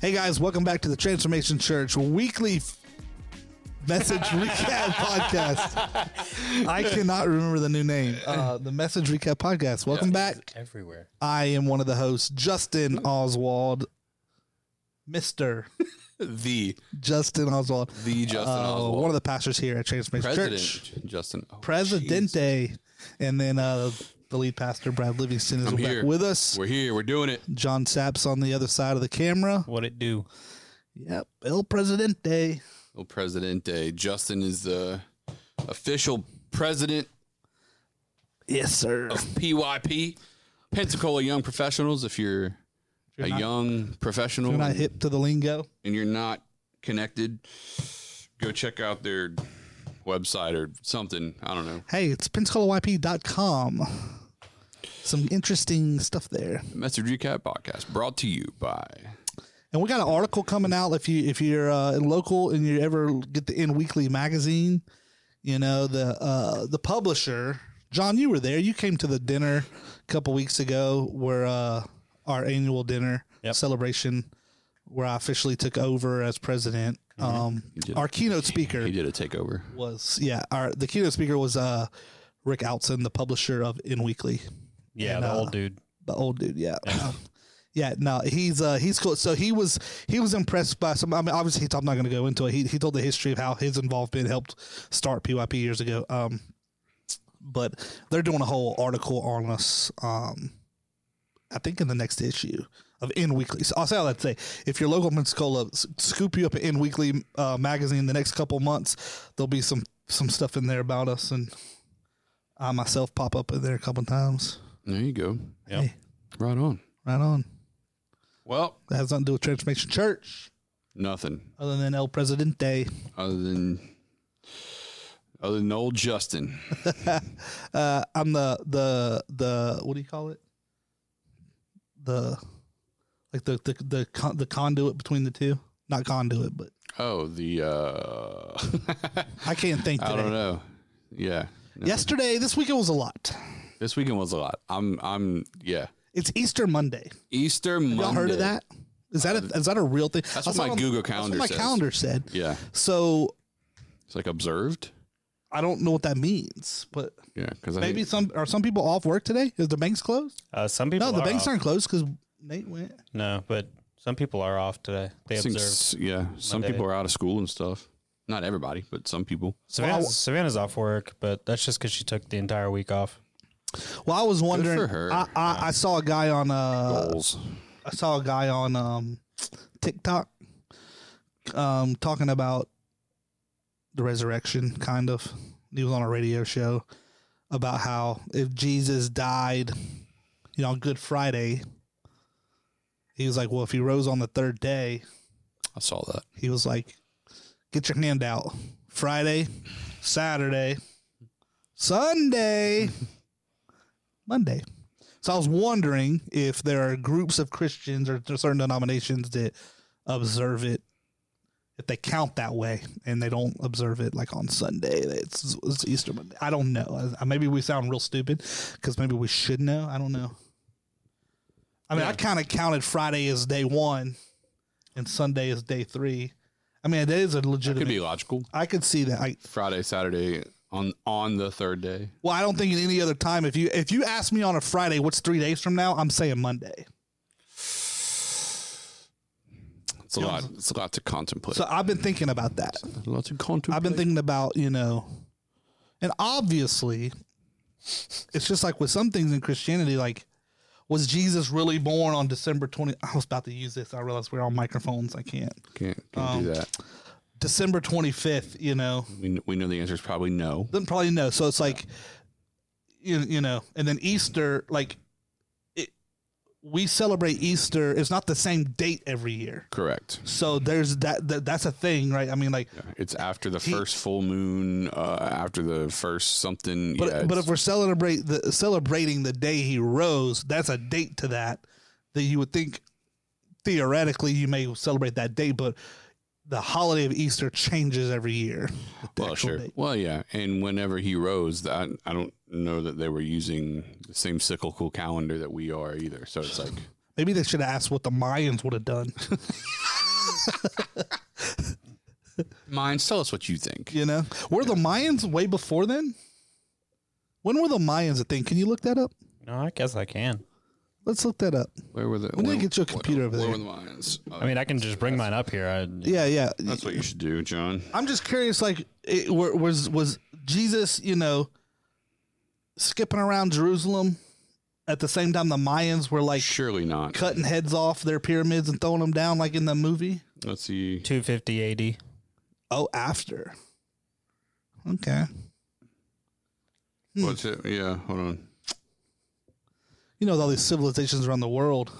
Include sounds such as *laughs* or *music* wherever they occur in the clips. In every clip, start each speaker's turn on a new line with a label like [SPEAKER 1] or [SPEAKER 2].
[SPEAKER 1] Hey guys, welcome back to the Transformation Church weekly f- message
[SPEAKER 2] *laughs*
[SPEAKER 1] recap podcast. I cannot remember the new name. Uh, the message recap podcast. Welcome back.
[SPEAKER 3] everywhere.
[SPEAKER 1] I am one of the hosts, Justin Oswald, Mister
[SPEAKER 2] The
[SPEAKER 1] Justin Oswald,
[SPEAKER 2] the Justin
[SPEAKER 1] uh,
[SPEAKER 2] Oswald,
[SPEAKER 1] one of the pastors here at Transformation
[SPEAKER 2] president
[SPEAKER 1] Church,
[SPEAKER 2] Justin oh, jeez.
[SPEAKER 1] Presidente, and then uh, the lead pastor Brad Livingston is
[SPEAKER 2] I'm
[SPEAKER 1] back
[SPEAKER 2] here.
[SPEAKER 1] with us.
[SPEAKER 2] We're here. We're doing it.
[SPEAKER 1] John Sapp's on the other side of the camera.
[SPEAKER 3] What it do?
[SPEAKER 1] Yep, El Presidente.
[SPEAKER 2] Little Oh, Presidente. Justin is the official president *laughs*
[SPEAKER 1] Yes, sir.
[SPEAKER 2] of PYP, Pensacola Young Professionals. If you're, a
[SPEAKER 1] not-
[SPEAKER 2] young professional
[SPEAKER 1] You're not hip to the lingo.
[SPEAKER 2] and you're not connected, go check out their website or something. I don't know.
[SPEAKER 1] Hey, it's PensacolaYP.com. Some interesting stuff there.
[SPEAKER 2] Message Recap Podcast brought to you by
[SPEAKER 1] And we got an article coming out if you if you're uh, local and you ever get the In Weekly magazine, you know, the uh, the publisher, John, you were there. You came to the dinner a couple weeks ago where uh, our annual dinner
[SPEAKER 3] Yep.
[SPEAKER 1] celebration where I officially took over as president. Um,
[SPEAKER 2] did.
[SPEAKER 1] our keynote speaker
[SPEAKER 2] He Did a Takeover.
[SPEAKER 1] was yeah, our the keynote speaker was uh, Rick Outson, the publisher of In Weekly.
[SPEAKER 3] Yeah,
[SPEAKER 1] And,
[SPEAKER 3] the
[SPEAKER 1] uh,
[SPEAKER 3] old dude.
[SPEAKER 1] the old dude yeah Um, yeah no he's uh he's cool so he was he was impressed by some i mean obviously he's, i'm not going to go into it he, he told the history of how his involvement helped start pyp years ago um but they're doing a whole article on us um i think in the next issue of in weekly so i'll say all that to say if your local pensacola s- scoop you up in weekly uh, magazine the next couple months there'll be some some stuff in there about us and i myself pop up in there a couple times
[SPEAKER 2] There you go.
[SPEAKER 3] Yep.
[SPEAKER 1] Hey.
[SPEAKER 2] Right on.
[SPEAKER 1] right on
[SPEAKER 2] Well,
[SPEAKER 1] That has nothing to do with Transformation Church,
[SPEAKER 2] nothing.
[SPEAKER 1] other than El Presidente.
[SPEAKER 2] other than other than old Justin.
[SPEAKER 1] Uh, I'm the the the what do you call it? The like the the the, con- the conduit between the two, not conduit, but
[SPEAKER 2] Oh, the uh *laughs*
[SPEAKER 1] I can't think
[SPEAKER 2] I
[SPEAKER 1] today.
[SPEAKER 2] don't know. Yeah. No.
[SPEAKER 1] Yesterday, this weekend was a lot.
[SPEAKER 2] This weekend was a lot. I'm I'm yeah.
[SPEAKER 1] It's Easter Monday.
[SPEAKER 2] Easter Monday. Uh,
[SPEAKER 1] Y'all heard of that? Is that a, is that a real thing? That's
[SPEAKER 2] what my Google calendar
[SPEAKER 1] my
[SPEAKER 2] says.
[SPEAKER 1] calendar said.
[SPEAKER 2] Yeah.
[SPEAKER 1] So
[SPEAKER 2] It's like observed.
[SPEAKER 1] I don't know what that means, but
[SPEAKER 2] Yeah, cuz
[SPEAKER 1] maybe
[SPEAKER 2] maybe
[SPEAKER 1] some are some people off work today? Is the banks closed?
[SPEAKER 3] Uh, some people
[SPEAKER 1] No, the
[SPEAKER 3] are
[SPEAKER 1] banks
[SPEAKER 3] off.
[SPEAKER 1] aren't closed because Nate went.
[SPEAKER 3] No, but some people are off today. They
[SPEAKER 2] I think,
[SPEAKER 3] observed.
[SPEAKER 2] s- yeah, some
[SPEAKER 3] Monday.
[SPEAKER 2] people are out of school and stuff. Not everybody, but some people.
[SPEAKER 3] Savannah's, Savannah's off work, but that's just because she took the entire week off.
[SPEAKER 1] Well, I was wondering.
[SPEAKER 2] for her.
[SPEAKER 1] I, I, I saw a guy on uh,
[SPEAKER 2] Goals.
[SPEAKER 1] I saw a guy on um, TikTok um, talking about the resurrection, kind of. He was on a radio show about how if Jesus died, you know, on Good Friday, he was like, well, if he rose on the third day,
[SPEAKER 2] I saw that.
[SPEAKER 1] he was like, get your hand out. Friday, Saturday, Sunday, Monday. So I was wondering if there are groups of Christians or there's certain denominations that observe it, if they count that way and they don't observe it like on Sunday. It's, it's Easter Monday. I don't know. I, maybe we sound real stupid because maybe we should know. I don't know. I mean, I kind of counted Friday as day one and Sunday is day three. I mean, that is a
[SPEAKER 2] It
[SPEAKER 1] legitimate.
[SPEAKER 2] could be logical.
[SPEAKER 1] I could see that. I,
[SPEAKER 2] Friday, Saturday on on the third day.
[SPEAKER 1] well, I don't think in any other time. If you if you ask me on a Friday, what's three days from now? I'm saying Monday.
[SPEAKER 2] It's a lot it's a lot to contemplate.
[SPEAKER 1] So I've been thinking about that.
[SPEAKER 2] a lot to contemplate.
[SPEAKER 1] I've been thinking about you know, and obviously, it's just like with some things in Christianity. Like, was Jesus really born on December twenty? I was about to use this. I realized we're on microphones. I can't.
[SPEAKER 2] can't can't
[SPEAKER 1] Um,
[SPEAKER 2] do that.
[SPEAKER 1] December twenty fifth. You know,
[SPEAKER 2] We, we know the answer is probably no.
[SPEAKER 1] then probably no. So it's like, you, you know, and then Easter, like, it, we celebrate Easter. It's not the same date every year.
[SPEAKER 2] Correct.
[SPEAKER 1] So there's that, that that's a thing, right? I mean, like,
[SPEAKER 2] It's after the first full moon, uh, after the first something.
[SPEAKER 1] but
[SPEAKER 2] yeah,
[SPEAKER 1] but
[SPEAKER 2] it's-
[SPEAKER 1] if we're celebrate the celebrating the day he rose, that's a date to that that you would think theoretically you may celebrate that day, but the holiday of Easter changes every year. The
[SPEAKER 2] well,
[SPEAKER 1] actual
[SPEAKER 2] sure.
[SPEAKER 1] date.
[SPEAKER 2] Well, yeah. And whenever he rose, I, I don't know that they were using the same cyclical calendar that we are either. So it's like
[SPEAKER 1] Maybe they should have asked what the Mayans would have done.
[SPEAKER 2] Minds, tell us what you think.
[SPEAKER 1] You know, were the Mayans way before then? When were the Mayans a thing? Can you look that up?
[SPEAKER 3] No, I guess I can.
[SPEAKER 1] Let's look that up.
[SPEAKER 2] Where were the?
[SPEAKER 1] need to
[SPEAKER 2] where-
[SPEAKER 1] get you a computer
[SPEAKER 2] where,
[SPEAKER 1] over
[SPEAKER 2] where
[SPEAKER 1] there.
[SPEAKER 2] were the minds?
[SPEAKER 3] I mean, I can just bring mine up here. I,
[SPEAKER 1] Yeah, yeah.
[SPEAKER 2] that's what you should do, John.
[SPEAKER 1] I'm just curious. Like, it, wa- was was Jesus, you know, skipping around Jerusalem at the same time the Mayans were like
[SPEAKER 2] Surely not.
[SPEAKER 1] cutting heads off their pyramids and throwing them down like in the movie?
[SPEAKER 2] Let's see.
[SPEAKER 3] 250 AD.
[SPEAKER 1] Oh, after. Okay.
[SPEAKER 2] What's it? Yeah, hold on.
[SPEAKER 1] You know, with all these civilizations around the world.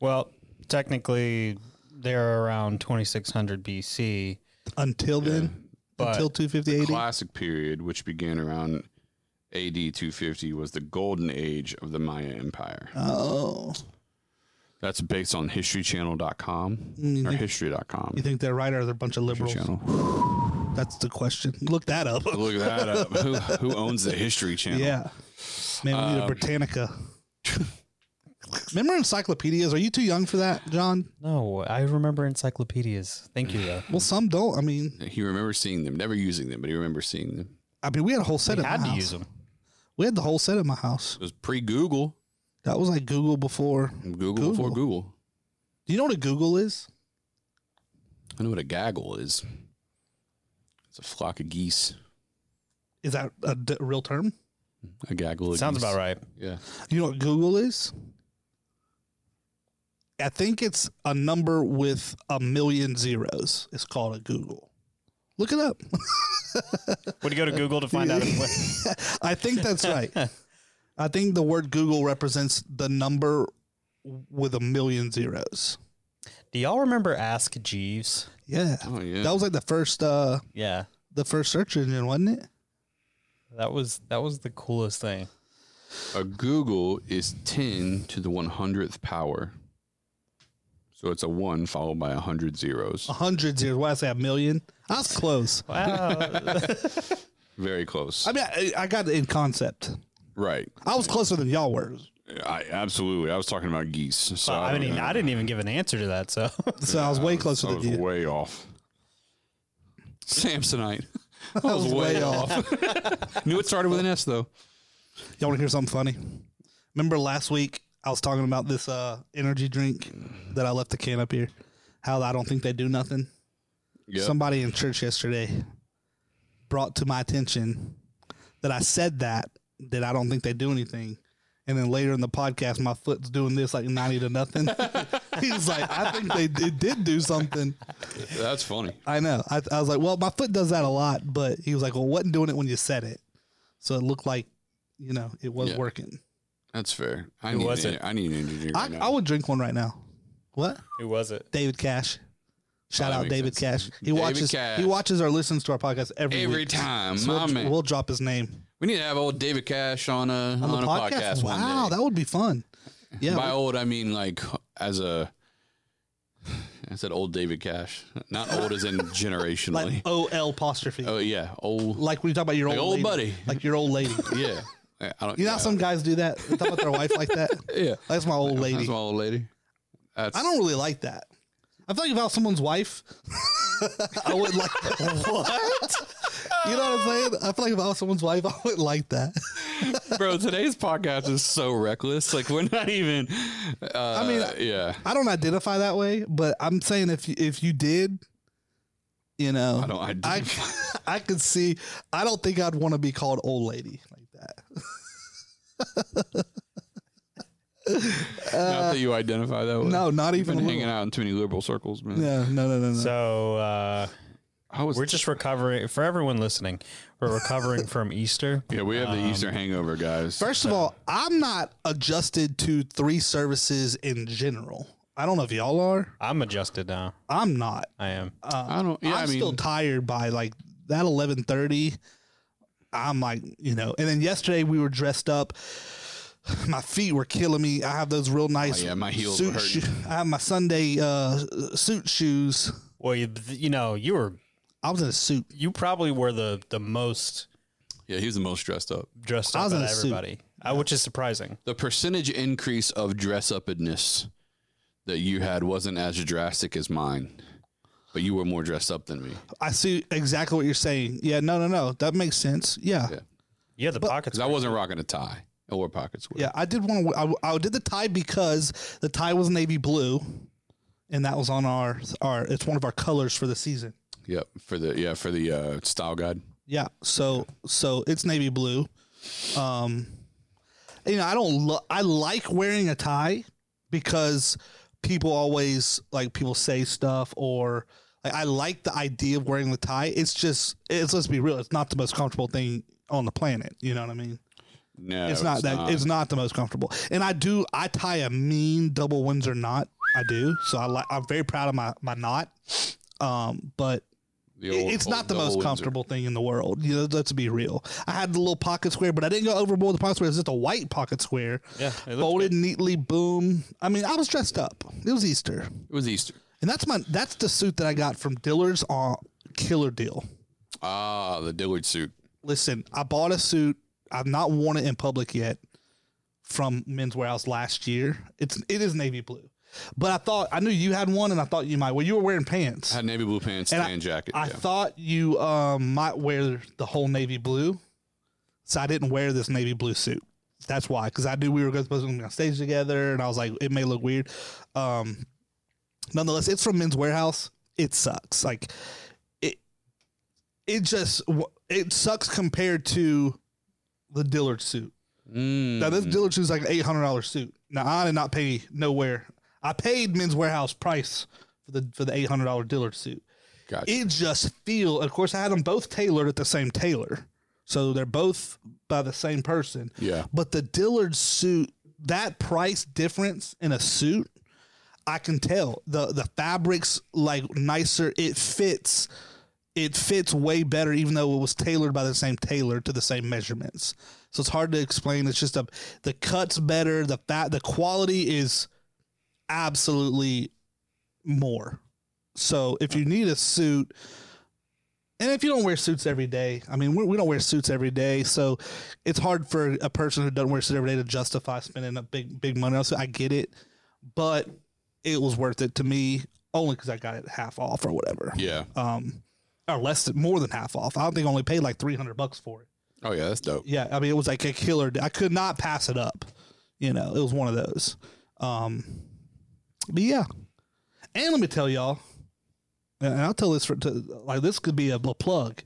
[SPEAKER 3] Well, technically, they're around 2600 BC.
[SPEAKER 1] Until then,
[SPEAKER 3] But
[SPEAKER 1] until 250 AD.
[SPEAKER 2] Classic period, which began around AD 250, was the golden age of the Maya Empire.
[SPEAKER 1] Oh,
[SPEAKER 2] That's based on HistoryChannel.com or History.com.
[SPEAKER 1] Mm, you think they're right or they're a bunch of liberals?
[SPEAKER 2] Channel. *laughs*
[SPEAKER 1] That's the question. Look that up.
[SPEAKER 2] Look
[SPEAKER 1] *laughs*
[SPEAKER 2] that up. who, who owns the History Channel?
[SPEAKER 1] Yeah. Man, we need a
[SPEAKER 3] Um, *laughs*
[SPEAKER 1] Britannica. Remember encyclopedias? Are you too young for that, John?
[SPEAKER 3] no, I remember encyclopedias. Thank you,
[SPEAKER 1] *laughs*
[SPEAKER 3] though.
[SPEAKER 1] Well, some don't. I mean,
[SPEAKER 2] He remembers seeing them, never using them, but he remembers seeing them.
[SPEAKER 1] I mean, we had a whole set
[SPEAKER 3] I
[SPEAKER 1] at
[SPEAKER 3] had
[SPEAKER 1] my
[SPEAKER 3] to
[SPEAKER 1] house.
[SPEAKER 3] use them.
[SPEAKER 1] We had the whole set at my house.
[SPEAKER 2] It was pre Google.
[SPEAKER 1] That was like Google before.
[SPEAKER 2] Google before
[SPEAKER 1] Google.
[SPEAKER 2] Google.
[SPEAKER 1] Do you know what a Google is?
[SPEAKER 2] I know what a gaggle is. It's a flock of geese.
[SPEAKER 1] Is that a d- real term?
[SPEAKER 2] A gaggle of
[SPEAKER 3] Sounds about right.
[SPEAKER 2] Yeah.
[SPEAKER 1] You know what Google is? I think it's a number with a million zeros. It's called a Google. Look it up.
[SPEAKER 3] Would you go to Google to find out? If,
[SPEAKER 1] *laughs* I think that's right. I think the word Google represents the number with a million zeros.
[SPEAKER 3] do y'all remember Ask Jeeves?
[SPEAKER 1] Yeah.
[SPEAKER 2] Oh, yeah.
[SPEAKER 1] That was like the first uh
[SPEAKER 3] Yeah,
[SPEAKER 1] the first search engine, wasn't it?
[SPEAKER 3] that was that was the coolest thing.
[SPEAKER 2] A Google is 10 to the 100th power. So it's a 1 followed by 100 zeros.
[SPEAKER 1] A hundred zeros. Why I say a million? I was close.
[SPEAKER 3] Wow.
[SPEAKER 2] Very close.
[SPEAKER 1] I mean, I, I got it in concept.
[SPEAKER 2] right.
[SPEAKER 1] I was closer than y'all were.
[SPEAKER 2] I absolutely. I was talking about geese. So
[SPEAKER 3] I
[SPEAKER 2] don't
[SPEAKER 3] mean,
[SPEAKER 2] know.
[SPEAKER 3] I didn't even give an answer to
[SPEAKER 1] *laughs*
[SPEAKER 3] that. So
[SPEAKER 1] So I was way closer
[SPEAKER 2] I
[SPEAKER 1] than
[SPEAKER 2] was
[SPEAKER 1] you.
[SPEAKER 2] way off.
[SPEAKER 1] *laughs*
[SPEAKER 2] Samsonite. *laughs* I
[SPEAKER 1] I was way off.
[SPEAKER 2] Knew it started with an S though.
[SPEAKER 1] Y'all want to hear something funny? Remember last week I was talking about this uh, energy drink that I left the can up here. How I don't think they do nothing.
[SPEAKER 2] Yeah.
[SPEAKER 1] Somebody in church yesterday brought to my attention that I said that that I don't think they do anything. And then later in the podcast, my foot's doing this like ninety to nothing. *laughs* He was like, "I think they did, did do something."
[SPEAKER 2] That's funny.
[SPEAKER 1] I know. I, I was like, "Well, my foot does that a lot," but he was like, "Well, wasn't doing it when you said it, so it looked like, you know, it was
[SPEAKER 2] Yeah.
[SPEAKER 1] working."
[SPEAKER 2] That's fair. I need
[SPEAKER 3] was
[SPEAKER 2] an,
[SPEAKER 3] it?
[SPEAKER 2] I need an engineer.
[SPEAKER 1] I,
[SPEAKER 2] right now.
[SPEAKER 1] I would drink one right now. What?
[SPEAKER 3] who was it?
[SPEAKER 1] David Cash. Shout
[SPEAKER 2] Oh, that
[SPEAKER 1] out
[SPEAKER 2] makes
[SPEAKER 1] David
[SPEAKER 2] sense.
[SPEAKER 1] Cash. He
[SPEAKER 2] David
[SPEAKER 1] watches.
[SPEAKER 2] Cash.
[SPEAKER 1] He watches or listens to our podcast every *laughs*
[SPEAKER 2] Every
[SPEAKER 1] week.
[SPEAKER 2] time,
[SPEAKER 1] So
[SPEAKER 2] my
[SPEAKER 1] we'll,
[SPEAKER 2] man.
[SPEAKER 1] we'll drop his name
[SPEAKER 2] we need to have old David Cash on a on,
[SPEAKER 1] on,
[SPEAKER 2] a
[SPEAKER 1] the podcast.
[SPEAKER 2] podcast. one
[SPEAKER 1] wow,
[SPEAKER 2] day.
[SPEAKER 1] that would be
[SPEAKER 2] *laughs*
[SPEAKER 1] fun. Yeah,
[SPEAKER 2] By old, I mean like as a. I said old David Cash, not old as in
[SPEAKER 1] *laughs*
[SPEAKER 2] generationally.
[SPEAKER 1] like O L apostrophe.
[SPEAKER 2] oh yeah, old.
[SPEAKER 1] Like when you talk about your old,
[SPEAKER 2] old
[SPEAKER 1] lady.
[SPEAKER 2] buddy.
[SPEAKER 1] like your old
[SPEAKER 2] *laughs*
[SPEAKER 1] lady.
[SPEAKER 2] Yeah, I I don't.
[SPEAKER 1] You know,
[SPEAKER 2] yeah.
[SPEAKER 1] how some guys do that. They talk about their wife like
[SPEAKER 2] *laughs*
[SPEAKER 1] that.
[SPEAKER 2] yeah,
[SPEAKER 1] That's my old lady.
[SPEAKER 2] that's my old lady. That's
[SPEAKER 1] I don't really like that. I feel like if I was someone's wife, *laughs* I wouldn't like
[SPEAKER 2] *laughs*
[SPEAKER 1] that. what? You know what I'm saying? I feel like if I was someone's wife, *laughs* I wouldn't like that.
[SPEAKER 2] bro. Today's podcast is so reckless. Like we're not even. Uh, I
[SPEAKER 1] mean,
[SPEAKER 2] mean, yeah.
[SPEAKER 1] I don't identify that way, but I'm saying if you, if you did, you know,
[SPEAKER 2] I don't
[SPEAKER 1] I
[SPEAKER 2] identify.
[SPEAKER 1] I could see. I don't think I'd want to be called old lady like that.
[SPEAKER 2] *laughs* not that you identify that way.
[SPEAKER 1] uh, No, not
[SPEAKER 2] You've been
[SPEAKER 1] even. a
[SPEAKER 2] hanging
[SPEAKER 1] little.
[SPEAKER 2] out in too many liberal circles, man.
[SPEAKER 1] No, no, no, no, no.
[SPEAKER 3] *laughs* So uh,
[SPEAKER 2] I was.
[SPEAKER 3] we're just recovering. For everyone listening, we're
[SPEAKER 1] *laughs*
[SPEAKER 3] recovering from Easter.
[SPEAKER 2] yeah, we have the Easter hangover, guys.
[SPEAKER 1] First of all, I'm not adjusted to three services in general. I don't know if y'all are.
[SPEAKER 3] I'm adjusted now.
[SPEAKER 1] I'm not.
[SPEAKER 3] I am.
[SPEAKER 1] Uh,
[SPEAKER 2] I don't. Yeah, i
[SPEAKER 1] I'm
[SPEAKER 2] mean,
[SPEAKER 1] still tired by like that 11:30. I'm like, you know, and then yesterday we were dressed up. *sighs* My feet were killing me. I have those real nice.
[SPEAKER 2] Oh, yeah, my heels
[SPEAKER 1] suit
[SPEAKER 2] were hurting.
[SPEAKER 1] shoe- I have my Sunday uh, suit shoes.
[SPEAKER 3] Well, you, you know, you were
[SPEAKER 1] I was in a suit.
[SPEAKER 3] you probably were the the most
[SPEAKER 2] yeah, he was the most dressed up.
[SPEAKER 3] dressed
[SPEAKER 1] I
[SPEAKER 3] up
[SPEAKER 1] was
[SPEAKER 3] out
[SPEAKER 1] in
[SPEAKER 3] of
[SPEAKER 1] a suit.
[SPEAKER 3] everybody. uh, which is surprising.
[SPEAKER 2] The percentage increase of dress upness that you had wasn't as drastic as mine, but you were more dressed up than me.
[SPEAKER 1] I see exactly what you're saying. Yeah, no, no, no. That makes sense. Yeah.
[SPEAKER 2] Yeah.
[SPEAKER 1] Yeah,
[SPEAKER 3] Yeah, the pockets.
[SPEAKER 2] Because I wasn't rocking a tie or pockets. were.
[SPEAKER 1] I did want to. I, I did the tie because the tie was navy blue, and that was on our our. It's one of our colors for the season.
[SPEAKER 2] Yep. For the yeah for the uh, style guide.
[SPEAKER 1] Yeah. So so it's navy blue. Um you know, I don't lo- I like wearing a tie because people always like people say stuff or like I like the idea of wearing the tie. It's just it's let's be real, it's not the most comfortable thing on the planet, you know what I mean?
[SPEAKER 2] No,
[SPEAKER 1] It's not that it's not the most comfortable. And I do I tie a mean double Windsor knot. I do. So I like I'm very proud of my my knot. Um but
[SPEAKER 2] The
[SPEAKER 1] it-
[SPEAKER 2] old-
[SPEAKER 1] it's not the
[SPEAKER 2] old
[SPEAKER 1] most
[SPEAKER 2] Windsor.
[SPEAKER 1] comfortable thing in the world. You know, let's be real. I had the little pocket square, but I didn't go overboard with the pocket square. It was just a white pocket square,
[SPEAKER 3] Yeah, it looked
[SPEAKER 1] folded neatly. Boom. I mean, I was dressed up. It was Easter,
[SPEAKER 2] It was Easter.
[SPEAKER 1] and that's my that's the suit that I got from Dillard's on killer deal.
[SPEAKER 2] Ah, the Dillard suit.
[SPEAKER 1] Listen, I bought a suit. I've not worn it in public yet from Men's Warehouse last year. It's it is navy blue, but I thought I knew you had one, and I thought you might. Well, you were wearing pants.
[SPEAKER 2] I had navy blue pants,
[SPEAKER 1] And I-
[SPEAKER 2] tan jacket.
[SPEAKER 1] I
[SPEAKER 2] yeah.
[SPEAKER 1] thought you um, might wear the whole navy blue, so I didn't wear this navy blue suit. That's why, because I knew we were supposed to be on stage together, and I was like, it may look weird. Um, nonetheless, it's from Men's Warehouse. It sucks. Like it, it just w- it sucks compared to the Dillard suit.
[SPEAKER 2] Mm.
[SPEAKER 1] Now this Dillard suit is like an eight hundred dollar suit. Now I did not pay nowhere. I paid Men's Warehouse price for the for the eight hundred dollar Dillard suit
[SPEAKER 2] Gotcha.
[SPEAKER 1] it just feel of course i had them both tailored at the same tailor so they're both by the same person
[SPEAKER 2] yeah.
[SPEAKER 1] but the dillard suit that price difference in a suit i can tell the the fabrics like nicer it fits it fits way better even though it was tailored by the same tailor to the same measurements so it's hard to explain it's just a the cuts better the fat the quality is absolutely more so if you need a suit and if you don't wear suits every day, I mean, we, we don't wear suits every day, so it's hard for a person who doesn't wear suits every day to justify spending a big big money on a suit. I get it, but it was worth it to me only because I got it half off or whatever,
[SPEAKER 2] Yeah.
[SPEAKER 1] um, or less than more than half off. I don't think I only paid like three hundred bucks for it.
[SPEAKER 2] Oh yeah, that's dope.
[SPEAKER 1] Yeah, I mean, it was like a killer. I could not pass it up. You know, it was one of those. Um, but yeah, and let me tell y'all, and and I'll tell this for to, like this could be a, a plug.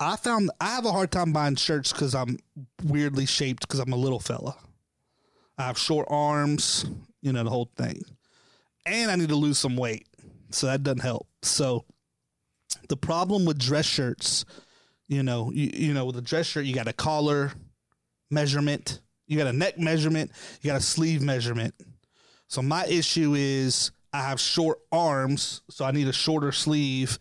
[SPEAKER 1] I found I have a hard time buying shirts because I'm weirdly shaped because I'm a little fella. I have short arms, you know, the whole thing, and I need to lose some weight, so that doesn't help. So the problem with dress shirts you know you, you know with a dress shirt you got a collar measurement you got a neck measurement you got a sleeve measurement so my issue is i have short arms so i need a shorter sleeve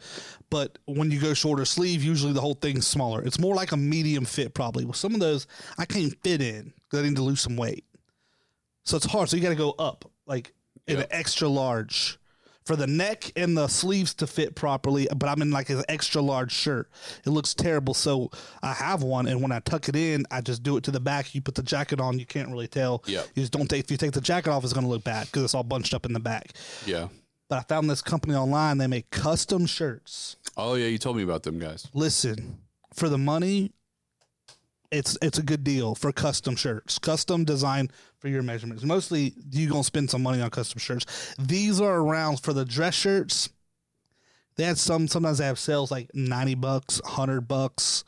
[SPEAKER 1] but when you go shorter sleeve usually the whole thing's smaller it's more like a medium fit probably well some of those i can't fit in because i need to lose some weight so it's hard so you got to go up like in
[SPEAKER 2] Yeah.
[SPEAKER 1] an extra large for the neck and the sleeves to fit properly, but I'm in like an extra large shirt. It looks terrible. So I have one, and when I tuck it in, I just do it to the back. You put the jacket on, you can't really tell.
[SPEAKER 2] Yeah.
[SPEAKER 1] You just don't take, if you take the jacket off, it's going to look bad because it's all bunched up in the back.
[SPEAKER 2] Yeah.
[SPEAKER 1] But I found this company online. They make custom shirts.
[SPEAKER 2] Oh yeah, you told me about them guys.
[SPEAKER 1] Listen, for the money, it's it's a good deal for custom shirts, custom design for your measurements. Mostly, you gonna spend some money on custom shirts. These are around for the dress shirts. They had some. Sometimes they have sales like ninety bucks, hundred bucks,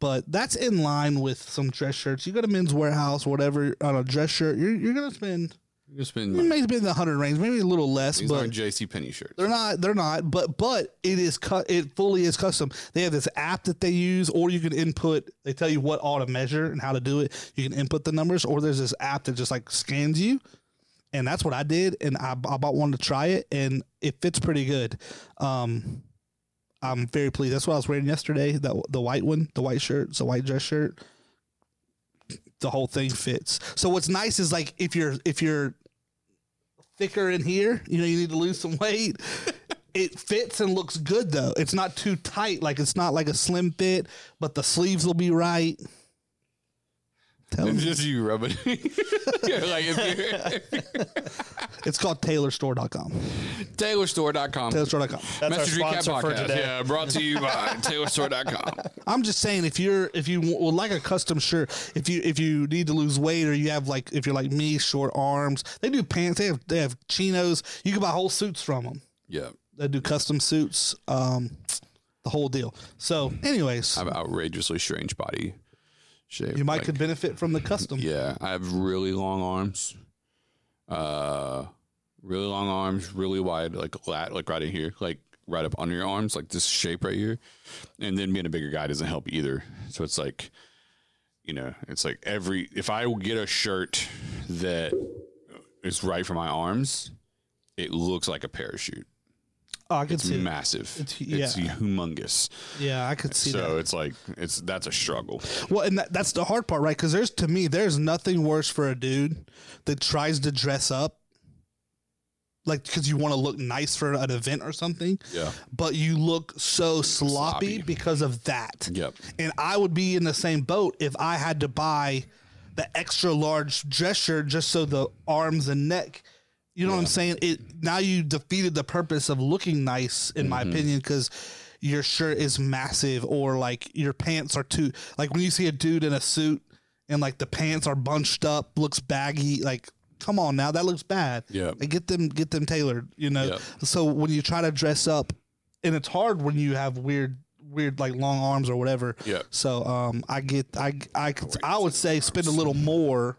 [SPEAKER 1] but that's in line with some dress shirts. You go to Men's Warehouse, whatever, on a dress shirt, you're you're gonna spend
[SPEAKER 2] You just been.
[SPEAKER 1] you may spend the hundred range, maybe a little less,
[SPEAKER 2] These
[SPEAKER 1] but
[SPEAKER 2] aren't J.C. Penney shirts.
[SPEAKER 1] they're not. They're not. But but it is cut. It fully is custom. They have this app that they use, or you can input. They tell you what all to measure and how to do it. You can input the numbers, or there's this app that just like scans you. And that's what I did, and I, I bought one to try it, and it fits pretty good. Um, I'm very pleased. That's what I was wearing yesterday. That the white one, the white shirt, it's a white dress shirt. The whole thing fits. So what's nice is like if you're if you're thicker in here, you know, you need to lose some weight. it fits and looks good though. It's not too tight. Like it's not like a slim fit, but the sleeves will be right. telling
[SPEAKER 2] It's
[SPEAKER 1] you.
[SPEAKER 2] just you rubbing.
[SPEAKER 3] *laughs*
[SPEAKER 2] You're like if you're
[SPEAKER 1] It's called taylorstore.com.
[SPEAKER 2] TaylorStore.com.
[SPEAKER 1] Taylorstore.com.
[SPEAKER 3] That's our sponsor for today.
[SPEAKER 2] Yeah, brought to you by
[SPEAKER 3] *laughs*
[SPEAKER 2] TaylorStore.com.
[SPEAKER 1] I'm just saying if you're if you w- would like a custom shirt, if you if you need to lose weight or you have like if you're like me, short arms, they do pants, they have they have chinos. You can buy whole suits from them.
[SPEAKER 2] Yeah,
[SPEAKER 1] They do custom suits, um the whole deal. So, anyways,
[SPEAKER 2] I have an outrageously strange body shape.
[SPEAKER 1] you might
[SPEAKER 2] Like,
[SPEAKER 1] could benefit from the custom.
[SPEAKER 2] Yeah, I have really long arms. Uh, really long arms, really wide, like lat, like right in here, like right up under your arms, like this shape right here. And then being a bigger guy doesn't help either. So it's like, you know, it's like every if I get a shirt that is right for my arms, it looks like a parachute.
[SPEAKER 1] Oh, I could
[SPEAKER 2] It's
[SPEAKER 1] see. that.
[SPEAKER 2] massive. It's,
[SPEAKER 1] yeah.
[SPEAKER 2] humongous.
[SPEAKER 1] Yeah, I could see that.
[SPEAKER 2] so it's like it's that's a struggle.
[SPEAKER 1] Well, and that, that's the hard part, right? Because there's to me, there's nothing worse for a dude that tries to dress up, like because you want to look nice for an event or something.
[SPEAKER 2] Yeah.
[SPEAKER 1] But you look so sloppy,
[SPEAKER 2] Sloppy.
[SPEAKER 1] because of that.
[SPEAKER 2] Yep.
[SPEAKER 1] And I would be in the same boat if I had to buy the extra large dress shirt just so the arms and neck. You know what I'm saying? It now you defeated the purpose of looking nice, in my opinion, because your shirt is massive or like your pants are too like when you see a dude in a suit and like the pants are bunched up, looks baggy, like come on now, that looks bad.
[SPEAKER 2] Yeah.
[SPEAKER 1] Like, get them get them tailored, you know.
[SPEAKER 2] Yep.
[SPEAKER 1] So when you try to dress up and it's hard when you have weird weird like long arms or whatever.
[SPEAKER 2] Yep.
[SPEAKER 1] So um I get I I could, I would say spend a little more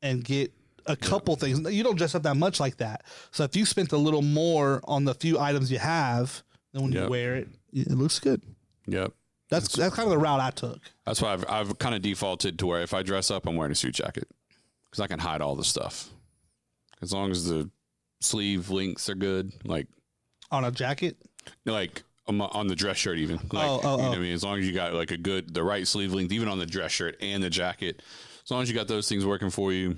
[SPEAKER 1] and get a couple things. You don't dress up that much like that. So if you spent a little more on the few items you have, then when you
[SPEAKER 2] Yep.
[SPEAKER 1] wear it, it looks good.
[SPEAKER 2] Yep.
[SPEAKER 1] That's that's kind of the route I took.
[SPEAKER 2] That's why I've, I've kind of defaulted to where if I dress up, I'm wearing a suit jacket because I can hide all the stuff. As long as the sleeve lengths are good, like
[SPEAKER 1] On a jacket,
[SPEAKER 2] like on my- on the dress shirt, even like
[SPEAKER 1] Oh, oh,
[SPEAKER 2] you know
[SPEAKER 1] oh.
[SPEAKER 2] what I mean, as long as you got like a good the right sleeve length, even on the dress shirt and the jacket, as long as you got those things working for you,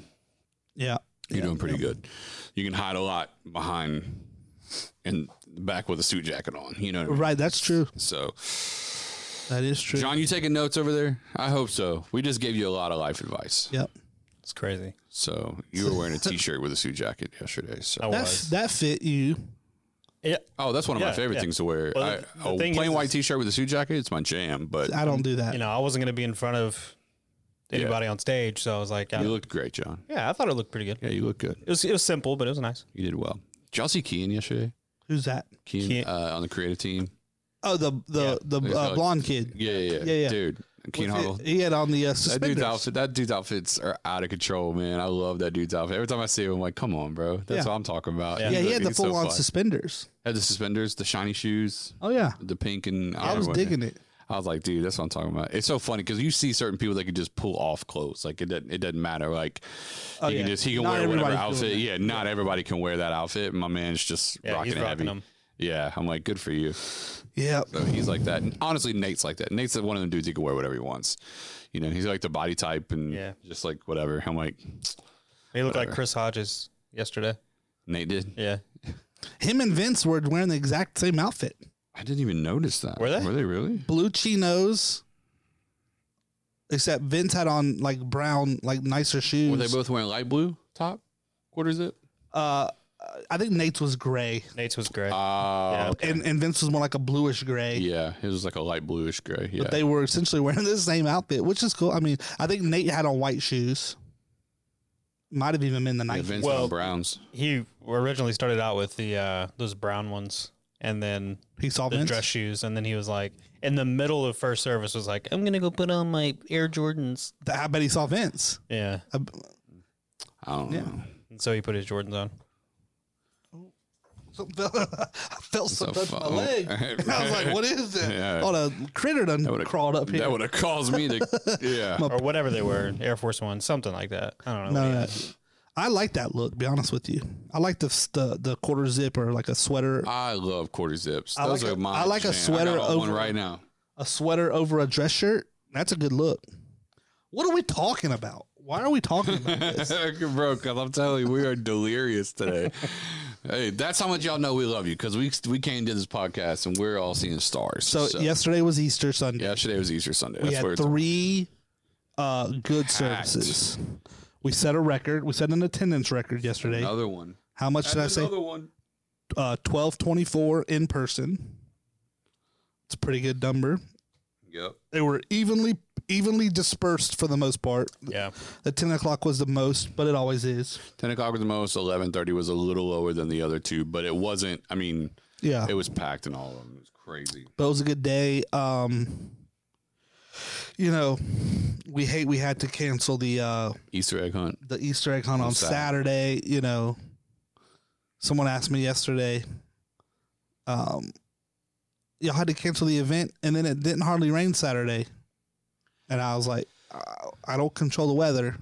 [SPEAKER 1] yeah.
[SPEAKER 2] you're doing pretty good. You can hide a lot behind and back with a suit jacket on. You know, what I mean?
[SPEAKER 1] Right, that's true.
[SPEAKER 2] so
[SPEAKER 1] That is true.
[SPEAKER 2] John, you taking notes over there? I hope so. We just gave you a lot of life advice.
[SPEAKER 1] yep.
[SPEAKER 3] It's crazy.
[SPEAKER 2] So you were wearing a t-shirt with a suit jacket yesterday.
[SPEAKER 3] I
[SPEAKER 2] So
[SPEAKER 1] That
[SPEAKER 3] was.
[SPEAKER 1] that fit you.
[SPEAKER 3] Yeah.
[SPEAKER 2] oh, that's one of my
[SPEAKER 3] Yeah,
[SPEAKER 2] favorite
[SPEAKER 3] yeah.
[SPEAKER 2] things to wear.
[SPEAKER 3] Well,
[SPEAKER 2] I,
[SPEAKER 3] the-
[SPEAKER 2] a
[SPEAKER 3] the thing
[SPEAKER 2] plain
[SPEAKER 3] is-
[SPEAKER 2] white t-shirt with a suit jacket. It's my jam. But
[SPEAKER 1] I don't do that.
[SPEAKER 3] You know, I wasn't going to be in front of anybody on stage, so I was like, I,
[SPEAKER 2] you looked great, John.
[SPEAKER 3] yeah, I thought it looked pretty good.
[SPEAKER 2] Yeah, you look good.
[SPEAKER 3] It was it was simple, but it was nice.
[SPEAKER 2] You did well. Did y'all see Keen yesterday?
[SPEAKER 1] Who's that?
[SPEAKER 2] Keen,
[SPEAKER 3] Keen-
[SPEAKER 2] Uh, on the creative team.
[SPEAKER 1] Oh, the the the
[SPEAKER 2] He's
[SPEAKER 1] uh,
[SPEAKER 2] like-
[SPEAKER 1] blonde kid.
[SPEAKER 2] Yeah, yeah, yeah,
[SPEAKER 1] Yeah, yeah.
[SPEAKER 2] dude. Keen
[SPEAKER 1] With it-
[SPEAKER 2] Harville.
[SPEAKER 1] He had on the uh,
[SPEAKER 2] That dude's
[SPEAKER 1] suspenders.
[SPEAKER 2] outfit. That dude's outfits are out of control, man. I love that dude's outfit. Every time I see him, I'm like, come on, bro. That's
[SPEAKER 1] Yeah.
[SPEAKER 2] what I'm talking about.
[SPEAKER 3] Yeah.
[SPEAKER 1] yeah, he
[SPEAKER 2] look-
[SPEAKER 1] had the
[SPEAKER 2] he's so
[SPEAKER 1] full on
[SPEAKER 2] fly.
[SPEAKER 1] suspenders.
[SPEAKER 2] had the suspenders, the shiny shoes,
[SPEAKER 1] Oh yeah,
[SPEAKER 2] the pink and
[SPEAKER 1] I was
[SPEAKER 2] outerwear.
[SPEAKER 1] digging it.
[SPEAKER 2] I was like, dude, that's what I'm talking about. It's so funny because you see certain people that can just pull off clothes. Like it doesn't it doesn't matter. Like
[SPEAKER 1] Oh,
[SPEAKER 2] he
[SPEAKER 1] yeah.
[SPEAKER 2] can just he can
[SPEAKER 1] Not
[SPEAKER 2] wear whatever
[SPEAKER 1] everybody's doing
[SPEAKER 2] outfit. Yeah, not everybody can wear that outfit. My man's just
[SPEAKER 3] Yeah,
[SPEAKER 2] rocking
[SPEAKER 3] he's
[SPEAKER 2] it
[SPEAKER 3] rocking
[SPEAKER 2] heavy.
[SPEAKER 3] them.
[SPEAKER 2] Yeah, I'm like, good for you.
[SPEAKER 1] Yeah,
[SPEAKER 2] So he's like that. And honestly, Nate's like that. Nate's one of them dudes he can wear whatever he wants. You know, he's like the body type and
[SPEAKER 3] Yeah.
[SPEAKER 2] just like whatever. I'm like,
[SPEAKER 3] He looked like Chris Hodges yesterday.
[SPEAKER 2] Nate did.
[SPEAKER 3] Yeah.
[SPEAKER 1] him and Vince were wearing the exact same outfit:
[SPEAKER 2] I didn't even notice that.
[SPEAKER 3] Were they?
[SPEAKER 2] Were they really?
[SPEAKER 1] blue chinos. Except Vince had on like brown, like nicer shoes.
[SPEAKER 2] Were they both wearing light blue top? Quarter zip?
[SPEAKER 1] Uh, I think Nate's was gray,
[SPEAKER 3] Nate's was great.
[SPEAKER 1] Uh,
[SPEAKER 2] Ah,
[SPEAKER 3] Yeah.
[SPEAKER 2] okay.
[SPEAKER 1] and and Vince was more like a bluish gray.
[SPEAKER 2] yeah. It was like a light bluish gray. Yeah.
[SPEAKER 1] But they were essentially *laughs* wearing the same outfit, which is cool. I mean, I think Nate had on white shoes. Might have even been the
[SPEAKER 2] yeah,
[SPEAKER 1] Nike.
[SPEAKER 2] Vince
[SPEAKER 3] Well-
[SPEAKER 2] and Browns.
[SPEAKER 3] he originally started out with the uh, those brown ones and then
[SPEAKER 1] he saw
[SPEAKER 3] the
[SPEAKER 1] Vince.
[SPEAKER 3] dress shoes and then he was like in the middle of first service was like I'm gonna go put on my Air Jordans.
[SPEAKER 1] I bet he saw Vince. Uh,
[SPEAKER 3] Yeah.
[SPEAKER 1] I-
[SPEAKER 2] I don't
[SPEAKER 1] Yeah.
[SPEAKER 2] know.
[SPEAKER 3] And so he put his Jordans on.
[SPEAKER 1] *laughs* I felt something in my
[SPEAKER 2] fun. *laughs*
[SPEAKER 1] leg. *laughs* I was like, "What is that?"
[SPEAKER 2] Yeah.
[SPEAKER 1] Oh, the critter done
[SPEAKER 2] would've-
[SPEAKER 1] crawled up here.
[SPEAKER 2] That would have caused
[SPEAKER 1] *laughs*
[SPEAKER 2] me to. Yeah.
[SPEAKER 3] Or whatever they were, Air Force One, something like that. I don't
[SPEAKER 1] No,
[SPEAKER 3] know. what he
[SPEAKER 1] no,
[SPEAKER 3] had.
[SPEAKER 1] I like that look. Be honest with you, I like the the, the quarter zip or like a sweater,
[SPEAKER 2] I love quarter zips.
[SPEAKER 1] I
[SPEAKER 2] Those
[SPEAKER 1] like
[SPEAKER 2] are
[SPEAKER 1] a-
[SPEAKER 2] my.
[SPEAKER 1] I like a
[SPEAKER 2] jam.
[SPEAKER 1] sweater
[SPEAKER 2] I got on one
[SPEAKER 1] over-
[SPEAKER 2] right now.
[SPEAKER 1] a sweater over a dress shirt. That's a good look. What are we talking about? Why are we talking
[SPEAKER 2] *laughs*
[SPEAKER 1] about this?
[SPEAKER 2] Bro, because I'm telling you, we are delirious today. *laughs* hey, that's how much y'all know we love you because we we came to this podcast and we're all seeing stars.
[SPEAKER 1] So, yesterday was Easter Sunday.
[SPEAKER 2] yesterday was Easter Sunday.
[SPEAKER 1] we
[SPEAKER 2] That's where
[SPEAKER 1] had
[SPEAKER 2] it's
[SPEAKER 1] three uh, good
[SPEAKER 2] Packed.
[SPEAKER 1] services. We set a record. We set an attendance record yesterday.
[SPEAKER 2] Another one.
[SPEAKER 1] How much did I
[SPEAKER 2] And
[SPEAKER 1] say?
[SPEAKER 2] Another one.
[SPEAKER 1] Uh, Twelve twenty-four in person. It's a pretty good number.
[SPEAKER 2] Yep.
[SPEAKER 1] They were evenly evenly dispersed for the most part.
[SPEAKER 3] Yeah.
[SPEAKER 1] The ten o'clock was the most, but it always is.
[SPEAKER 2] 10 o'clock was the most. 11.30 was a little lower than the other two, but it wasn't. I mean,
[SPEAKER 1] Yeah,
[SPEAKER 2] it was packed in all of them. It was crazy.
[SPEAKER 1] but it was a good day. Um, you know, we hate we had to cancel the uh,
[SPEAKER 2] Easter egg hunt.
[SPEAKER 1] the Easter egg hunt on,
[SPEAKER 2] On
[SPEAKER 1] Saturday. You know, someone asked me yesterday, um, y'all had to cancel the event, and then it didn't hardly rain Saturday, and I was like, I- I don't control the weather.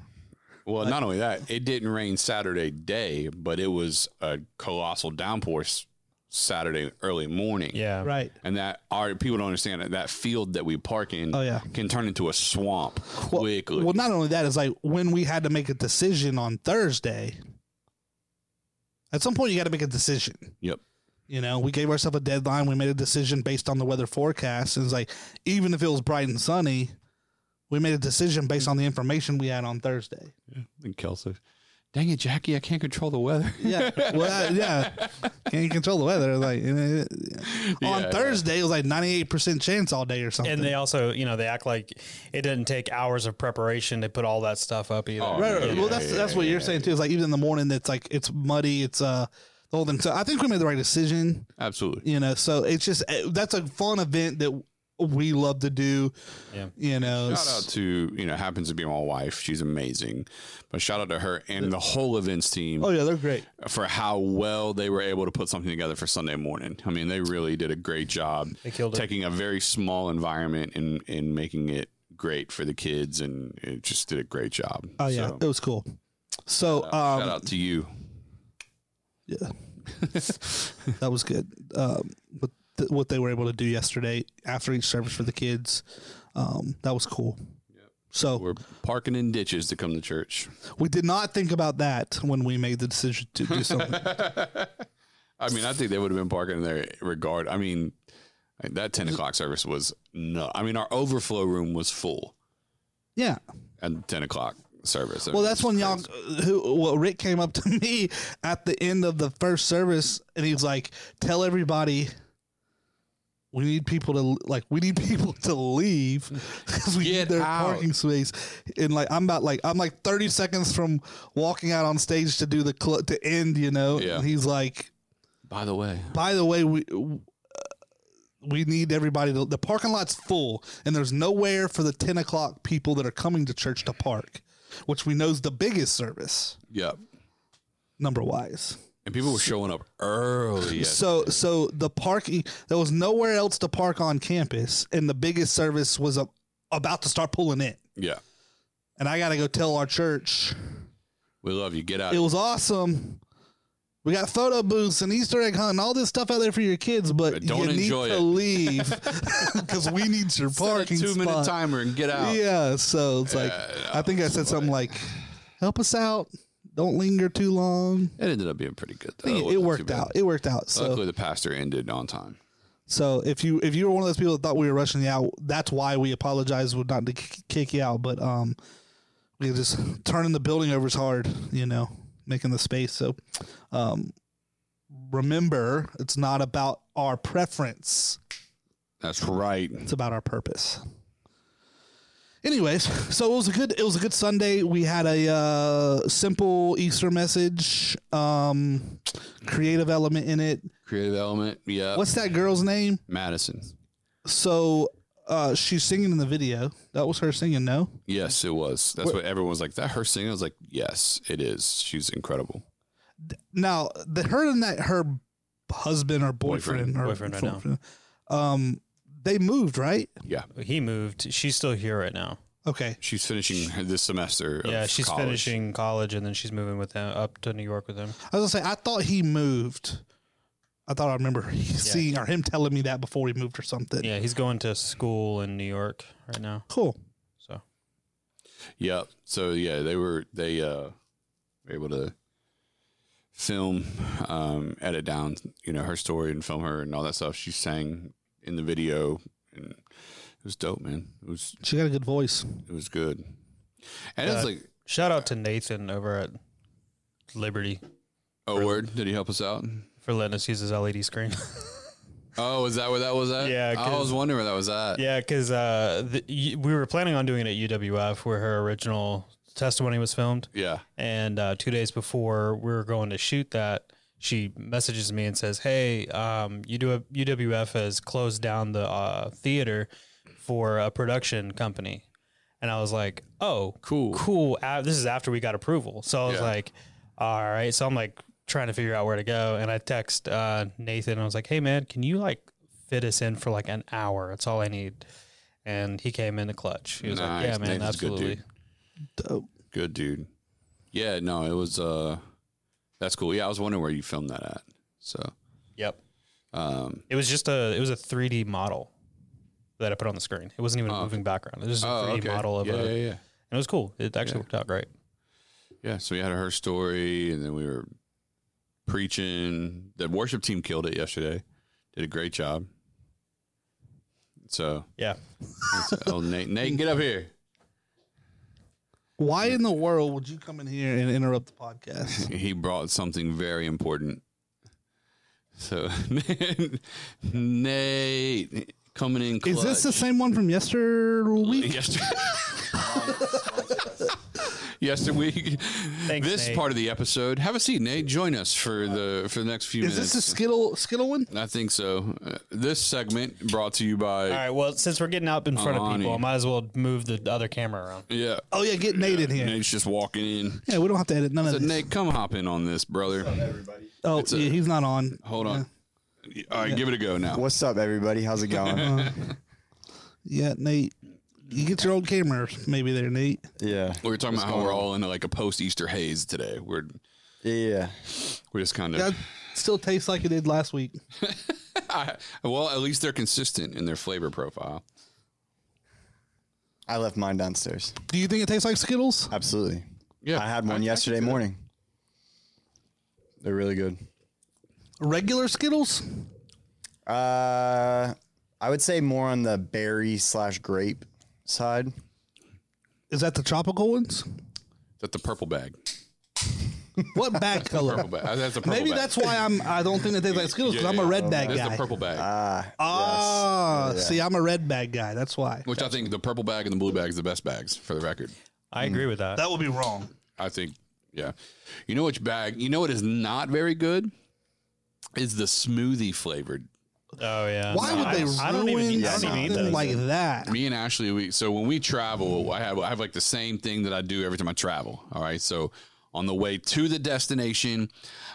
[SPEAKER 2] Well, not only that, it didn't rain Saturday day, but it was a colossal downpour s- Saturday early morning.
[SPEAKER 3] Yeah.
[SPEAKER 1] Right.
[SPEAKER 2] And that our people don't understand that that field that we park in
[SPEAKER 1] Oh, yeah.
[SPEAKER 2] can turn into a swamp
[SPEAKER 1] Well,
[SPEAKER 2] quickly.
[SPEAKER 1] well, not only that is like when we had to make a decision on Thursday. At some point, you got to make a decision.
[SPEAKER 2] Yep.
[SPEAKER 1] You know, we gave ourselves a deadline. We made a decision based on the weather forecast. And it's like, even if it was bright and sunny, we made a decision based on the information we had on Thursday.
[SPEAKER 2] And Kelsey, dang it, Jackie, I can't control the weather. *laughs*
[SPEAKER 1] Yeah. *laughs* well, I- yeah. Can't control the weather. Like eh, eh. on
[SPEAKER 2] Yeah,
[SPEAKER 1] Thursday, it was like 98% chance all day or something.
[SPEAKER 3] And they also, you know, they act like it doesn't take hours of preparation to put all that stuff up either.
[SPEAKER 2] Oh,
[SPEAKER 1] Right, right,
[SPEAKER 2] Yeah,
[SPEAKER 1] right. well, that's
[SPEAKER 2] yeah,
[SPEAKER 1] that's what you're saying too. Is like even in the morning, it's like it's muddy. It's uh the whole thing. So I think we made the right decision.
[SPEAKER 2] Absolutely.
[SPEAKER 1] You know, so it's just eh, that's a fun event that we love to do.
[SPEAKER 3] Yeah.
[SPEAKER 1] You know,
[SPEAKER 2] Shout out to, you know, happens to be my wife. She's amazing. But shout out to her and the whole events team
[SPEAKER 1] oh yeah, they're great.
[SPEAKER 2] for how well they were able to put something together for Sunday morning. I mean, they really did a great job
[SPEAKER 3] They killed it.
[SPEAKER 2] taking a very small environment and, and making it great for the kids. And it just did a great job.
[SPEAKER 1] Oh yeah,
[SPEAKER 2] So,
[SPEAKER 1] it was cool. So
[SPEAKER 2] shout
[SPEAKER 1] um,
[SPEAKER 2] out to you.
[SPEAKER 1] yeah, that was good. Um, but th- what they were able to do yesterday after each service for the kids, um, that was cool. So
[SPEAKER 2] We're parking in ditches to come to church. *laughs*
[SPEAKER 1] we did not think about that when we made the decision to
[SPEAKER 2] *laughs*
[SPEAKER 1] do something.
[SPEAKER 2] I mean, I think they would have been parking there regard. I mean, that 10 o'clock service was no. I mean, our overflow room was full
[SPEAKER 1] yeah.
[SPEAKER 2] at 10 o'clock service. I
[SPEAKER 1] Well,
[SPEAKER 2] mean,
[SPEAKER 1] that's
[SPEAKER 2] it's
[SPEAKER 1] when
[SPEAKER 2] crazy.
[SPEAKER 1] y'all, who, well, Rick came up to *laughs* me at the end of the first service and he was like, tell everybody we need people to, like, we need *laughs* people to leave because we need
[SPEAKER 2] Get
[SPEAKER 1] their
[SPEAKER 2] out.
[SPEAKER 1] parking space. And, like, I'm about, like, I'm like 30 seconds from walking out on stage to do the, cl- to end, you know?
[SPEAKER 2] Yeah.
[SPEAKER 1] And he's like,
[SPEAKER 2] By the way,
[SPEAKER 1] by the way, we, uh, we need everybody to, the parking lot's full and there's nowhere for the 10 o'clock people that are coming to church to park, which we know is the biggest service
[SPEAKER 2] yeah.
[SPEAKER 1] number wise.
[SPEAKER 2] And people were showing up early. yes.
[SPEAKER 1] So, so the parking, there was nowhere else to park on campus and the biggest service was a, about to start pulling in.
[SPEAKER 2] yeah.
[SPEAKER 1] And I got to go tell our church
[SPEAKER 2] We love you. Get out.
[SPEAKER 1] it was awesome. We got photo booths and Easter egg hunt and all this stuff out there for your kids, but
[SPEAKER 2] But don't
[SPEAKER 1] you need
[SPEAKER 2] enjoy
[SPEAKER 1] to
[SPEAKER 2] it.
[SPEAKER 1] leave
[SPEAKER 2] *laughs*
[SPEAKER 1] because we need your parking
[SPEAKER 2] two minute
[SPEAKER 1] spot.
[SPEAKER 2] timer and get out.
[SPEAKER 1] Yeah, so it's like
[SPEAKER 2] Yeah,
[SPEAKER 1] I think I said something like, "Help us out, don't linger too long."
[SPEAKER 2] It ended up being pretty good. Though.
[SPEAKER 1] It,
[SPEAKER 2] Uh, wasn't too
[SPEAKER 1] worked
[SPEAKER 2] bad.
[SPEAKER 1] out. uh, It worked out. So,
[SPEAKER 2] Luckily, the pastor ended on time.
[SPEAKER 1] so if you if you were one of those people that thought we were rushing you out, that's why we apologize. We're not to k- kick you out, but um, we just turning the building over is hard, you know, making the space. So, um, remember, it's not about our preference;
[SPEAKER 2] That's right.
[SPEAKER 1] it's about our purpose. Anyways, so it was a good it was a good Sunday. We had a uh, simple Easter message, um, creative element in it.
[SPEAKER 2] Creative element. Yeah.
[SPEAKER 1] What's that girl's name?
[SPEAKER 2] Madison?
[SPEAKER 1] So uh, she's singing in the video. That was her singing, no?
[SPEAKER 2] Yes, it was. That's what everyone was like. That her singing. I was like, yes, it is. She's incredible.
[SPEAKER 1] Now, the, her and that her husband or boyfriend,
[SPEAKER 2] Boyfriend.
[SPEAKER 1] or
[SPEAKER 3] Boyfriend right now.
[SPEAKER 1] now. Um, they moved, right?
[SPEAKER 2] Yeah.
[SPEAKER 3] He moved. She's still here right now.
[SPEAKER 1] Okay.
[SPEAKER 2] She's finishing her- this semester. Of
[SPEAKER 3] yeah, she's
[SPEAKER 2] college.
[SPEAKER 3] finishing college and then she's moving with him up to New York with him.
[SPEAKER 1] I was gonna say I thought he moved. I thought I remember he seeing or him telling me that before he moved or something.
[SPEAKER 3] Yeah, he's going to school in New York right now.
[SPEAKER 1] Cool.
[SPEAKER 3] So
[SPEAKER 2] Yep. So yeah, they were they uh were able to film, um, edit down, you know, her story and film her and all that stuff. She sang in the video and it was dope, man. It was
[SPEAKER 1] She got a good voice.
[SPEAKER 2] it was good. And
[SPEAKER 3] Uh,
[SPEAKER 2] it's like,
[SPEAKER 3] Shout out to Nathan over at Liberty
[SPEAKER 2] oh, word, did he help us out?
[SPEAKER 3] for letting us use his
[SPEAKER 2] *laughs*
[SPEAKER 3] LED screen. *laughs*
[SPEAKER 2] Oh, is that where that was at?
[SPEAKER 3] Yeah,
[SPEAKER 2] I
[SPEAKER 3] 'cause-
[SPEAKER 2] was wondering where that was at.
[SPEAKER 3] yeah, because uh, the- y- we were planning on doing it at UWF where her original testimony was filmed.
[SPEAKER 2] Yeah.
[SPEAKER 3] And uh, two days before we were going to shoot that, she messages me and says, "Hey, um, UW- UWF has closed down the uh, theater for a production company," and I was like, "Oh,
[SPEAKER 2] Cool.
[SPEAKER 3] cool." Uh, this is after we got approval, so I was
[SPEAKER 2] Yeah.
[SPEAKER 3] like, "All right." So I'm like trying to figure out where to go, and I text uh, Nathan. And I was like, "Hey, man, can you like fit us in for like an hour? That's all I need." And he came in the clutch. He was
[SPEAKER 2] Nice.
[SPEAKER 3] like, "Yeah, man,
[SPEAKER 2] Nathan's a good dude.
[SPEAKER 3] absolutely."
[SPEAKER 1] Dope.
[SPEAKER 2] Good dude. Yeah, no, it was uh that's cool. Yeah, I was wondering where you filmed that at. So
[SPEAKER 3] Yep.
[SPEAKER 2] um
[SPEAKER 3] It was just a it was a 3D model that I put on the screen. It wasn't even a
[SPEAKER 2] Oh.
[SPEAKER 3] moving background. It was just a
[SPEAKER 2] oh,
[SPEAKER 3] 3D
[SPEAKER 2] okay.
[SPEAKER 3] model of
[SPEAKER 2] yeah,
[SPEAKER 3] a.
[SPEAKER 2] yeah, yeah.
[SPEAKER 3] And it was cool. It actually
[SPEAKER 2] Yeah.
[SPEAKER 3] worked out great.
[SPEAKER 2] Yeah, so we had her story and then we were preaching. The worship team killed it yesterday. Did a great job. So
[SPEAKER 3] Yeah.
[SPEAKER 2] it's- oh Nate Nate, get up here.
[SPEAKER 1] Why in the world would you come in here and interrupt the
[SPEAKER 3] *laughs*
[SPEAKER 1] podcast?
[SPEAKER 2] He brought something very important. So *laughs* Nate coming in clutch.
[SPEAKER 1] Is this the same one from yesterday week? *laughs*
[SPEAKER 3] *laughs*
[SPEAKER 2] yesterday. yesterday week.
[SPEAKER 3] Thanks,
[SPEAKER 2] this
[SPEAKER 3] Nate.
[SPEAKER 2] part of the episode. Have a seat, Nate. Join us for the for the next few
[SPEAKER 1] Is this
[SPEAKER 2] minutes.
[SPEAKER 1] the Skittle Skittle one?
[SPEAKER 2] I think so. Uh, this segment brought to you by
[SPEAKER 3] All right. Well, since we're getting out in front of people,
[SPEAKER 2] Alani.
[SPEAKER 3] I might as well move the other camera around.
[SPEAKER 2] yeah.
[SPEAKER 1] Oh yeah, get Nate in here.
[SPEAKER 2] Nate's just walking in.
[SPEAKER 1] Yeah, we don't have to edit none
[SPEAKER 2] So,
[SPEAKER 1] of this.
[SPEAKER 2] Nate, come hop in on this, brother.
[SPEAKER 4] everybody.
[SPEAKER 1] oh,
[SPEAKER 2] a-
[SPEAKER 1] yeah, he's not on.
[SPEAKER 2] Hold on. All right, give it a go now.
[SPEAKER 4] What's up, everybody? How's *laughs* it going?
[SPEAKER 1] Yeah, Nate. You get your old camera maybe there, Nate.
[SPEAKER 4] yeah.
[SPEAKER 2] We were talking about how
[SPEAKER 4] going
[SPEAKER 2] we're
[SPEAKER 4] on?
[SPEAKER 2] all in like a post Easter haze today. We're
[SPEAKER 4] Yeah.
[SPEAKER 2] we're just kind of
[SPEAKER 1] That still tastes like it did last week.
[SPEAKER 2] well, at least they're consistent in their flavor profile.
[SPEAKER 4] I left mine downstairs.
[SPEAKER 1] Do you think it tastes like Skittles?
[SPEAKER 4] Absolutely.
[SPEAKER 2] Yeah,
[SPEAKER 4] I had one
[SPEAKER 2] I- I
[SPEAKER 4] yesterday
[SPEAKER 2] can see that.
[SPEAKER 4] morning. They're really good.
[SPEAKER 1] Regular Skittles?
[SPEAKER 4] Uh, I would say more on the berry slash grape side.
[SPEAKER 1] Is that the tropical ones?
[SPEAKER 2] Is that the purple bag?
[SPEAKER 1] What bag color?
[SPEAKER 2] Purple bag. Uh, That's the purple
[SPEAKER 1] Maybe
[SPEAKER 2] bag.
[SPEAKER 1] that's why I'm. I don't think that they like Skittles because
[SPEAKER 2] Yeah,
[SPEAKER 1] I'm a
[SPEAKER 2] yeah.
[SPEAKER 1] red bag
[SPEAKER 2] That's
[SPEAKER 1] guy.
[SPEAKER 2] the purple bag.
[SPEAKER 4] Ah,
[SPEAKER 1] Ah,
[SPEAKER 4] yes. Yeah.
[SPEAKER 1] see, I'm a red bag guy. That's why.
[SPEAKER 2] Which I think the purple bag and the blue bag is the best bags for the record.
[SPEAKER 3] I
[SPEAKER 2] Mm.
[SPEAKER 3] agree with that.
[SPEAKER 1] That would be wrong.
[SPEAKER 2] I think, yeah. You know which bag? You know what is not very good? Is the smoothie flavored.
[SPEAKER 3] Oh yeah.
[SPEAKER 1] Why
[SPEAKER 3] No,
[SPEAKER 1] would
[SPEAKER 3] I
[SPEAKER 1] they
[SPEAKER 3] don't- I don't even,
[SPEAKER 1] ruin
[SPEAKER 3] I don't even eat
[SPEAKER 1] something
[SPEAKER 3] those.
[SPEAKER 1] like that?
[SPEAKER 2] Me and Ashley, we so when we travel, I have I have like the same thing that I do every time I travel. All right, so on the way to the destination,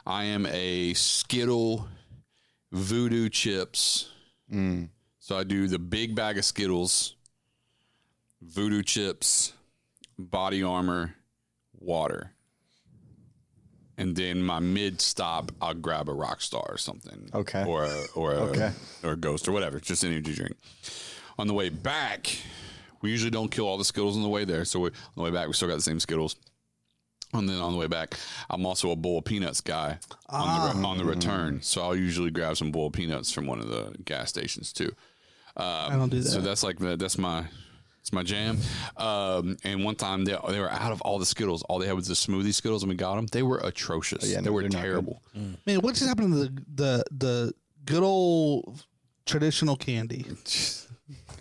[SPEAKER 2] I am a Skittle Voodoo chips.
[SPEAKER 4] Mm.
[SPEAKER 2] So I do the big bag of Skittles, voodoo chips, body armor, water. And then my mid stop, I'll grab a rock star or something.
[SPEAKER 4] Okay.
[SPEAKER 2] Or a, or a,
[SPEAKER 4] Okay.
[SPEAKER 2] or a ghost or whatever, just an energy drink. On the way back, we usually don't kill all the Skittles on the way there. So we, on the way back, we still got the same Skittles. And then on the way back, I'm also a bowl of peanuts guy on,
[SPEAKER 4] Ah.
[SPEAKER 2] the, re- on the return. So I'll usually grab some bowl of peanuts from one of the gas stations too.
[SPEAKER 1] I don't do that.
[SPEAKER 2] So that's like the, that's my it's my jam. Um, and one time they, they were out of all the Skittles. All they had was the smoothie Skittles, and we got them. They were atrocious.
[SPEAKER 4] yeah,
[SPEAKER 2] they
[SPEAKER 4] no,
[SPEAKER 2] were
[SPEAKER 4] they're not good.
[SPEAKER 2] terrible.
[SPEAKER 1] Man, what just happened to the the the good old traditional candy?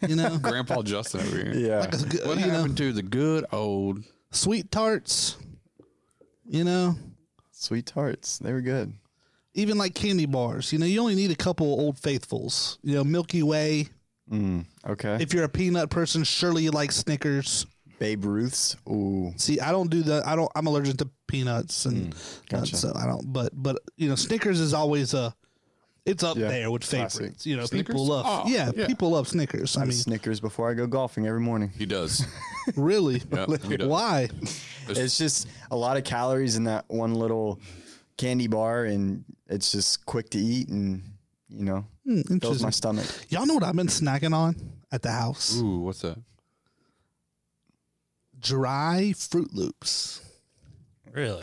[SPEAKER 1] You know,
[SPEAKER 2] Grandpa Justin over here.
[SPEAKER 4] *laughs* Yeah.
[SPEAKER 1] Like a good-
[SPEAKER 2] What
[SPEAKER 1] you know,
[SPEAKER 2] happened to the good old?
[SPEAKER 1] sweet tarts. You know,
[SPEAKER 4] Sweet tarts. They were good.
[SPEAKER 1] even like candy bars. You know, you only need a couple old faithfuls. You know, Milky Way.
[SPEAKER 4] Mm. Okay.
[SPEAKER 1] If you're a peanut person, surely you like Snickers.
[SPEAKER 4] Babe Ruth's. Ooh.
[SPEAKER 1] See, I don't do the. I don't. I'm allergic to peanuts and nuts,
[SPEAKER 4] gotcha.
[SPEAKER 1] so I don't. But but you know, Snickers is always a. It's up
[SPEAKER 4] Yeah,
[SPEAKER 1] there with favorites.
[SPEAKER 4] classic.
[SPEAKER 1] You know,
[SPEAKER 2] Snickers?
[SPEAKER 1] people love.
[SPEAKER 2] Oh,
[SPEAKER 1] yeah,
[SPEAKER 2] yeah.
[SPEAKER 1] people love Snickers. I mean,
[SPEAKER 4] Snickers before I go golfing every morning.
[SPEAKER 2] He does.
[SPEAKER 1] really? *laughs*
[SPEAKER 2] Yeah, he does.
[SPEAKER 1] Why?
[SPEAKER 4] It's just a lot of calories in that one little candy bar, and it's just quick to eat, and you know,
[SPEAKER 1] Hmm,
[SPEAKER 4] fills my
[SPEAKER 1] interesting. *laughs*
[SPEAKER 4] stomach.
[SPEAKER 1] Y'all know what I've been snacking on at the house?
[SPEAKER 2] *laughs* Ooh, what's that?
[SPEAKER 1] Dry Fruit Loops.
[SPEAKER 3] *laughs* Really?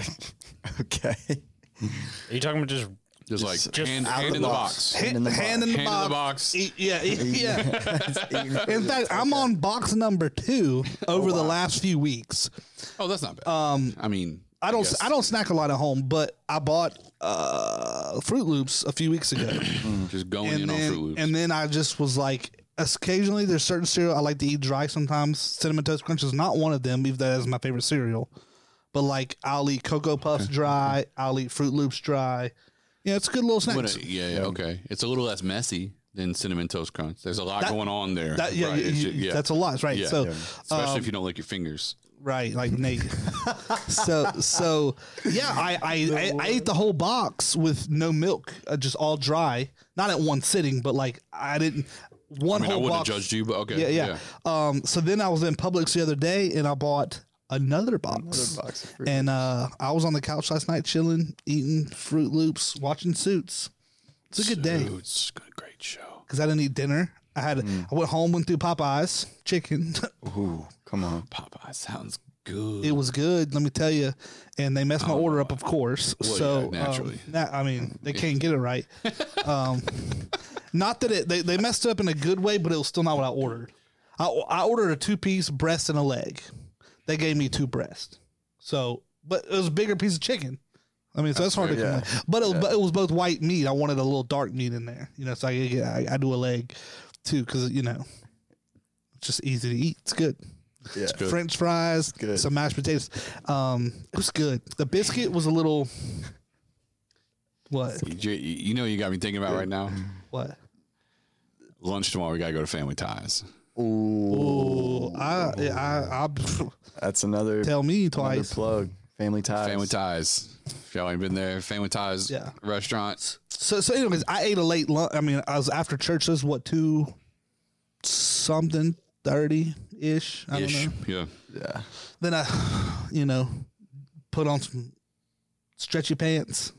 [SPEAKER 4] Okay.
[SPEAKER 2] *laughs*
[SPEAKER 3] Are you talking about just
[SPEAKER 2] Just like
[SPEAKER 3] Just
[SPEAKER 2] hand,
[SPEAKER 4] out
[SPEAKER 2] hand
[SPEAKER 4] the
[SPEAKER 2] in the
[SPEAKER 4] box.
[SPEAKER 2] box.
[SPEAKER 1] Hand,
[SPEAKER 4] in the
[SPEAKER 1] hand in the
[SPEAKER 2] Hand in
[SPEAKER 1] box.
[SPEAKER 2] the box.
[SPEAKER 1] E- yeah, e- *laughs* yeah. *laughs* In
[SPEAKER 4] In
[SPEAKER 1] fact, I'm on box number two over the last few weeks.
[SPEAKER 2] Oh, that's not bad. Um, I mean,
[SPEAKER 1] I don't
[SPEAKER 2] guess
[SPEAKER 1] I don't snack a lot at home, but I bought uh, Fruit Loops a few weeks
[SPEAKER 2] *clears throat*
[SPEAKER 1] ago,
[SPEAKER 2] just going in
[SPEAKER 1] and
[SPEAKER 2] on Fruit
[SPEAKER 1] then
[SPEAKER 2] Loops.
[SPEAKER 1] and then I just was like, occasionally there's certain cereal I like to eat dry. Sometimes cinnamon toast crunch is not one of them, even though that is my favorite cereal. But like I'll eat Cocoa Puffs dry, I'll eat Fruit Loops dry. Yeah, it's a good little snack.
[SPEAKER 2] What a- yeah, yeah, okay. It's a little less messy than cinnamon toast crunch. There's a lot
[SPEAKER 1] That-
[SPEAKER 2] going on there.
[SPEAKER 1] That, yeah,
[SPEAKER 2] right?
[SPEAKER 1] you-
[SPEAKER 2] It's ju-
[SPEAKER 1] you- that's a lot, right?
[SPEAKER 2] Yeah.
[SPEAKER 1] so, um,
[SPEAKER 2] Yeah. especially if you don't like your fingers.
[SPEAKER 1] right, like *laughs* Nate. so, so yeah, I I, I I ate the whole box with no milk, uh, just all dry, not at one sitting, but like I didn't one
[SPEAKER 2] I mean, I
[SPEAKER 1] whole
[SPEAKER 2] wouldn't
[SPEAKER 1] box.
[SPEAKER 2] have judged you, but okay.
[SPEAKER 1] yeah, yeah, Um, so then I was in Publix the other day and I bought another box. And uh, I was on the couch last night chilling, eating Fruit Loops, watching Suits. It's a good day
[SPEAKER 2] Dude, it's a great show.
[SPEAKER 1] because I didn't eat dinner. I had
[SPEAKER 2] Mm.
[SPEAKER 1] I went home, went through Popeyes chicken. *laughs*
[SPEAKER 4] Ooh, come on.
[SPEAKER 2] Popeye sounds good.
[SPEAKER 1] it was good, let me tell you. And they messed my order up, of course.
[SPEAKER 2] Well,
[SPEAKER 1] so
[SPEAKER 2] yeah, naturally.
[SPEAKER 1] um, na- I mean, they can't get it right. Um, not that it they, they messed it up in a good way, but it was still not what I ordered. I, I ordered a two piece breast and a leg. They gave me two breasts. So, but it was a bigger piece of chicken. I mean, so that's hard to
[SPEAKER 4] fair, yeah.
[SPEAKER 1] complain. But it, was, but it was both white meat. I wanted a little dark meat in there, you know. So I yeah, I, I do a leg too because you know, it's just easy to eat. It's good.
[SPEAKER 4] Yeah. It's
[SPEAKER 2] good.
[SPEAKER 1] French fries,
[SPEAKER 4] good.
[SPEAKER 1] some mashed potatoes. Um, it was good. The biscuit was a little. What?
[SPEAKER 2] You, you know, what you got me thinking about right now.
[SPEAKER 1] What?
[SPEAKER 2] Lunch tomorrow, we gotta go to Family Ties.
[SPEAKER 4] Ooh,
[SPEAKER 1] Oh, I, I, *laughs* I,
[SPEAKER 4] that's another,
[SPEAKER 1] tell me
[SPEAKER 4] another
[SPEAKER 1] twice.
[SPEAKER 4] plug. Family ties.
[SPEAKER 2] Family Ties. If y'all ain't been there, Family Ties
[SPEAKER 1] Yeah.
[SPEAKER 2] restaurant.
[SPEAKER 1] So, so, anyways, I ate a late lunch. I mean, I was after church. This was what two something thirty ish. I don't
[SPEAKER 2] Ish.
[SPEAKER 1] know.
[SPEAKER 2] Yeah.
[SPEAKER 4] Yeah.
[SPEAKER 1] Then I, *sighs* you know, put on some stretchy pants.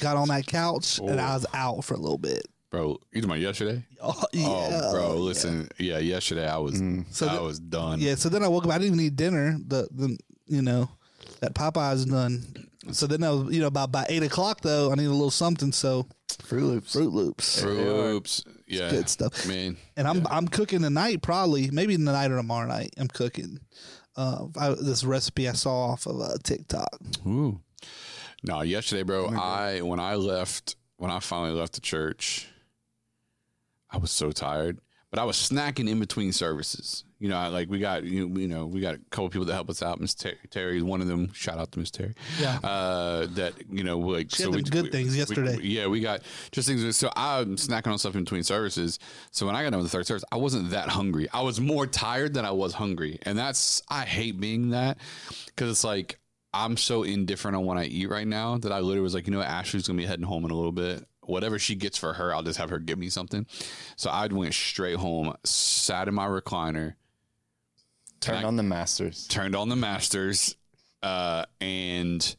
[SPEAKER 1] Got on that couch and I was out for a little bit. *laughs*
[SPEAKER 2] Bro, you talking about yesterday?
[SPEAKER 1] Oh, yeah. Mm-hmm.
[SPEAKER 2] Oh, bro, listen. Yeah, yesterday I was
[SPEAKER 1] So
[SPEAKER 2] I
[SPEAKER 1] the-
[SPEAKER 2] was done.
[SPEAKER 1] Yeah, so then I woke up. I didn't even eat dinner. The, the you know that Popeye's done. So then I was you know by by eight o'clock though I need a little something. So
[SPEAKER 4] Fruit Loops.
[SPEAKER 1] Fruit Loops,
[SPEAKER 2] Fruit Loops. Yeah.
[SPEAKER 1] good stuff.
[SPEAKER 2] Man.
[SPEAKER 1] And I'm I'm cooking tonight probably maybe tonight or tomorrow night I'm cooking. Uh, I, this recipe I saw off of uh, TikTok.
[SPEAKER 2] Ooh. No, yesterday,
[SPEAKER 1] Oh
[SPEAKER 2] bro, I when I left when I finally left the church, I was so tired. But I was snacking in between services. You know, I, like we got you, you know we got a couple people that help us out. Miss Terry, Terry is one of them. Shout out to Miss Terry.
[SPEAKER 1] Yeah.
[SPEAKER 2] Uh, that you know like
[SPEAKER 1] She had them good things
[SPEAKER 2] we-
[SPEAKER 1] yesterday.
[SPEAKER 2] we- yeah, we got just things. So I'm snacking on stuff in between services. So when I got done with the third service, I wasn't that hungry. I was more tired than I was hungry, and that's I hate being that because it's like I'm so indifferent on what I eat right now that I literally was like, you know, what, Ashley's gonna be heading home in a little bit. Whatever she gets for her, I'll just have her give me something. So I went straight home, sat in my recliner,
[SPEAKER 4] Turn on the Masters.
[SPEAKER 2] turned on the masters uh, and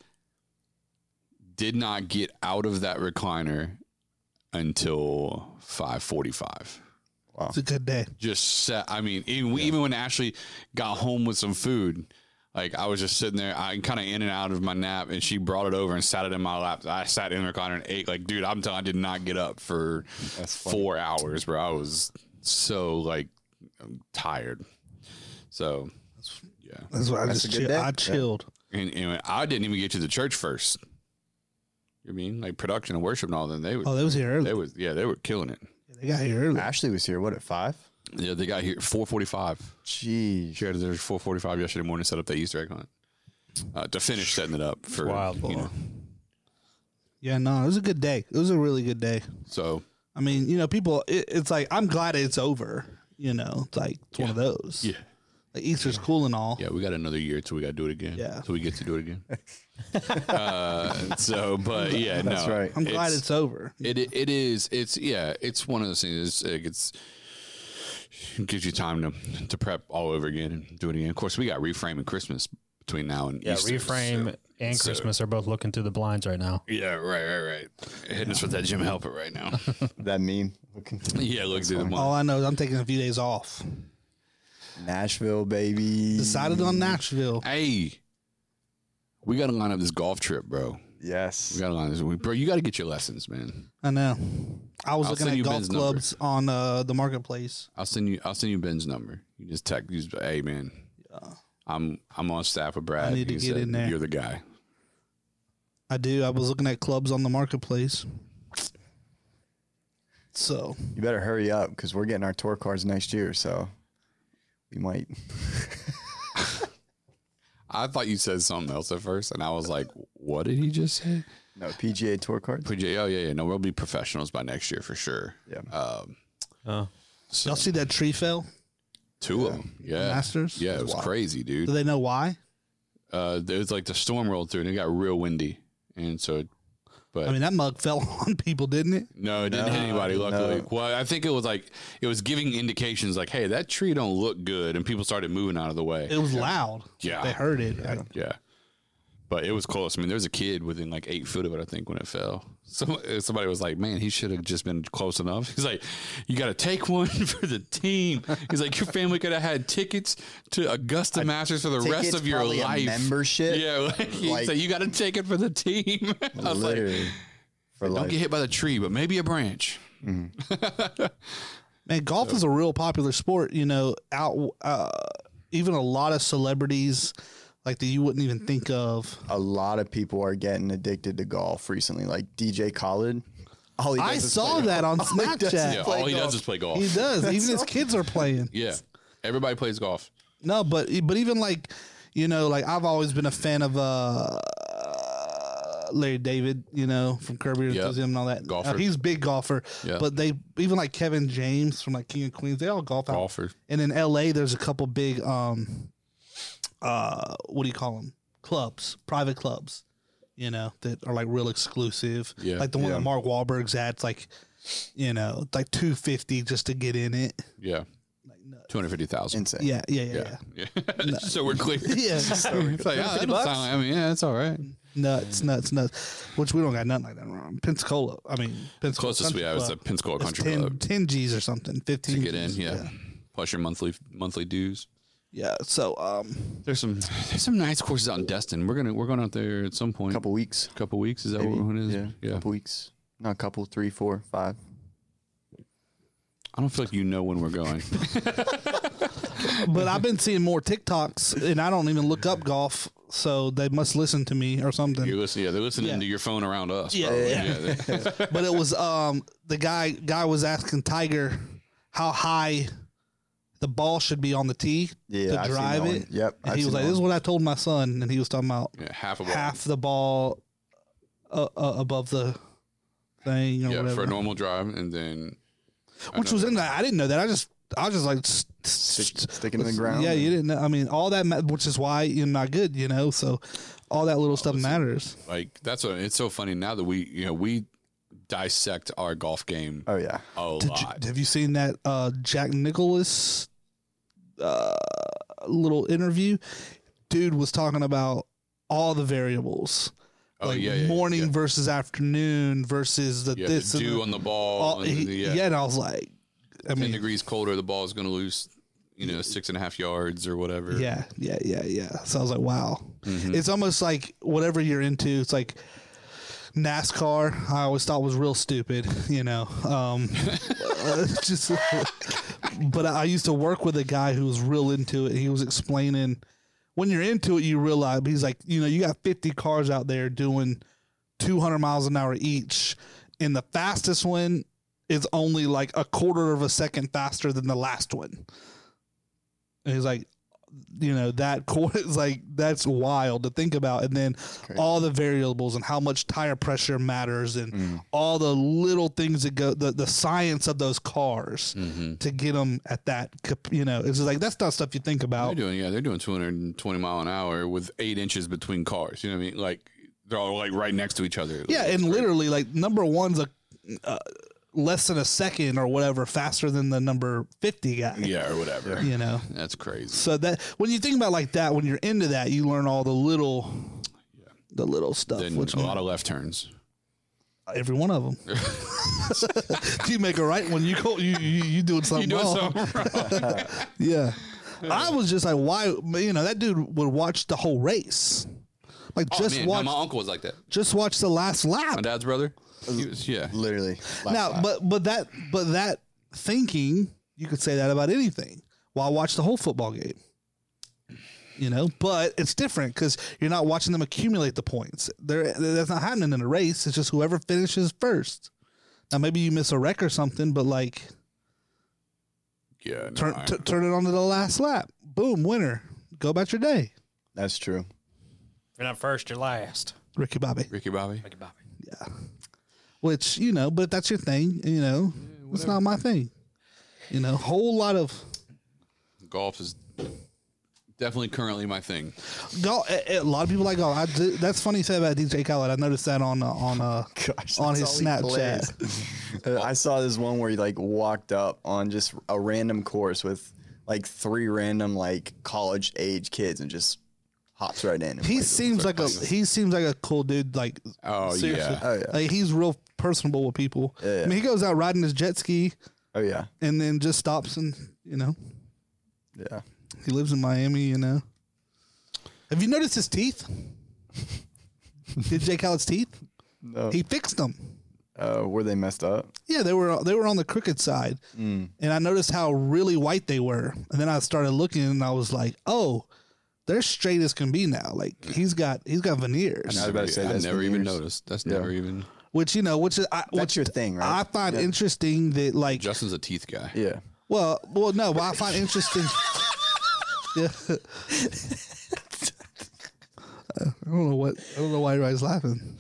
[SPEAKER 2] did not get out of that recliner until 545
[SPEAKER 1] It's a good day.
[SPEAKER 2] just sat i mean even, even when ashley got home with some food like i was just sitting there i kind of in and out of my nap and she brought it over and sat it in my lap i sat in the recliner and ate like dude i'm telling i did not get up for four hours bro i was so like tired so yeah
[SPEAKER 1] That's what I
[SPEAKER 4] That's
[SPEAKER 1] just
[SPEAKER 4] a
[SPEAKER 1] chill-
[SPEAKER 4] good day.
[SPEAKER 1] I
[SPEAKER 4] Yeah.
[SPEAKER 1] chilled.
[SPEAKER 2] and, and I didn't even get to the church first. You mean like production and worship and all? Then they were,
[SPEAKER 1] Oh, they was here early.
[SPEAKER 2] they was, yeah, they were killing it.
[SPEAKER 1] They got here early.
[SPEAKER 4] Ashley was here, what, at five?
[SPEAKER 2] Yeah, they got here four forty five.
[SPEAKER 4] Jeez.
[SPEAKER 2] She got there four forty five yesterday morning. Set up the Easter egg hunt uh, to finish setting it up for
[SPEAKER 3] wild.
[SPEAKER 2] you know.
[SPEAKER 1] Yeah, no, it was a good day. It was a really good day.
[SPEAKER 2] So
[SPEAKER 1] I mean, you know, people. It, it's like I'm glad it's over. You know, it's like it's one of those.
[SPEAKER 2] yeah,
[SPEAKER 1] Like Easter's cool and all.
[SPEAKER 2] yeah, we got another year till we got to do it again.
[SPEAKER 1] Yeah.
[SPEAKER 2] till we get to do it again. uh, so, but yeah,
[SPEAKER 4] That's
[SPEAKER 2] no,
[SPEAKER 4] right.
[SPEAKER 1] I'm glad it's over.
[SPEAKER 2] It it is. It's yeah. It's one of those things. It's, like, it's it gives you time to to prep all over again and do it again. Of course, we got reframing Christmas between now and
[SPEAKER 3] Yeah,
[SPEAKER 2] Easter,
[SPEAKER 3] reframe
[SPEAKER 2] so-
[SPEAKER 3] and
[SPEAKER 2] so-
[SPEAKER 3] Christmas are both looking through the blinds right now.
[SPEAKER 2] yeah, right, right, right. Hitting us with that Jim Helper
[SPEAKER 1] *laughs*
[SPEAKER 2] right now. *laughs*
[SPEAKER 4] That meme. Looking
[SPEAKER 2] yeah, look through the month.
[SPEAKER 1] All I know is I'm taking a few days off.
[SPEAKER 4] Nashville, baby.
[SPEAKER 2] Mm.
[SPEAKER 1] Decided on Nashville.
[SPEAKER 2] Hey, we got to line up this golf trip, bro. We
[SPEAKER 4] Yes.
[SPEAKER 2] got to line this. We, bro, you got to get your lessons, man.
[SPEAKER 1] I know. I was
[SPEAKER 2] I'll
[SPEAKER 1] looking
[SPEAKER 2] send
[SPEAKER 1] at
[SPEAKER 2] you
[SPEAKER 1] golf
[SPEAKER 2] Ben's number.
[SPEAKER 1] clubs on uh, the marketplace.
[SPEAKER 2] I'll send you. I'll send you Ben's number. You just text. You just, hey, man. I'm I'm on staff with Brad.
[SPEAKER 1] I need to
[SPEAKER 2] He
[SPEAKER 1] get in there.
[SPEAKER 2] You're the guy.
[SPEAKER 1] I do. I was looking at clubs on the marketplace. So
[SPEAKER 4] You better hurry up because we're getting our tour cards next year. So we might.
[SPEAKER 2] I thought you said something else at first, and I was like, "What did he just say?"
[SPEAKER 4] No, PGA tour cards.
[SPEAKER 2] But yeah, oh yeah, yeah. No, we'll be professionals by next year for sure.
[SPEAKER 4] Yeah.
[SPEAKER 2] Um,
[SPEAKER 3] Oh.
[SPEAKER 2] so
[SPEAKER 1] y'all see that tree fell?
[SPEAKER 2] two of them. Yeah.
[SPEAKER 1] Masters?
[SPEAKER 2] Yeah, it was
[SPEAKER 1] Wow.
[SPEAKER 2] crazy, dude.
[SPEAKER 1] Do they know why?
[SPEAKER 2] Uh, there was like the storm rolled through, and it got real windy, and so. But
[SPEAKER 1] I mean, that mug *laughs* fell on people, didn't it?
[SPEAKER 2] No, it didn't hit anybody. Luckily, well, I think it was like it was giving indications, like, "Hey, that tree don't look good," and people started moving out of the way.
[SPEAKER 1] It was loud.
[SPEAKER 2] Yeah.
[SPEAKER 1] they heard it. I-
[SPEAKER 2] yeah, but it was close. I mean, there was a kid within like eight foot of it, I think, when it fell. Some, uh, somebody was like, "Man, he should have just been close enough." He's like, "You got to take one *laughs* for the team." He's like, "Your family could have had tickets to Augusta Masters for the rest
[SPEAKER 4] Tickets,
[SPEAKER 2] of your
[SPEAKER 4] probably a
[SPEAKER 2] life."
[SPEAKER 4] membership.
[SPEAKER 2] *laughs* yeah, like, he's
[SPEAKER 4] Like-
[SPEAKER 2] like, "You got to take it for the team." *laughs* I was like,
[SPEAKER 4] Literally. for
[SPEAKER 2] "Don't
[SPEAKER 4] life.
[SPEAKER 2] get hit by the tree, but maybe a branch."
[SPEAKER 1] Man, golf is a real popular sport. You know, out uh, even a lot of celebrities like that you wouldn't even
[SPEAKER 4] Mm.
[SPEAKER 1] think of.
[SPEAKER 4] a lot of people are getting addicted to golf recently. Like DJ Khaled. All he
[SPEAKER 1] I
[SPEAKER 4] does is
[SPEAKER 1] saw
[SPEAKER 4] play
[SPEAKER 1] that on
[SPEAKER 4] golf. All *laughs* he does is
[SPEAKER 1] Snapchat.
[SPEAKER 2] Yeah,
[SPEAKER 4] play
[SPEAKER 2] all he
[SPEAKER 4] golf.
[SPEAKER 2] does is play golf.
[SPEAKER 1] He does. even his kids are playing.
[SPEAKER 2] Yeah. Everybody plays golf.
[SPEAKER 1] No, but e, but even like you know, like I've always been a fan of uh Larry David, you know, from Curb Your
[SPEAKER 2] Yep.
[SPEAKER 1] Enthusiasm and all that.
[SPEAKER 2] Golfer.
[SPEAKER 1] Uh, he's a big golfer.
[SPEAKER 2] Yeah.
[SPEAKER 1] But they even like Kevin James from like King of Queens, they all golf out.
[SPEAKER 2] Golfer.
[SPEAKER 1] And in LA there's a couple big um uh what do you call them? Clubs, private clubs, you know, that are like real exclusive.
[SPEAKER 2] Yeah.
[SPEAKER 1] Like the one
[SPEAKER 4] Yeah.
[SPEAKER 1] that Mark Wahlberg's at, it's like you know, it's like 250 just to get in it.
[SPEAKER 2] Yeah. Two hundred fifty thousand.
[SPEAKER 4] Insane.
[SPEAKER 1] Yeah, yeah, yeah, yeah.
[SPEAKER 2] Yeah. Yeah. *laughs* so we're clear.
[SPEAKER 4] *laughs*
[SPEAKER 2] *laughs*
[SPEAKER 1] Yeah. *laughs*
[SPEAKER 2] It's like, ah, that don't sound like- I mean, yeah, it's all right.
[SPEAKER 1] nuts, nuts, nuts. Which we don't got nothing like that around. Pensacola. I mean, Pensacola.
[SPEAKER 2] Closest we have is
[SPEAKER 1] a
[SPEAKER 2] the Pensacola Country
[SPEAKER 1] 10,
[SPEAKER 2] Club
[SPEAKER 1] 10 G's or something. Fifteen
[SPEAKER 2] to get in.
[SPEAKER 1] Gs.
[SPEAKER 2] Yeah. Plus your monthly monthly dues.
[SPEAKER 1] yeah. So, um,
[SPEAKER 2] There's some there's some nice courses out in Destin. We're gonna we're going out there at some point.
[SPEAKER 4] Couple weeks.
[SPEAKER 2] couple weeks. Is that
[SPEAKER 4] Maybe.
[SPEAKER 2] what it is?
[SPEAKER 4] Yeah. Couple weeks. Not a couple. Three, four, five.
[SPEAKER 2] I don't feel like you know when
[SPEAKER 1] *laughs*
[SPEAKER 2] we're going.
[SPEAKER 1] but I've been seeing more TikToks, and I don't even look up golf, so they must listen to me or something.
[SPEAKER 2] You're listening. Yeah, they're listening
[SPEAKER 1] Yeah.
[SPEAKER 2] to your phone around us.
[SPEAKER 1] Yeah, *laughs*
[SPEAKER 2] probably.
[SPEAKER 1] yeah.
[SPEAKER 2] they-
[SPEAKER 1] But it was um the guy guy was asking Tiger how high the ball should be on the tee
[SPEAKER 4] Yeah,
[SPEAKER 1] to
[SPEAKER 4] I've seen
[SPEAKER 1] drive
[SPEAKER 4] that one.
[SPEAKER 1] it.
[SPEAKER 4] Yep,
[SPEAKER 1] And
[SPEAKER 4] I've
[SPEAKER 1] he was
[SPEAKER 4] seen
[SPEAKER 1] like,
[SPEAKER 4] that
[SPEAKER 1] "This is
[SPEAKER 4] one."
[SPEAKER 1] what I told my son," and he was talking about
[SPEAKER 2] yeah, half a ball.
[SPEAKER 1] half the ball uh, uh, above the thing or
[SPEAKER 2] yeah,
[SPEAKER 1] whatever.
[SPEAKER 2] for a normal drive, and then
[SPEAKER 1] which was in that. I didn't know that. I just I was just like s- s-
[SPEAKER 4] Stick,
[SPEAKER 1] s-
[SPEAKER 4] sticking to the ground.
[SPEAKER 1] Yeah, you didn't.
[SPEAKER 4] and-
[SPEAKER 1] know. I mean, all that, ma- which is why you're not good. You know, so all that little stuff matters.
[SPEAKER 2] like that's what it's so funny now that we you know we dissect our golf game
[SPEAKER 4] Oh yeah.
[SPEAKER 2] a
[SPEAKER 1] Did
[SPEAKER 2] lot.
[SPEAKER 1] you, have you seen that uh, Jack Nicholas uh, little interview? Dude was talking about all the variables.
[SPEAKER 2] Oh,
[SPEAKER 1] like
[SPEAKER 2] yeah, yeah,
[SPEAKER 1] morning
[SPEAKER 2] yeah.
[SPEAKER 1] versus afternoon versus the
[SPEAKER 2] yeah,
[SPEAKER 1] this
[SPEAKER 2] the
[SPEAKER 1] and
[SPEAKER 2] dew
[SPEAKER 1] the-
[SPEAKER 2] on the ball.
[SPEAKER 1] all-
[SPEAKER 2] and the-
[SPEAKER 1] he-
[SPEAKER 2] yeah,
[SPEAKER 1] yeah. and I was like, I
[SPEAKER 2] ten
[SPEAKER 1] mean,
[SPEAKER 2] degrees colder, the ball is going to lose, you know, six and a half yards or whatever. Mm-hmm.
[SPEAKER 1] Yeah, yeah, yeah, yeah. So I was like, wow. It's almost like whatever you're into, it's like NASCAR, I always thought was real stupid, you know. Um, uh, *laughs* just, but I used to work with a guy who was real into it. He was explaining when you're into it, you realize he's like, you know, you got 50 cars out there doing 200 miles an hour each, and the fastest one is only like a quarter of a second faster than the last one. And he's like, you know, that *laughs* quarter is like that's wild to think about. And then all the variables and how much tire pressure matters and all the little things that go the, the science of those cars to get them at that cap- you know it's just like that's not stuff you think
[SPEAKER 2] They're
[SPEAKER 1] about
[SPEAKER 2] doing yeah, they're doing 220 mile an hour with eight inches between cars. You know what I mean? Like they're all like right next to each other.
[SPEAKER 1] Yeah, and
[SPEAKER 2] Like, it's crazy.
[SPEAKER 1] literally, like number one's a uh, less than a second or whatever faster than the number fifty guy.
[SPEAKER 2] yeah, or whatever.
[SPEAKER 1] You know,
[SPEAKER 2] That's crazy.
[SPEAKER 1] so that when you think about it like that, when you're into that, you learn all the little, the little stuff.
[SPEAKER 2] Then
[SPEAKER 1] which
[SPEAKER 2] a lot of
[SPEAKER 1] *laughs*
[SPEAKER 2] left turns.
[SPEAKER 1] every one of them.
[SPEAKER 2] *laughs*
[SPEAKER 1] *laughs* you make a right one, you go, you you, you doing something
[SPEAKER 2] Doing
[SPEAKER 1] wrong.
[SPEAKER 2] something wrong.
[SPEAKER 1] Yeah, I was just like, why? You know, that dude would watch the whole race. Like
[SPEAKER 2] Oh,
[SPEAKER 1] just
[SPEAKER 2] man, no,
[SPEAKER 1] watch,
[SPEAKER 2] my uncle was like that.
[SPEAKER 1] just watch the last lap.
[SPEAKER 2] My dad's brother. He was, yeah.
[SPEAKER 4] Literally. last
[SPEAKER 1] now,
[SPEAKER 4] lap.
[SPEAKER 1] but but that but that thinking, you could say that about anything. Why watch the whole football game? You know, but it's different because you're not watching them accumulate the points. There, that's not happening in a race. It's just whoever finishes first. Now, maybe you miss a wreck or something, but like
[SPEAKER 2] Yeah. no,
[SPEAKER 1] turn
[SPEAKER 2] I-
[SPEAKER 1] t- turn it on to the last lap. Boom, winner. Go about your day,
[SPEAKER 4] that's true.
[SPEAKER 3] If you're not first, you're last.
[SPEAKER 1] Ricky Bobby.
[SPEAKER 2] Ricky Bobby.
[SPEAKER 3] Ricky Bobby.
[SPEAKER 1] Which you know, but that's your thing. You know, it's not my thing. You know, whole lot of
[SPEAKER 2] Golf is definitely currently my thing.
[SPEAKER 1] Go A, a lot of people like golf. I do, that's funny you said about DJ Khaled. I noticed that on uh, on uh,
[SPEAKER 4] *laughs* Gosh,
[SPEAKER 1] *laughs* on
[SPEAKER 4] that's
[SPEAKER 1] his
[SPEAKER 4] all he
[SPEAKER 1] Snapchat.
[SPEAKER 4] plays. *laughs* Uh, I saw this one where he like walked up on just a random course with like three random like college age kids and just hops right in. and
[SPEAKER 1] He
[SPEAKER 4] plays.
[SPEAKER 1] seems like a he seems like a cool dude. Like
[SPEAKER 2] Oh
[SPEAKER 1] seriously,
[SPEAKER 2] yeah.
[SPEAKER 4] Oh, yeah.
[SPEAKER 1] like he's real personable with people.
[SPEAKER 4] Yeah.
[SPEAKER 1] I mean, he goes out riding his jet ski
[SPEAKER 4] oh yeah,
[SPEAKER 1] and then just stops and you know
[SPEAKER 4] yeah.
[SPEAKER 1] he lives in Miami. You know, have you noticed his
[SPEAKER 4] *laughs*
[SPEAKER 1] teeth? DJ Khaled's teeth.
[SPEAKER 4] No.
[SPEAKER 1] He fixed them.
[SPEAKER 4] Uh, were they messed up?
[SPEAKER 1] Yeah, they were they were on the crooked side,
[SPEAKER 4] Mm.
[SPEAKER 1] and I noticed how really white they were. And then I started looking, and I was like, "Oh, they're straight as can be now. Like he's got he's got veneers,
[SPEAKER 4] I was about to say
[SPEAKER 2] I
[SPEAKER 4] that's
[SPEAKER 2] never
[SPEAKER 4] been
[SPEAKER 2] even
[SPEAKER 4] years.
[SPEAKER 2] noticed. That's never even.
[SPEAKER 1] which you know, which is I,
[SPEAKER 4] That's
[SPEAKER 1] which
[SPEAKER 4] your thing,
[SPEAKER 1] I
[SPEAKER 4] right?
[SPEAKER 1] find interesting that like
[SPEAKER 2] Justin's a teeth guy.
[SPEAKER 4] yeah.
[SPEAKER 1] well well no, but I find
[SPEAKER 4] *laughs*
[SPEAKER 1] interesting. yeah. I don't know what I don't know why everybody's
[SPEAKER 4] *laughs*
[SPEAKER 1] laughing.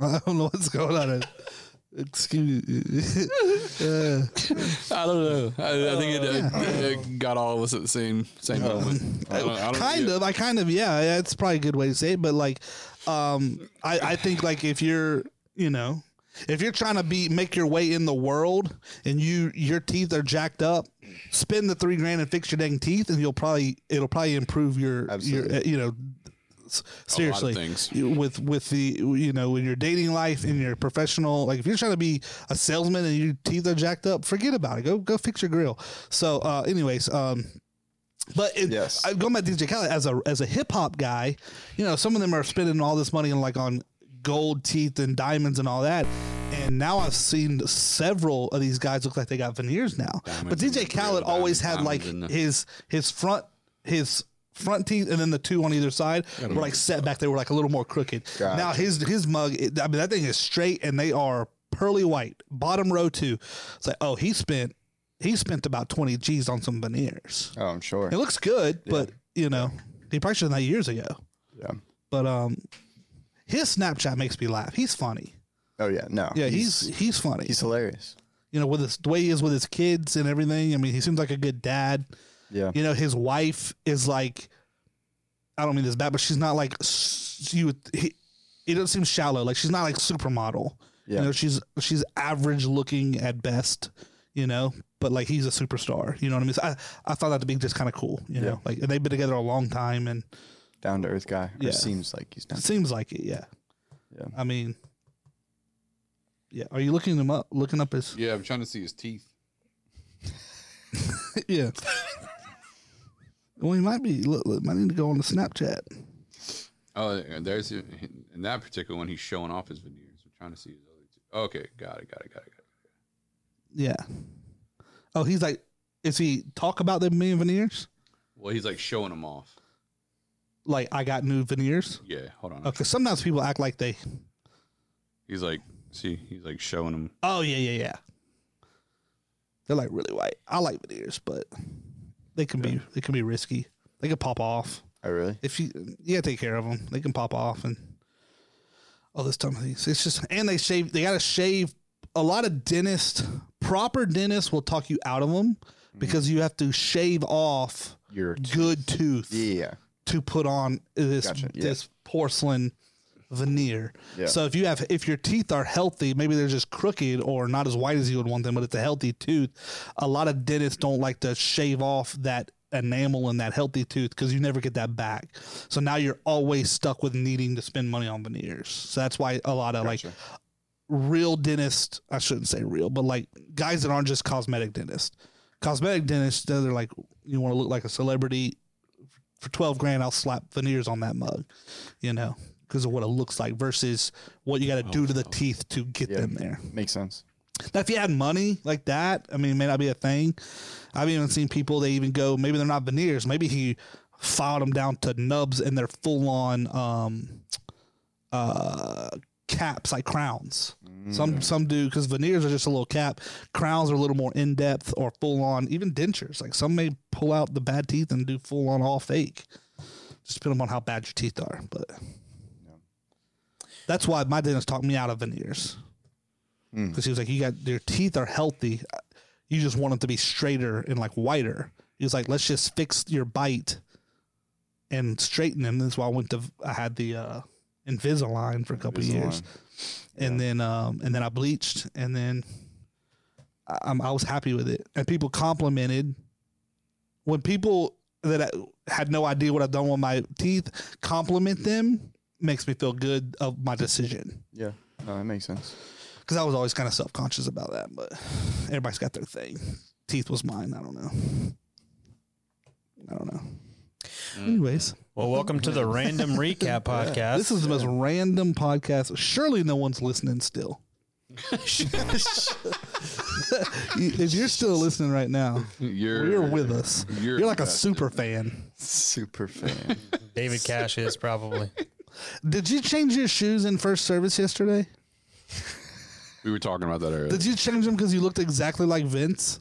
[SPEAKER 1] I don't know what's going on. Excuse me.
[SPEAKER 2] I don't know. I, I think it, uh, it got all of us at the same
[SPEAKER 1] *laughs*
[SPEAKER 2] same moment. I don't, I don't,
[SPEAKER 1] kind
[SPEAKER 2] yeah.
[SPEAKER 1] of i kind of yeah yeah, it's probably a good way to say it but like um i i think like if you're you know if you're trying to be make your way in the world and you your teeth are jacked up spend the three grand and fix your dang teeth and you'll probably it'll probably improve your your
[SPEAKER 4] Absolutely.
[SPEAKER 1] uh, you know s- seriously
[SPEAKER 2] things.
[SPEAKER 1] you- with with the you know in your dating life in your professional like if you're trying to be a salesman and your teeth are jacked up forget about it go go fix your grill so uh anyways um but it,
[SPEAKER 4] Yes.
[SPEAKER 1] I, going back to DJ Khaled as a as a hip hop guy, you know, some of them are spending all this money on like on gold teeth and diamonds and all that. And now I've seen several of these guys look like they got veneers now. but
[SPEAKER 2] in
[SPEAKER 1] DJ
[SPEAKER 2] the grill,
[SPEAKER 1] Khaled always had
[SPEAKER 2] diamonds
[SPEAKER 1] like
[SPEAKER 2] in the-
[SPEAKER 1] his his front his front teeth and then the two on either side were like set back. They were like a little more crooked.
[SPEAKER 4] Gotcha.
[SPEAKER 1] Now his his mug, it- I mean that thing is straight and they are pearly white, bottom row too. It's like oh he spent he spent about twenty G's on some veneers.
[SPEAKER 4] Oh, I'm sure.
[SPEAKER 1] It looks good, but you know, he probably should have done that years ago.
[SPEAKER 4] Yeah.
[SPEAKER 1] But um his Snapchat makes me laugh. He's funny.
[SPEAKER 4] Oh yeah. No.
[SPEAKER 1] Yeah, he's he's, funny.
[SPEAKER 4] he's hilarious.
[SPEAKER 1] you know, with his the way he is with his kids and everything. I mean, he seems like a good dad.
[SPEAKER 4] Yeah.
[SPEAKER 1] You know, his wife is like I don't mean this bad, but she's not like s- you would he it doesn't seem shallow. Like she's not like supermodel.
[SPEAKER 4] Yeah.
[SPEAKER 1] You know, she's she's average looking at best, you know, but like he's a superstar. You know what I mean? So I, I found that to be just kind of cool, you know. Like and they've been together a long time and
[SPEAKER 4] Down to earth guy. Or
[SPEAKER 1] Yeah.
[SPEAKER 4] seems like he's down.
[SPEAKER 1] it seems like it, yeah.
[SPEAKER 4] Yeah.
[SPEAKER 1] I mean Yeah. Are you looking him up looking up
[SPEAKER 2] *laughs*
[SPEAKER 1] his
[SPEAKER 2] Yeah, I'm trying to see his teeth.
[SPEAKER 1] Yeah. *laughs* well he might be look, look might need to go on the Snapchat.
[SPEAKER 2] Oh, there's in that particular one, he's showing off his veneers. I'm trying to see his other two. Okay, got it, got it, got it, got it.
[SPEAKER 1] Yeah. Oh, he's like is he talk about the million veneers?
[SPEAKER 2] Well, he's like showing them off.
[SPEAKER 1] Like I got new veneers.
[SPEAKER 2] Yeah, hold on.
[SPEAKER 1] Okay, sometimes people act like they
[SPEAKER 2] He's like, see, he's like showing them.
[SPEAKER 1] Oh yeah, yeah, yeah. They're like really white. I like veneers, but they can be they can be risky. They can pop off.
[SPEAKER 4] Oh really?
[SPEAKER 1] If you you gotta take care of them, they can pop off and all this time. It's just and they shave. They gotta shave. A lot of dentists, proper dentists, will talk you out of them because you have to shave off
[SPEAKER 4] Your
[SPEAKER 1] good tooth
[SPEAKER 4] Yeah.
[SPEAKER 1] to put on this
[SPEAKER 4] Gotcha, yeah.
[SPEAKER 1] this porcelain veneer.
[SPEAKER 4] Yeah.
[SPEAKER 1] So if you have if your teeth are healthy, maybe they're just crooked or not as white as you would want them, but it's a healthy tooth. A lot of dentists don't like to shave off that enamel and that healthy tooth because you never get that back. So now you're always stuck with needing to spend money on veneers. So that's why a lot of like real dentists, I shouldn't say real, but like guys that aren't just cosmetic dentists. Cosmetic dentists, they're they're like you want to look like a celebrity for twelve grand, I'll slap veneers on that mug, you know, because of what it looks like versus what you got to do to the teeth to get
[SPEAKER 4] Yeah.
[SPEAKER 1] them there.
[SPEAKER 4] Makes sense.
[SPEAKER 1] Now, if you had money like that, I mean, it may not be a thing. I've even seen people, they even go, maybe they're not veneers. Maybe he filed them down to nubs and they're full on um, uh, caps, like crowns. Some some do, because veneers are just a little cap. Crowns are a little more in depth or full on, even dentures. Like some may pull out the bad teeth and do full on all fake. Just depending on how bad your teeth are. But that's why my dentist talked me out of veneers
[SPEAKER 4] Hmm.
[SPEAKER 1] because he was like, "You got your teeth are healthy, you just want them to be straighter and like whiter." He was like, "Let's just fix your bite and straighten them." That's why I went to I had the uh, Invisalign for a couple of years, and then um, and then I bleached, and then I, I'm- I was happy with it, and people complimented when people that I- had no idea what I've done with my teeth compliment them makes me feel good of my decision
[SPEAKER 4] Yeah. No, that makes sense.
[SPEAKER 1] because I was always kind of self conscious about that. But everybody's got their thing. Teeth was mine. I don't know. I don't know.
[SPEAKER 2] Mm.
[SPEAKER 1] Anyways,
[SPEAKER 3] Well, welcome
[SPEAKER 2] *laughs*
[SPEAKER 3] to the Random Recap Podcast.
[SPEAKER 1] this is the most random podcast. Surely no one's listening
[SPEAKER 2] *laughs*
[SPEAKER 1] still. You- if you're still listening right now,
[SPEAKER 2] You're
[SPEAKER 1] you're with us.
[SPEAKER 2] you're
[SPEAKER 1] You're, like a
[SPEAKER 2] invested.
[SPEAKER 1] super fan. *laughs*
[SPEAKER 4] Super fan.
[SPEAKER 3] David Cash is probably.
[SPEAKER 1] Did you change your shoes in first service yesterday?
[SPEAKER 2] We were talking about that earlier.
[SPEAKER 1] Did you change them because you looked exactly like Vince?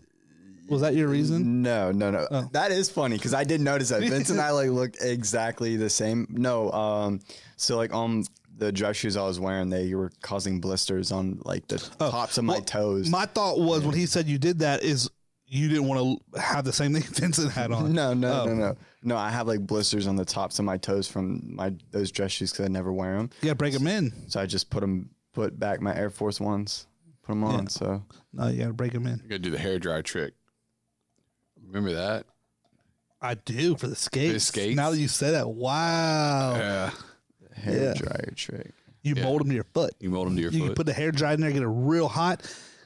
[SPEAKER 1] Was that your reason?
[SPEAKER 4] no, no, no.
[SPEAKER 1] Oh.
[SPEAKER 4] That is funny because I did
[SPEAKER 1] *laughs*
[SPEAKER 4] notice that Vince and I like looked exactly the same. No, um, so like on the dress shoes I was wearing, they were causing blisters on like the tops of my
[SPEAKER 1] Oh, well,
[SPEAKER 4] toes.
[SPEAKER 1] My thought was when he said you did that is you didn't want to have the same thing *laughs* Vincent had on.
[SPEAKER 4] no, no, no, no, no. I have like blisters on the tops of my toes from my those dress shoes because I never wear them.
[SPEAKER 1] Yeah, break them in.
[SPEAKER 4] So I just put them, put back my Air Force Ones, put them on. So
[SPEAKER 1] No, you gotta break them in.
[SPEAKER 2] You gotta do the hair dry trick. Remember that?
[SPEAKER 1] I do for the skates.
[SPEAKER 2] skates?
[SPEAKER 1] Now that you said that, wow.
[SPEAKER 2] Yeah.
[SPEAKER 4] hair
[SPEAKER 1] Yeah.
[SPEAKER 4] dryer trick.
[SPEAKER 1] You mold them to your foot.
[SPEAKER 2] You mold them to your
[SPEAKER 1] You can
[SPEAKER 2] foot.
[SPEAKER 1] put the hair dry in there, get it real hot,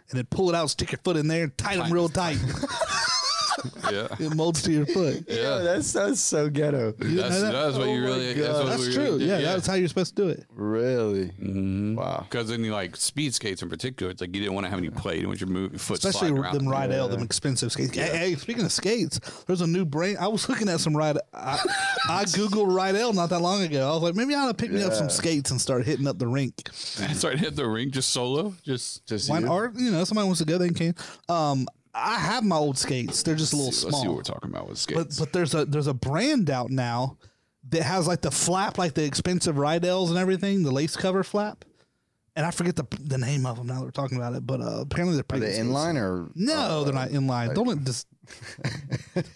[SPEAKER 1] and then pull it out, stick your foot in there, and tighten them real tight. *laughs*
[SPEAKER 2] yeah.
[SPEAKER 1] it molds to your foot.
[SPEAKER 2] Oh,
[SPEAKER 4] Yeah, that's that's so ghetto.
[SPEAKER 2] That's,
[SPEAKER 1] know that? oh
[SPEAKER 2] that's what you really. That's, what
[SPEAKER 1] That's
[SPEAKER 2] we
[SPEAKER 1] true.
[SPEAKER 2] Really
[SPEAKER 1] Yeah, that's how you're supposed to do it.
[SPEAKER 4] Really? Wow.
[SPEAKER 2] Because then, like speed skates in particular, it's like you didn't want to have any play. You didn't want your move, your foot
[SPEAKER 1] Especially
[SPEAKER 2] sliding around.
[SPEAKER 1] them Rydell, them expensive skates. Hey, hey, speaking of skates, there's a new brand. I was looking at some Rydell.
[SPEAKER 2] *laughs*
[SPEAKER 1] I, I googled Rydell not that long ago. I was like, maybe I ought to pick me up some skates and start hitting up the rink.
[SPEAKER 2] *laughs* Start hit the ring just solo. Just
[SPEAKER 4] Just
[SPEAKER 1] Why,
[SPEAKER 4] you?
[SPEAKER 1] or you know, somebody wants to go, they can. Um, I have my old skates. They're just a little
[SPEAKER 2] let's see what
[SPEAKER 1] small.
[SPEAKER 2] we're talking about with
[SPEAKER 1] But
[SPEAKER 2] skates.
[SPEAKER 1] but there's a there's a brand out now that has like the flap, like the expensive Rydells and everything, the lace cover flap. And I forget the the name of them now that we're talking about it, but uh, apparently they're
[SPEAKER 4] Are
[SPEAKER 1] pretty
[SPEAKER 4] they
[SPEAKER 1] expensive.
[SPEAKER 4] inline or
[SPEAKER 1] No,
[SPEAKER 2] Oh,
[SPEAKER 1] they're not inline. Don't
[SPEAKER 2] *laughs*
[SPEAKER 1] just.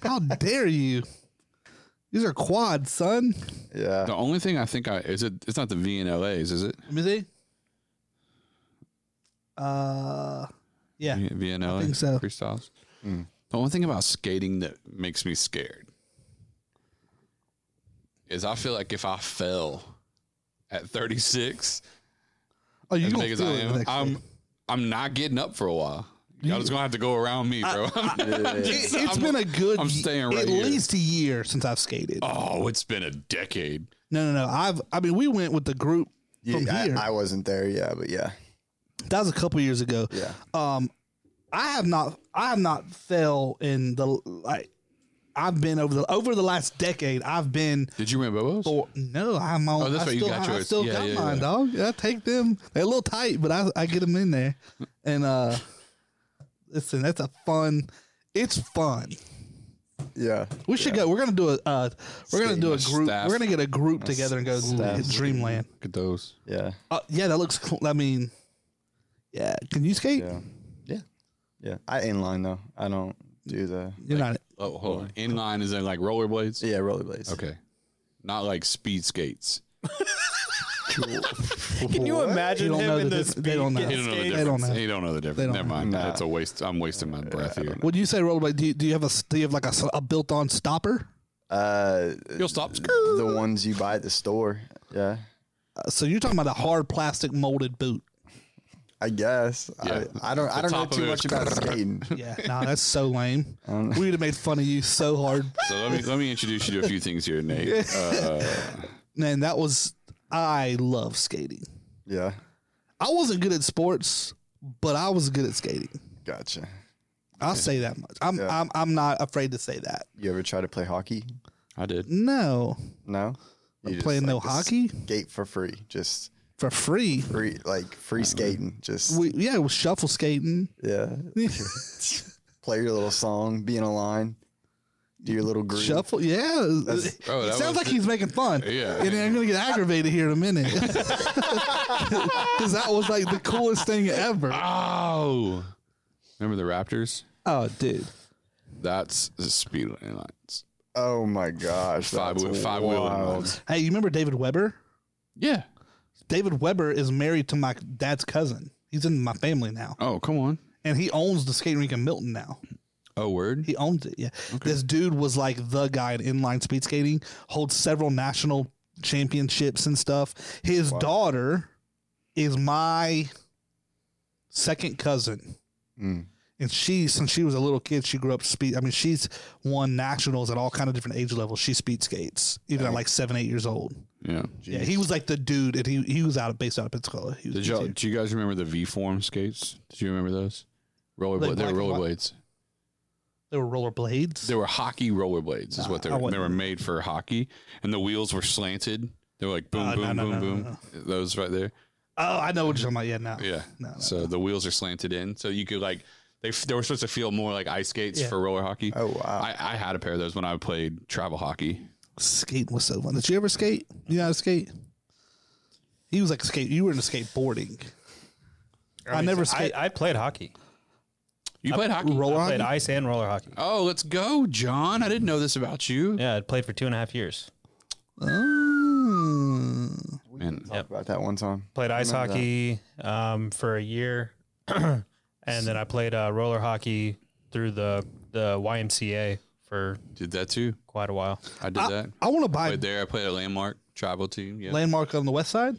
[SPEAKER 1] how dare you? These are quads, son.
[SPEAKER 4] Oh,
[SPEAKER 2] *laughs*
[SPEAKER 4] yeah?
[SPEAKER 2] the only thing I think I is it. It's not the VNLA's, is it?
[SPEAKER 1] Let me see. Uh, yeah.
[SPEAKER 2] VNLA
[SPEAKER 1] I think so.
[SPEAKER 2] freestyles. The only thing about skating that makes me scared is I feel like if I fell at 36,
[SPEAKER 1] Oh, you
[SPEAKER 2] as
[SPEAKER 1] gonna
[SPEAKER 2] big as I
[SPEAKER 1] feel it the
[SPEAKER 2] am,
[SPEAKER 1] next day.
[SPEAKER 2] *laughs* I'm I'm not getting up for a while. Y'all just gonna have to go around
[SPEAKER 1] *laughs*
[SPEAKER 2] me, bro.
[SPEAKER 1] It,
[SPEAKER 2] It's
[SPEAKER 1] has been a good.
[SPEAKER 2] I'm
[SPEAKER 1] ye-
[SPEAKER 2] staying right
[SPEAKER 1] at
[SPEAKER 2] here.
[SPEAKER 1] least a year since I've skated.
[SPEAKER 2] oh, it's been a decade.
[SPEAKER 1] No, no, no. I've. I mean, we went with the group from
[SPEAKER 4] Yeah,
[SPEAKER 1] here.
[SPEAKER 4] I, I wasn't there. Yeah, but yeah,
[SPEAKER 1] that was a couple years ago.
[SPEAKER 4] yeah.
[SPEAKER 1] Um, I have not. I have not fell in the like. I've been over the over the last decade. I've been.
[SPEAKER 2] Did you win Bobos?
[SPEAKER 1] Or, no, I'm on.
[SPEAKER 2] Oh, that's
[SPEAKER 1] I
[SPEAKER 2] right, you
[SPEAKER 1] still,
[SPEAKER 2] got
[SPEAKER 1] I
[SPEAKER 2] yours.
[SPEAKER 1] still
[SPEAKER 2] Yeah,
[SPEAKER 1] got
[SPEAKER 2] yeah,
[SPEAKER 1] mine,
[SPEAKER 2] yeah.
[SPEAKER 1] dog. I take them. They're a little tight, but I, I get them in there. And uh, listen, that's a fun. It's fun.
[SPEAKER 4] Yeah.
[SPEAKER 1] We should go. We're gonna do a. Uh, we're gonna do a
[SPEAKER 2] Skating
[SPEAKER 1] group.
[SPEAKER 2] staff.
[SPEAKER 1] We're gonna get a group together and go to Dreamland.
[SPEAKER 2] Look at those.
[SPEAKER 4] Yeah.
[SPEAKER 1] Uh, yeah, that looks. Cool. I mean, yeah. Can you skate?
[SPEAKER 4] Yeah. Yeah. Yeah. I inline though. I don't do the
[SPEAKER 1] You're
[SPEAKER 2] *laughs*
[SPEAKER 1] not.
[SPEAKER 2] Oh, hold on. Inline is in like rollerblades.
[SPEAKER 4] yeah rollerblades.
[SPEAKER 2] Okay, not like speed skates.
[SPEAKER 3] *laughs* Can you imagine
[SPEAKER 1] You don't
[SPEAKER 3] him
[SPEAKER 1] know
[SPEAKER 3] in
[SPEAKER 1] the
[SPEAKER 3] the
[SPEAKER 1] diff- they don't know.
[SPEAKER 2] He don't know the
[SPEAKER 1] They
[SPEAKER 2] difference.
[SPEAKER 1] don't know.
[SPEAKER 2] He don't know the difference.
[SPEAKER 1] don't
[SPEAKER 2] Never
[SPEAKER 1] know.
[SPEAKER 2] mind.
[SPEAKER 4] Nah.
[SPEAKER 2] It's a waste. I'm wasting my breath *laughs* here.
[SPEAKER 1] When you say rollerblade, do you, do you have a do you have like a, s- a built-on stopper?
[SPEAKER 4] Uh,
[SPEAKER 2] You'll stop.
[SPEAKER 4] the ones you buy at the store. Yeah.
[SPEAKER 1] Uh, so you're talking about a hard plastic molded boot.
[SPEAKER 4] I guess.
[SPEAKER 2] Yeah.
[SPEAKER 4] I, I don't.
[SPEAKER 2] The
[SPEAKER 4] I don't know
[SPEAKER 2] top of
[SPEAKER 4] too
[SPEAKER 2] it
[SPEAKER 4] much
[SPEAKER 2] is *laughs*
[SPEAKER 4] about skating.
[SPEAKER 1] Yeah, nah, that's so lame.
[SPEAKER 4] Um,
[SPEAKER 1] We'd have made fun of you so hard.
[SPEAKER 2] So let me let me introduce you to a few things here, Nate. Uh,
[SPEAKER 1] Man, that was I love skating.
[SPEAKER 4] Yeah.
[SPEAKER 1] I wasn't good at sports, but I was good at skating.
[SPEAKER 4] Gotcha.
[SPEAKER 1] I'll say that much. I'm
[SPEAKER 4] Yeah.
[SPEAKER 1] I'm I'm not afraid to say that.
[SPEAKER 4] You ever try to play hockey?
[SPEAKER 2] I did.
[SPEAKER 1] No.
[SPEAKER 4] No. You just
[SPEAKER 1] playing
[SPEAKER 4] like
[SPEAKER 1] no
[SPEAKER 4] to
[SPEAKER 1] hockey
[SPEAKER 4] Skate for free. Just
[SPEAKER 1] for free.
[SPEAKER 4] free, like free skating. Just
[SPEAKER 1] We, yeah, it was shuffle skating.
[SPEAKER 4] yeah. Play your little song. Be in a line. Do your little groove.
[SPEAKER 1] Shuffle, yeah. It
[SPEAKER 2] Bro, oh, that
[SPEAKER 1] sounds
[SPEAKER 2] was-
[SPEAKER 1] like he's making fun.
[SPEAKER 2] Yeah.
[SPEAKER 1] and I'm gonna get aggravated here in a minute *laughs* because that was like the coolest thing ever.
[SPEAKER 2] Oh, remember the Raptors?
[SPEAKER 1] Oh, dude,
[SPEAKER 2] That's the speed limit lines.
[SPEAKER 4] Oh my gosh.
[SPEAKER 2] Five
[SPEAKER 4] that's
[SPEAKER 2] wheel, five wheel
[SPEAKER 4] wild.
[SPEAKER 2] lines.
[SPEAKER 1] hey, you remember David Weber?
[SPEAKER 2] Yeah.
[SPEAKER 1] David Weber is married to my dad's cousin. He's in my family now,
[SPEAKER 2] Oh, come on.
[SPEAKER 1] and he owns the skate rink in Milton now.
[SPEAKER 2] Oh, word.
[SPEAKER 1] He owns it. Yeah, this dude was like the guy in inline speed skating. Holds several national championships and stuff. His daughter is my second cousin.
[SPEAKER 4] Mm.
[SPEAKER 1] and she since she was a little kid she grew up speed i mean she's won nationals at all kind of different age levels she speed skates even at like seven eight years old
[SPEAKER 2] Yeah.
[SPEAKER 1] yeah he was like the dude and he, he was out of based out of pensacola he was
[SPEAKER 2] Did y'all, do you guys remember the V form skates? Do you remember those?
[SPEAKER 1] Like
[SPEAKER 2] Rollerblade. They
[SPEAKER 1] black
[SPEAKER 2] were
[SPEAKER 1] and white?
[SPEAKER 2] rollerblades.
[SPEAKER 1] they were roller blades
[SPEAKER 2] They were hockey rollerblades, is what they
[SPEAKER 1] I
[SPEAKER 2] were. They
[SPEAKER 1] wouldn't-
[SPEAKER 2] were made for hockey, and the wheels were slanted. They were like boom,
[SPEAKER 1] Oh, no,
[SPEAKER 2] boom,
[SPEAKER 1] no,
[SPEAKER 2] boom,
[SPEAKER 1] no,
[SPEAKER 2] boom.
[SPEAKER 1] no,
[SPEAKER 2] Those right there.
[SPEAKER 1] oh i know what you're talking about yeah no
[SPEAKER 2] Yeah.
[SPEAKER 1] no, no.
[SPEAKER 2] so the wheels are slanted in, so you could like they f- they were supposed to feel more like ice skates
[SPEAKER 1] Yeah.
[SPEAKER 2] for roller hockey.
[SPEAKER 4] Oh wow.
[SPEAKER 2] I, I had a pair of those when I played travel hockey.
[SPEAKER 1] skating was so fun did you ever skate you know how to skate he was like skate you were into skateboarding i, never skate
[SPEAKER 3] I, I played hockey.
[SPEAKER 2] You played hockey?
[SPEAKER 1] roller
[SPEAKER 3] I played
[SPEAKER 1] hockey?
[SPEAKER 3] ice and roller hockey.
[SPEAKER 2] Oh, let's go, John. I didn't know this about you.
[SPEAKER 3] Yeah, I played for two and a half years.
[SPEAKER 1] Uh, Oh.
[SPEAKER 2] Man,
[SPEAKER 4] Talked about that one time.
[SPEAKER 3] Played ice
[SPEAKER 4] remember
[SPEAKER 3] hockey um, for a year, *clears throat* and then I played uh, roller hockey through the the YMCA for
[SPEAKER 2] did that too.
[SPEAKER 3] quite a while.
[SPEAKER 2] I did that.
[SPEAKER 1] i want to buy
[SPEAKER 2] Played there. I played at Landmark travel team. Yeah,
[SPEAKER 1] landmark on the west side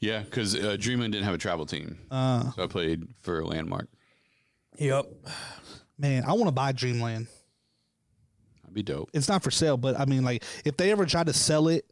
[SPEAKER 2] yeah, because uh, Dreamland didn't have a travel team,
[SPEAKER 1] uh
[SPEAKER 2] so I played for Landmark.
[SPEAKER 3] Yep.
[SPEAKER 1] man i want to buy dreamland
[SPEAKER 2] That'd be dope.
[SPEAKER 1] it's not for sale, but I mean, like, if they ever tried to sell it,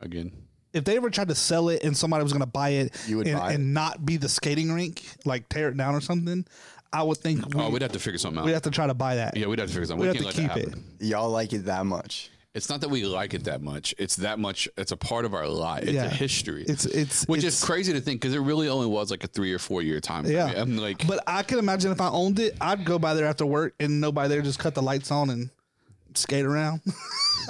[SPEAKER 2] Again,
[SPEAKER 1] if they ever tried to sell it and somebody was going to buy it,
[SPEAKER 4] You would
[SPEAKER 1] and,
[SPEAKER 4] buy it?
[SPEAKER 1] and not be the skating rink, like tear it down or something, I would think we,
[SPEAKER 2] oh,
[SPEAKER 1] would
[SPEAKER 2] we'd have to figure something out.
[SPEAKER 1] have to try to buy that.
[SPEAKER 2] yeah, we'd have to figure something.
[SPEAKER 1] we'd
[SPEAKER 2] We
[SPEAKER 1] have
[SPEAKER 2] can't
[SPEAKER 1] to
[SPEAKER 2] let
[SPEAKER 1] keep
[SPEAKER 2] that
[SPEAKER 1] it.
[SPEAKER 2] happen.
[SPEAKER 4] Y'all like it that much?
[SPEAKER 2] It's not that we like it that much. It's that much. It's a part of our life. It's
[SPEAKER 1] Yeah.
[SPEAKER 2] a history.
[SPEAKER 1] It's it's
[SPEAKER 2] which
[SPEAKER 1] it's,
[SPEAKER 2] is crazy to think because it really only was like a three or four year time.
[SPEAKER 1] Yeah.
[SPEAKER 2] period. I'm like,
[SPEAKER 1] But I can imagine if I owned it, I'd go by there after work and nobody there just cut the lights on and skate around.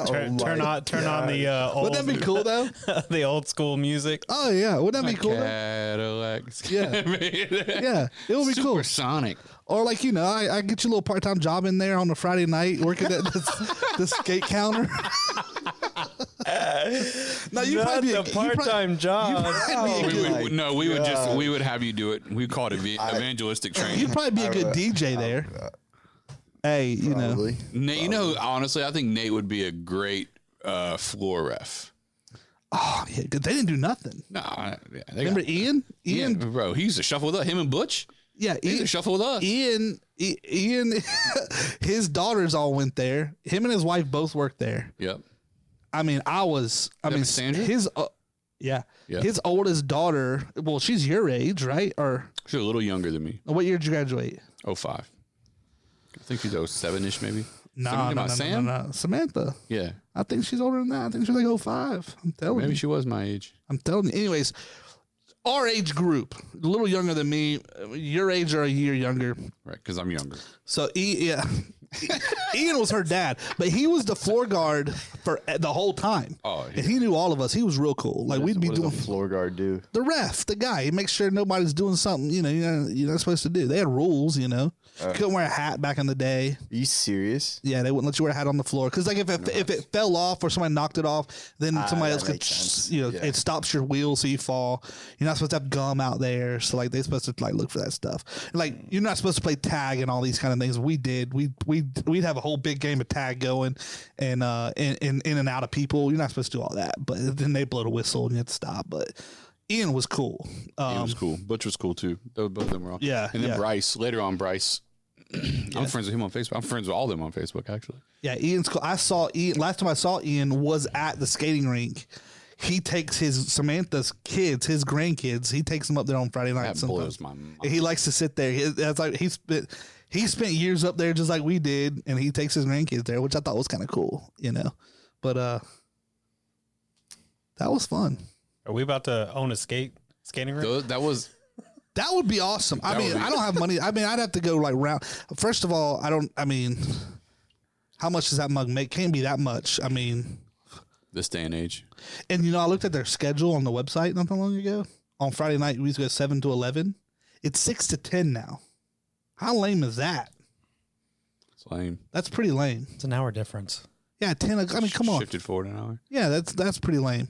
[SPEAKER 3] Turn,
[SPEAKER 4] my
[SPEAKER 3] turn on turn on the uh, old
[SPEAKER 1] Wouldn't that be cool though?
[SPEAKER 3] the old *laughs* school music.
[SPEAKER 1] *laughs* Oh yeah, wouldn't that be cool? though?
[SPEAKER 2] Cadillacs. *laughs*
[SPEAKER 1] Yeah. Yeah, it would be cool.
[SPEAKER 2] Supersonic.
[SPEAKER 1] Or like you know, I, I get you a little part time job in there on a Friday night working at
[SPEAKER 2] *laughs*
[SPEAKER 1] this, the skate counter. *laughs* no, Oh, you
[SPEAKER 3] Not
[SPEAKER 1] probably be a-
[SPEAKER 3] the
[SPEAKER 1] you
[SPEAKER 3] part
[SPEAKER 1] probably-
[SPEAKER 3] time job. Oh,
[SPEAKER 1] probably
[SPEAKER 2] We
[SPEAKER 1] Oh, be a good,
[SPEAKER 2] would, no, we would just we would have you do it. We call it ev- evangelistic training.
[SPEAKER 1] you'd probably be a good DJ there. Hey, you know,
[SPEAKER 4] Probably.
[SPEAKER 2] Nate, you know, honestly, I think Nate would be a great uh, floor ref.
[SPEAKER 1] oh, yeah, 'cause they didn't do nothing.
[SPEAKER 2] Nah, yeah, they got-
[SPEAKER 1] Remember Ian?
[SPEAKER 2] yeah,
[SPEAKER 1] Ian,
[SPEAKER 2] bro, he used to shuffle with us. Him and Butch,
[SPEAKER 1] yeah,
[SPEAKER 2] he used
[SPEAKER 1] Ian,
[SPEAKER 2] to shuffle with us.
[SPEAKER 1] Ian, I- Ian, *laughs* his daughters all went there. Him and his wife both worked there.
[SPEAKER 2] Yep.
[SPEAKER 1] I mean, I was. I
[SPEAKER 2] That
[SPEAKER 1] mean,
[SPEAKER 2] Miss Sandra?
[SPEAKER 1] his. Uh, yeah.
[SPEAKER 2] Yeah.
[SPEAKER 1] his oldest daughter. Well, she's your age, right? Or
[SPEAKER 2] She's a little younger than me.
[SPEAKER 1] what year did you graduate?
[SPEAKER 2] Oh five. I think he's oh seven ish maybe.
[SPEAKER 1] No,
[SPEAKER 2] Something
[SPEAKER 1] no,
[SPEAKER 2] about
[SPEAKER 1] no, no,
[SPEAKER 2] Sam?
[SPEAKER 1] no, no. Samantha.
[SPEAKER 2] Yeah.
[SPEAKER 1] I think she's older than that. I think she's like 05. I'm telling
[SPEAKER 2] Maybe
[SPEAKER 1] you.
[SPEAKER 2] she was my age.
[SPEAKER 1] I'm telling you. Anyways, our age group, a little younger than me, uh, your age or a year younger.
[SPEAKER 2] Right, because I'm younger.
[SPEAKER 1] So, e- yeah. *laughs* Ian was her dad, but he was the floor guard for uh, the whole time.
[SPEAKER 2] Oh,
[SPEAKER 1] and he knew all of us. He was real cool. Like we'd be
[SPEAKER 4] What does
[SPEAKER 1] doing
[SPEAKER 4] a floor guard do?
[SPEAKER 1] the ref, the guy. He makes sure nobody's doing something. You know, you're not, you're not supposed to do. They had rules. You know, couldn't wear a hat back in the day.
[SPEAKER 4] Are you serious? *laughs*
[SPEAKER 1] Yeah, they wouldn't let you wear a hat on the floor because, like, if it, if it fell off or somebody knocked it off, then somebody
[SPEAKER 4] Ah, that
[SPEAKER 1] else could,
[SPEAKER 4] makes sense.
[SPEAKER 1] you know,
[SPEAKER 4] Yeah.
[SPEAKER 1] it stops your wheel so you fall. You're not supposed to have gum out there, so like they're supposed to like look for that stuff. And, like you're not supposed to play tag and all these kind of things. We did. We we we'd have a whole big game of tag going, and uh, in in, in and out of people. You're not supposed to do all that, but then they blow the whistle and you have to stop. But Ian was cool. Um,
[SPEAKER 2] He was cool. Butch was cool too. Though both of them were all.
[SPEAKER 1] Yeah,
[SPEAKER 2] And then
[SPEAKER 1] yeah.
[SPEAKER 2] Bryce later on, Bryce. *clears throat* I'm friends with him on Facebook. I'm friends with all of them on Facebook actually.
[SPEAKER 1] Yeah, Ian's cool. I saw Ian last time I saw Ian was at the skating rink. He takes his Samantha's kids, his grandkids. He takes them up there on Friday night.
[SPEAKER 2] That
[SPEAKER 1] sometimes.
[SPEAKER 2] blows my mind.
[SPEAKER 1] And He likes to sit there. He, that's like he spent he spent years up there just like we did, and he takes his grandkids there, which I thought was kind of cool, you know. But uh, that was fun.
[SPEAKER 3] Are we about to own a skate skating rink?
[SPEAKER 2] Tho- that was
[SPEAKER 1] That would be awesome. I
[SPEAKER 2] That
[SPEAKER 1] mean,
[SPEAKER 2] would be-
[SPEAKER 1] I don't have money. I mean, I'd have to go like round. First of all, I don't. I mean, how much does that mug make? Can't be that much. I mean,
[SPEAKER 2] this day and age.
[SPEAKER 1] And you know, I looked at their schedule on the website not that long ago. On Friday night, we used to go seven to eleven. It's six to ten now. How lame is that?
[SPEAKER 2] It's lame.
[SPEAKER 1] That's pretty lame.
[SPEAKER 3] It's an hour difference.
[SPEAKER 1] Yeah, ten. o- I mean, come on.
[SPEAKER 2] Shifted forward an hour.
[SPEAKER 1] Yeah, that's that's pretty lame.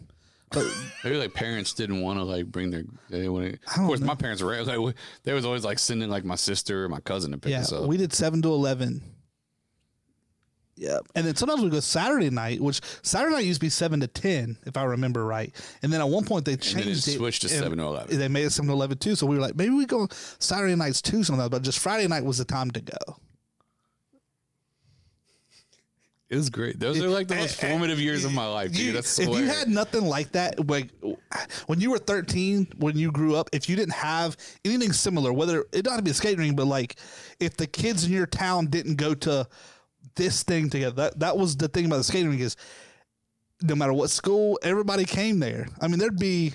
[SPEAKER 1] But
[SPEAKER 2] Maybe like parents didn't want to like bring their. They want Of
[SPEAKER 1] don't
[SPEAKER 2] course,
[SPEAKER 1] know.
[SPEAKER 2] my parents were like we- they was always like sending like my sister or my cousin to pick
[SPEAKER 1] yeah,
[SPEAKER 2] us up.
[SPEAKER 1] we did seven to eleven. Yeah, and then sometimes we go Saturday night, which Saturday night used to be seven to ten, if I remember right. And then at one point they
[SPEAKER 2] and then it
[SPEAKER 1] changed it,
[SPEAKER 2] switched to
[SPEAKER 1] and-
[SPEAKER 2] seven to eleven.
[SPEAKER 1] They made it seven to eleven too. So we were like, maybe we go Saturday nights too sometimes, but just Friday night was the time to go.
[SPEAKER 2] It was great. Those are like the most formative years of my life,
[SPEAKER 1] You-
[SPEAKER 2] dude. That's
[SPEAKER 1] if you
[SPEAKER 2] swear.
[SPEAKER 1] had nothing like that, like when you were 13, when you grew up, if you didn't have anything similar, whether it not to be a skating rink, but like if the kids in your town didn't go to this thing together, that, that was the thing about the skating rink is no matter what school, everybody came there. I mean, there'd be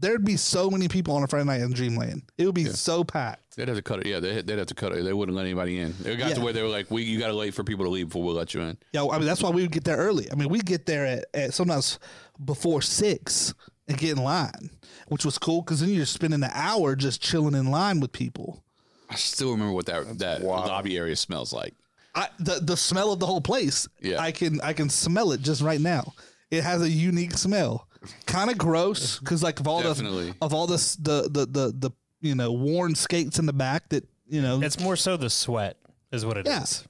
[SPEAKER 1] there'd be so many people on a Friday night in Dreamland. It would be so packed.
[SPEAKER 2] They'd have to cut it. Yeah, they, they'd have to cut it. They wouldn't let anybody in. It got
[SPEAKER 1] Yeah.
[SPEAKER 2] to where they were like, "We, you got to wait for people to leave before we'll let you in."
[SPEAKER 1] Yeah, I mean that's why we would get there early. I mean we get there at, at sometimes before six and get in line, which was cool because then you're spending an hour just chilling in line with people.
[SPEAKER 2] I still remember what that that
[SPEAKER 4] wild.
[SPEAKER 2] lobby area smells like.
[SPEAKER 1] I, the the smell of the whole place.
[SPEAKER 2] Yeah.
[SPEAKER 1] I can I can smell it just right now. It has a unique smell, kind of gross because like of all
[SPEAKER 2] Definitely.
[SPEAKER 1] the of all this the the the the you know worn skates in the back that you know,
[SPEAKER 3] It's more so the sweat is what it is.
[SPEAKER 1] Yeah.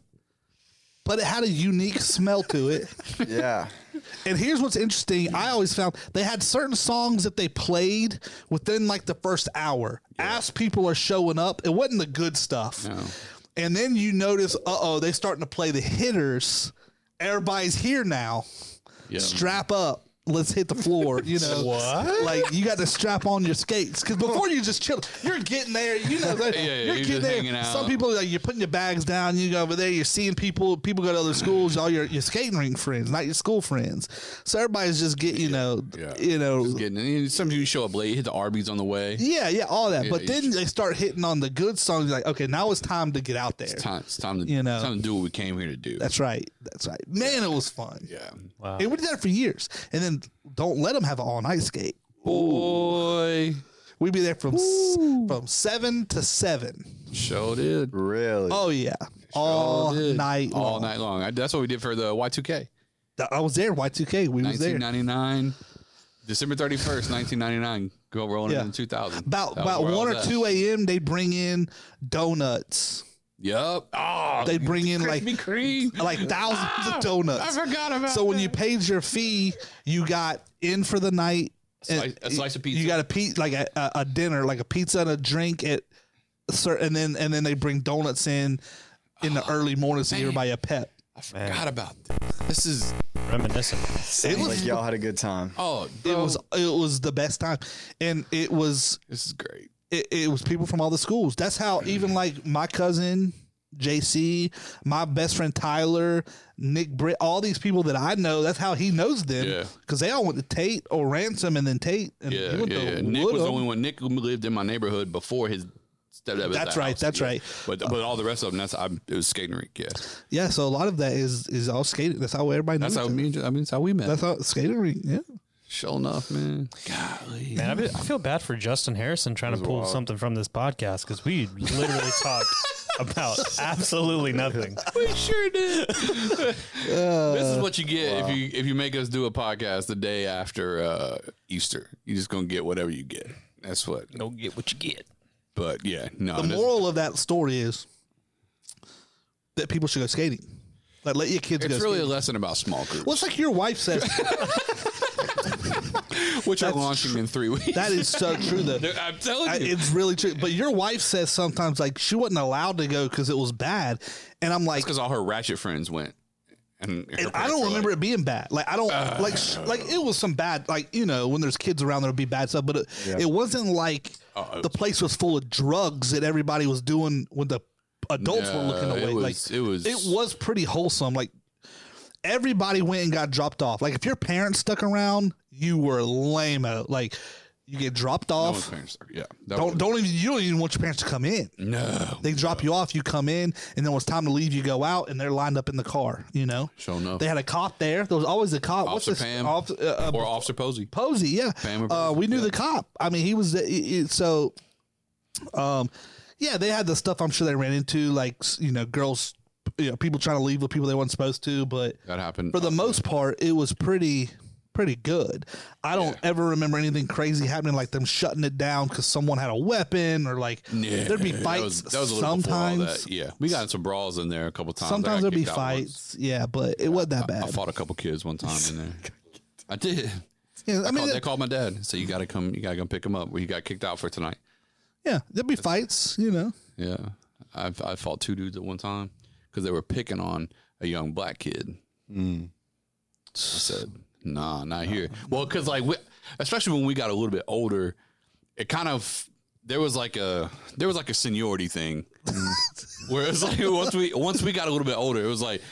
[SPEAKER 1] but it had a unique smell to it.
[SPEAKER 4] yeah.
[SPEAKER 1] And here's what's interesting. I always found they had certain songs that they played within like the first hour. As people are showing up, it wasn't the good stuff. And then you notice, uh oh, they starting to play the hitters. Everybody's here now.
[SPEAKER 2] Yeah.
[SPEAKER 1] Strap up. Let's hit the floor. You
[SPEAKER 2] *laughs*
[SPEAKER 1] know,
[SPEAKER 3] What?
[SPEAKER 1] like you got to strap on your skates because before you just chill, you're getting there. You know, like,
[SPEAKER 2] Yeah, yeah,
[SPEAKER 1] you're
[SPEAKER 2] you're
[SPEAKER 1] getting
[SPEAKER 2] just
[SPEAKER 1] there.
[SPEAKER 2] hanging out.
[SPEAKER 1] Some people like you're putting your bags down. You go over there. You're seeing people. People go to other schools. All your your skating rink friends, not your school friends. So everybody's just get you know,
[SPEAKER 2] Yeah.
[SPEAKER 1] you know,
[SPEAKER 2] Getting and some people show up late, hit the Arby's on the way.
[SPEAKER 1] yeah, yeah, all that. but
[SPEAKER 2] you
[SPEAKER 1] then they start hitting on the good songs. You're like, okay, now it's time to get out there.
[SPEAKER 2] It's time, it's time to
[SPEAKER 1] You know.
[SPEAKER 2] it's time to do what we came here to do.
[SPEAKER 1] That's right. That's right. Man, it was fun.
[SPEAKER 2] yeah,
[SPEAKER 3] Wow.
[SPEAKER 1] And we did that for years. And then don't let them have an all night skate.
[SPEAKER 2] boy,
[SPEAKER 1] We'd be there from s- from seven to seven.
[SPEAKER 2] show did
[SPEAKER 4] Really?
[SPEAKER 1] Oh yeah, all
[SPEAKER 2] Sure did.
[SPEAKER 1] night.
[SPEAKER 2] all
[SPEAKER 1] long.
[SPEAKER 2] night long. I, that's what we did for the Y two K,
[SPEAKER 1] Th- I was there. Y two K. We was there.
[SPEAKER 2] nineteen ninety nine, December thirty first, nineteen ninety nine. Go rolling
[SPEAKER 1] Yeah.
[SPEAKER 2] in two thousand.
[SPEAKER 1] About about one or two a.m. They bring in donuts.
[SPEAKER 2] Yep. Oh,
[SPEAKER 1] They bring in like Oh,
[SPEAKER 2] Krispy
[SPEAKER 1] *laughs*
[SPEAKER 2] Kreme.
[SPEAKER 1] like thousands of
[SPEAKER 2] I
[SPEAKER 1] donuts.
[SPEAKER 2] forgot about.
[SPEAKER 1] So when
[SPEAKER 2] that.
[SPEAKER 1] you paid your fee, you got in for the night.
[SPEAKER 2] Slice- a slice of pizza.
[SPEAKER 1] You got a pe- like a, a, a dinner, like a pizza and a drink at certain, and then and then they bring donuts in in
[SPEAKER 2] Ah,
[SPEAKER 1] the early morning to give everybody a pep.
[SPEAKER 2] I forgot about this. This is
[SPEAKER 3] Reminiscent.
[SPEAKER 1] It
[SPEAKER 4] Like
[SPEAKER 1] was
[SPEAKER 4] y'all had a good time.
[SPEAKER 2] oh,
[SPEAKER 1] it
[SPEAKER 2] bro,
[SPEAKER 1] was it was the best time, and it was
[SPEAKER 2] this is great.
[SPEAKER 1] it, it was people from all the schools. That's how
[SPEAKER 2] Mm.
[SPEAKER 1] even like my cousin JC, my best friend Tyler, Nick Britt, all these people that I know. That's how he knows
[SPEAKER 2] Yeah.
[SPEAKER 1] them because they all went to Tate or Ransom, and then Tate. And
[SPEAKER 2] Yeah,
[SPEAKER 1] he went
[SPEAKER 2] yeah,
[SPEAKER 1] to
[SPEAKER 2] yeah. Nick was the
[SPEAKER 1] Woodham.
[SPEAKER 2] only one. Nick lived in my neighborhood before his stepdad. was
[SPEAKER 1] That's
[SPEAKER 2] at
[SPEAKER 1] right,
[SPEAKER 2] house.
[SPEAKER 1] that's
[SPEAKER 2] Yeah.
[SPEAKER 1] right.
[SPEAKER 2] But but all the rest of them, that's I, it was skating rink. Yeah,
[SPEAKER 1] Yeah, so a lot of that is is all skating. That's how everybody knows.
[SPEAKER 2] that's how me. and- I mean, that's how we met.
[SPEAKER 1] That's how skating rink. Yeah,
[SPEAKER 2] sure enough, man. Golly,
[SPEAKER 1] *laughs*
[SPEAKER 3] Man, I, be- I feel bad for Justin Harrison trying to pull something from this podcast because we
[SPEAKER 1] *laughs*
[SPEAKER 3] literally talked about absolutely nothing.
[SPEAKER 2] we sure did. *laughs* this is what you get if you if you make us do a podcast the day after uh, Easter. You're just gonna get whatever you get. That's what.
[SPEAKER 3] Don't get what you get.
[SPEAKER 2] But yeah, no.
[SPEAKER 1] the
[SPEAKER 2] this-
[SPEAKER 1] moral of that story is that people should go skating. Like let your kids
[SPEAKER 2] it's
[SPEAKER 1] go.
[SPEAKER 2] really a
[SPEAKER 1] skating.
[SPEAKER 2] *laughs* lesson about small groups.
[SPEAKER 1] Well, it's like your wife says.
[SPEAKER 2] which are launching in three weeks.
[SPEAKER 1] That is so true, though.
[SPEAKER 2] *laughs* Dude, I'm telling
[SPEAKER 1] I-
[SPEAKER 2] you.
[SPEAKER 1] It's really true. But your wife says sometimes like she wasn't allowed to go because it was bad, and I'm like,
[SPEAKER 2] because all her ratchet friends went. And, her
[SPEAKER 1] and I
[SPEAKER 2] parents Uh,
[SPEAKER 1] don't
[SPEAKER 2] were
[SPEAKER 1] remember
[SPEAKER 2] like,
[SPEAKER 1] it being bad. Like I don't like sh- like it was some bad like you know when there's kids around there'll be bad stuff, but it, it wasn't like
[SPEAKER 2] Uh-oh.
[SPEAKER 1] the place was full of drugs that everybody was doing when the adults were looking
[SPEAKER 2] No,
[SPEAKER 1] away.
[SPEAKER 2] It was,
[SPEAKER 1] like
[SPEAKER 2] it was.
[SPEAKER 1] it was pretty wholesome. Like everybody went and got dropped off. Like if your parents stuck around, you were lame out. Like you get dropped
[SPEAKER 2] no
[SPEAKER 1] off.
[SPEAKER 2] one's parents- yeah. that was-
[SPEAKER 1] don't don't even you don't even want your parents to come in.
[SPEAKER 2] No.
[SPEAKER 1] They drop you off, you come in, and then when it's time to leave, you go out, and they're lined up in the car. You know,
[SPEAKER 2] Sure enough.
[SPEAKER 1] they had a cop there. There was always a cop.
[SPEAKER 2] Officer
[SPEAKER 1] What's this?
[SPEAKER 2] Pam
[SPEAKER 1] Off- uh, uh,
[SPEAKER 2] or Officer Posey.
[SPEAKER 1] Posey, yeah.
[SPEAKER 2] Pam or
[SPEAKER 1] uh,
[SPEAKER 2] Posey,
[SPEAKER 1] we knew
[SPEAKER 2] yeah.
[SPEAKER 1] the cop. I mean, he was the, i- i- so. Um, yeah, they had the stuff. I'm sure they ran into like s- you know girls, you know people trying to leave with people they weren't supposed to. But
[SPEAKER 2] That happened.
[SPEAKER 1] for the most part, it was pretty pretty good. I don't ever remember anything crazy happening like them shutting it down because someone had a weapon or like
[SPEAKER 2] Yeah,
[SPEAKER 1] there'd be
[SPEAKER 2] that was-
[SPEAKER 1] fights
[SPEAKER 2] That was, a little before all
[SPEAKER 1] sometimes.
[SPEAKER 2] that. Yeah, we got in some brawls in there a couple times. I
[SPEAKER 1] Sometimes
[SPEAKER 2] got
[SPEAKER 1] there'd be
[SPEAKER 2] kicked out once.
[SPEAKER 1] fights, yeah, but it wasn't that bad.
[SPEAKER 2] I fought a couple kids one time
[SPEAKER 1] *laughs*
[SPEAKER 2] in there. I did.
[SPEAKER 1] Yeah, I
[SPEAKER 2] I
[SPEAKER 1] mean,
[SPEAKER 2] they called my dad. So you got to come. You got to come pick him up. Well, you got kicked out for tonight.
[SPEAKER 1] yeah, there'd be fights, you know.
[SPEAKER 2] Yeah, I I fought two dudes at one time because they were picking on a young black kid.
[SPEAKER 1] Mm.
[SPEAKER 2] I said, "Nah, not here." Well, because like, we, especially when we got a little bit older, it kind of there was like a there was like a seniority thing,
[SPEAKER 1] Mm.
[SPEAKER 2] *laughs* where it's like once we once we got a little bit older, it was like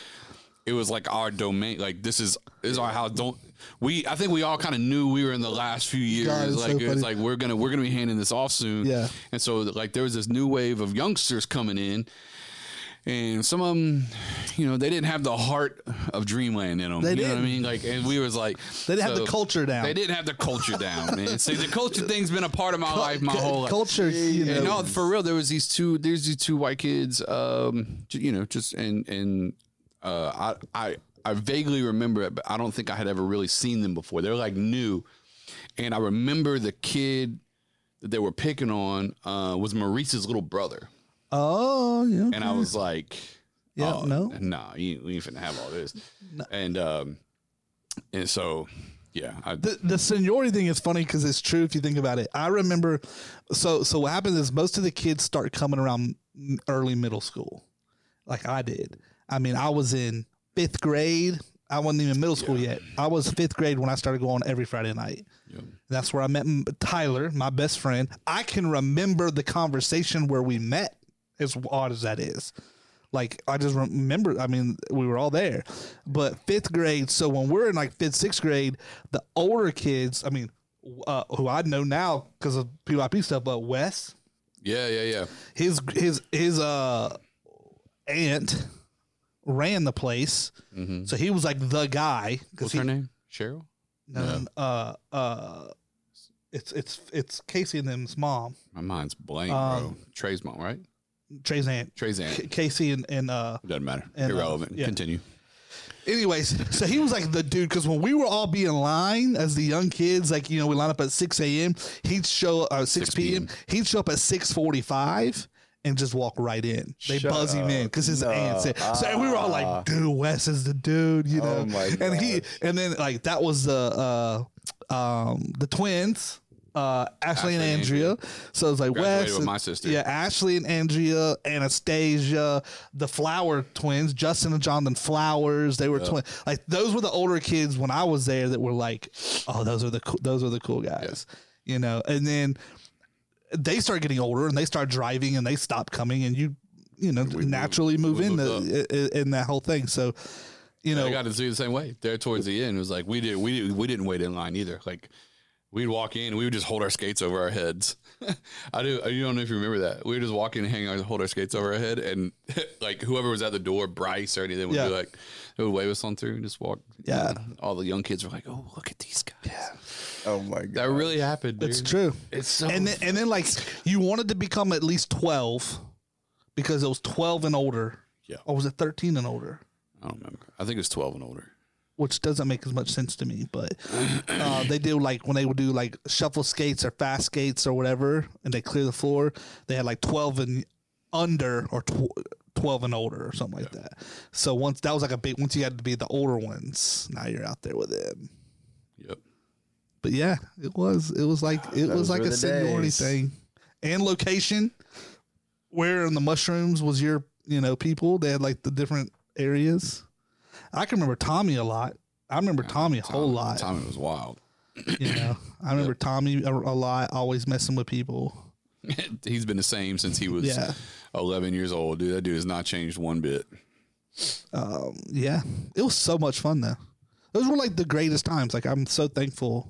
[SPEAKER 2] it was like our domain. Like this is this is our house. Don't we? I think we all kind of knew we were in the last few years.
[SPEAKER 1] God, it's so
[SPEAKER 2] like
[SPEAKER 1] funny.
[SPEAKER 2] it's like we're gonna we're gonna be handing this off soon.
[SPEAKER 1] Yeah.
[SPEAKER 2] And so like there was this new wave of youngsters coming in. And some of them, you know, they didn't have the heart of dreamland in them.
[SPEAKER 1] They
[SPEAKER 2] you know what I
[SPEAKER 1] didn't.
[SPEAKER 2] mean? Like, and we was like,
[SPEAKER 1] They didn't have the culture down.
[SPEAKER 2] They didn't have the culture down, man. See, the culture thing's been a part of my life my
[SPEAKER 1] Cu-
[SPEAKER 2] whole life.
[SPEAKER 1] culture, you know.
[SPEAKER 2] And no, for real, there was these two. There's these two white kids. Um, j- you know, just and and uh, I I I vaguely remember it, but I don't think I had ever really seen them before. They're like new, and I remember the kid that they were picking on uh, was Maurice's little brother,
[SPEAKER 1] Oh, yeah.
[SPEAKER 2] and I was like,
[SPEAKER 1] *laughs* Yeah,
[SPEAKER 2] oh,
[SPEAKER 1] no.
[SPEAKER 2] nah, you, we ain't finna have all this, and um, and so yeah, I,
[SPEAKER 1] the, the seniority thing is funny because it's true if you think about it. I remember, so so what happens is most of the kids start coming around m- early middle school, like I did. I mean, I was in fifth grade. I wasn't even middle school yet. I was fifth grade when I started going every Friday night. That's where I met m- Tyler, my best friend. I can remember the conversation where we met, as odd as that is. Like I just remember. I mean, we were all there, but fifth grade. So when we're in like fifth, sixth grade, the older kids. I mean, uh, who I know now because of PYP stuff, but Wes,
[SPEAKER 2] yeah, yeah, yeah.
[SPEAKER 1] his his his uh aunt ran the place, so he was like the guy. 'cause
[SPEAKER 2] Mm-hmm. What's
[SPEAKER 1] he,
[SPEAKER 2] her name? Cheryl.
[SPEAKER 1] no, uh, uh, it's it's it's Casey and them's mom,
[SPEAKER 2] My mind's blank, bro. Trey's mom, right?
[SPEAKER 1] Trey's aunt,
[SPEAKER 2] Trey's aunt.
[SPEAKER 1] Um, K- Casey and and uh,
[SPEAKER 2] Doesn't matter.
[SPEAKER 1] And, uh,
[SPEAKER 2] Irrelevant.
[SPEAKER 1] yeah.
[SPEAKER 2] Continue.
[SPEAKER 1] Anyways, so he was like the dude because when we were all be in line as the young kids, like you know, we line up at six a.m. He'd show uh, six,
[SPEAKER 2] 6
[SPEAKER 1] p.m. He'd show up at six forty-five and just walk right in. They
[SPEAKER 4] Shut
[SPEAKER 1] buzz him in because his
[SPEAKER 4] No.
[SPEAKER 1] aunt said. So and we were all like, "Dude, Wes is the dude," you know.
[SPEAKER 4] Oh my
[SPEAKER 1] and he and then like that was the uh, um, the twins. Uh, Ashley, and
[SPEAKER 2] Ashley and
[SPEAKER 1] Andrea. So it's like
[SPEAKER 2] Graduated
[SPEAKER 1] Wes.
[SPEAKER 2] with
[SPEAKER 1] and-
[SPEAKER 2] my sister.
[SPEAKER 1] Yeah, Ashley and Andrea, Anastasia, the Flower twins, Justin and Jonathan Flowers. They were twin. Like those were the older kids when I was there that were like, oh, those are the cool, those are the cool guys, you know. And then they start getting older and they start driving and they stop coming and you, you know, naturally move
[SPEAKER 2] we
[SPEAKER 1] in
[SPEAKER 2] moved
[SPEAKER 1] the, i- i- in that whole thing. So, you know,
[SPEAKER 2] I got to see the same way. There towards the end, it was like we did. We did, we didn't wait in line either. Like we'd walk in, and we would just hold our skates over our heads. *laughs* I do. You don't know if you remember that. We would just walk in, and hang our hold our skates over our head, and *laughs* like whoever was at the door, Bryce or anything, would
[SPEAKER 1] Yeah.
[SPEAKER 2] be like, they would wave us on through and just walk.
[SPEAKER 1] Yeah.
[SPEAKER 2] All the young kids were like, "Oh, look at these guys."
[SPEAKER 4] Oh my god.
[SPEAKER 2] That really happened.
[SPEAKER 1] it's
[SPEAKER 2] dude.
[SPEAKER 1] true.
[SPEAKER 2] It's so.
[SPEAKER 1] and then and then like you wanted to become at least twelve because it was twelve and older.
[SPEAKER 2] Yeah.
[SPEAKER 1] Or was it thirteen and older?
[SPEAKER 2] I don't remember. I think it was twelve and older.
[SPEAKER 1] Which doesn't make as much sense to me, but uh, they do like when they would do like shuffle skates or fast skates or whatever, and they clear the floor. They had like twelve and under or tw- twelve and older or something like that. So once that was like a big once you got to be the older ones, now you're out there with them.
[SPEAKER 2] Yep.
[SPEAKER 1] But yeah, it was it was like it was
[SPEAKER 4] Those
[SPEAKER 1] like
[SPEAKER 4] were
[SPEAKER 1] a
[SPEAKER 4] the
[SPEAKER 1] seniority
[SPEAKER 4] days.
[SPEAKER 1] thing, and location. Where in the mushrooms was your you know people? They had like the different areas. I can remember Tommy a lot. I remember Tommy a whole
[SPEAKER 2] Tommy-
[SPEAKER 1] lot.
[SPEAKER 2] Tommy was wild.
[SPEAKER 1] You know, I remember Tommy a, a lot, always messing with people.
[SPEAKER 2] *laughs* He's been the same since he was
[SPEAKER 1] Yeah.
[SPEAKER 2] 11 years old. Dude, that dude has not changed one bit.
[SPEAKER 1] Um, yeah, it was so much fun though. Those were like the greatest times. Like I'm so thankful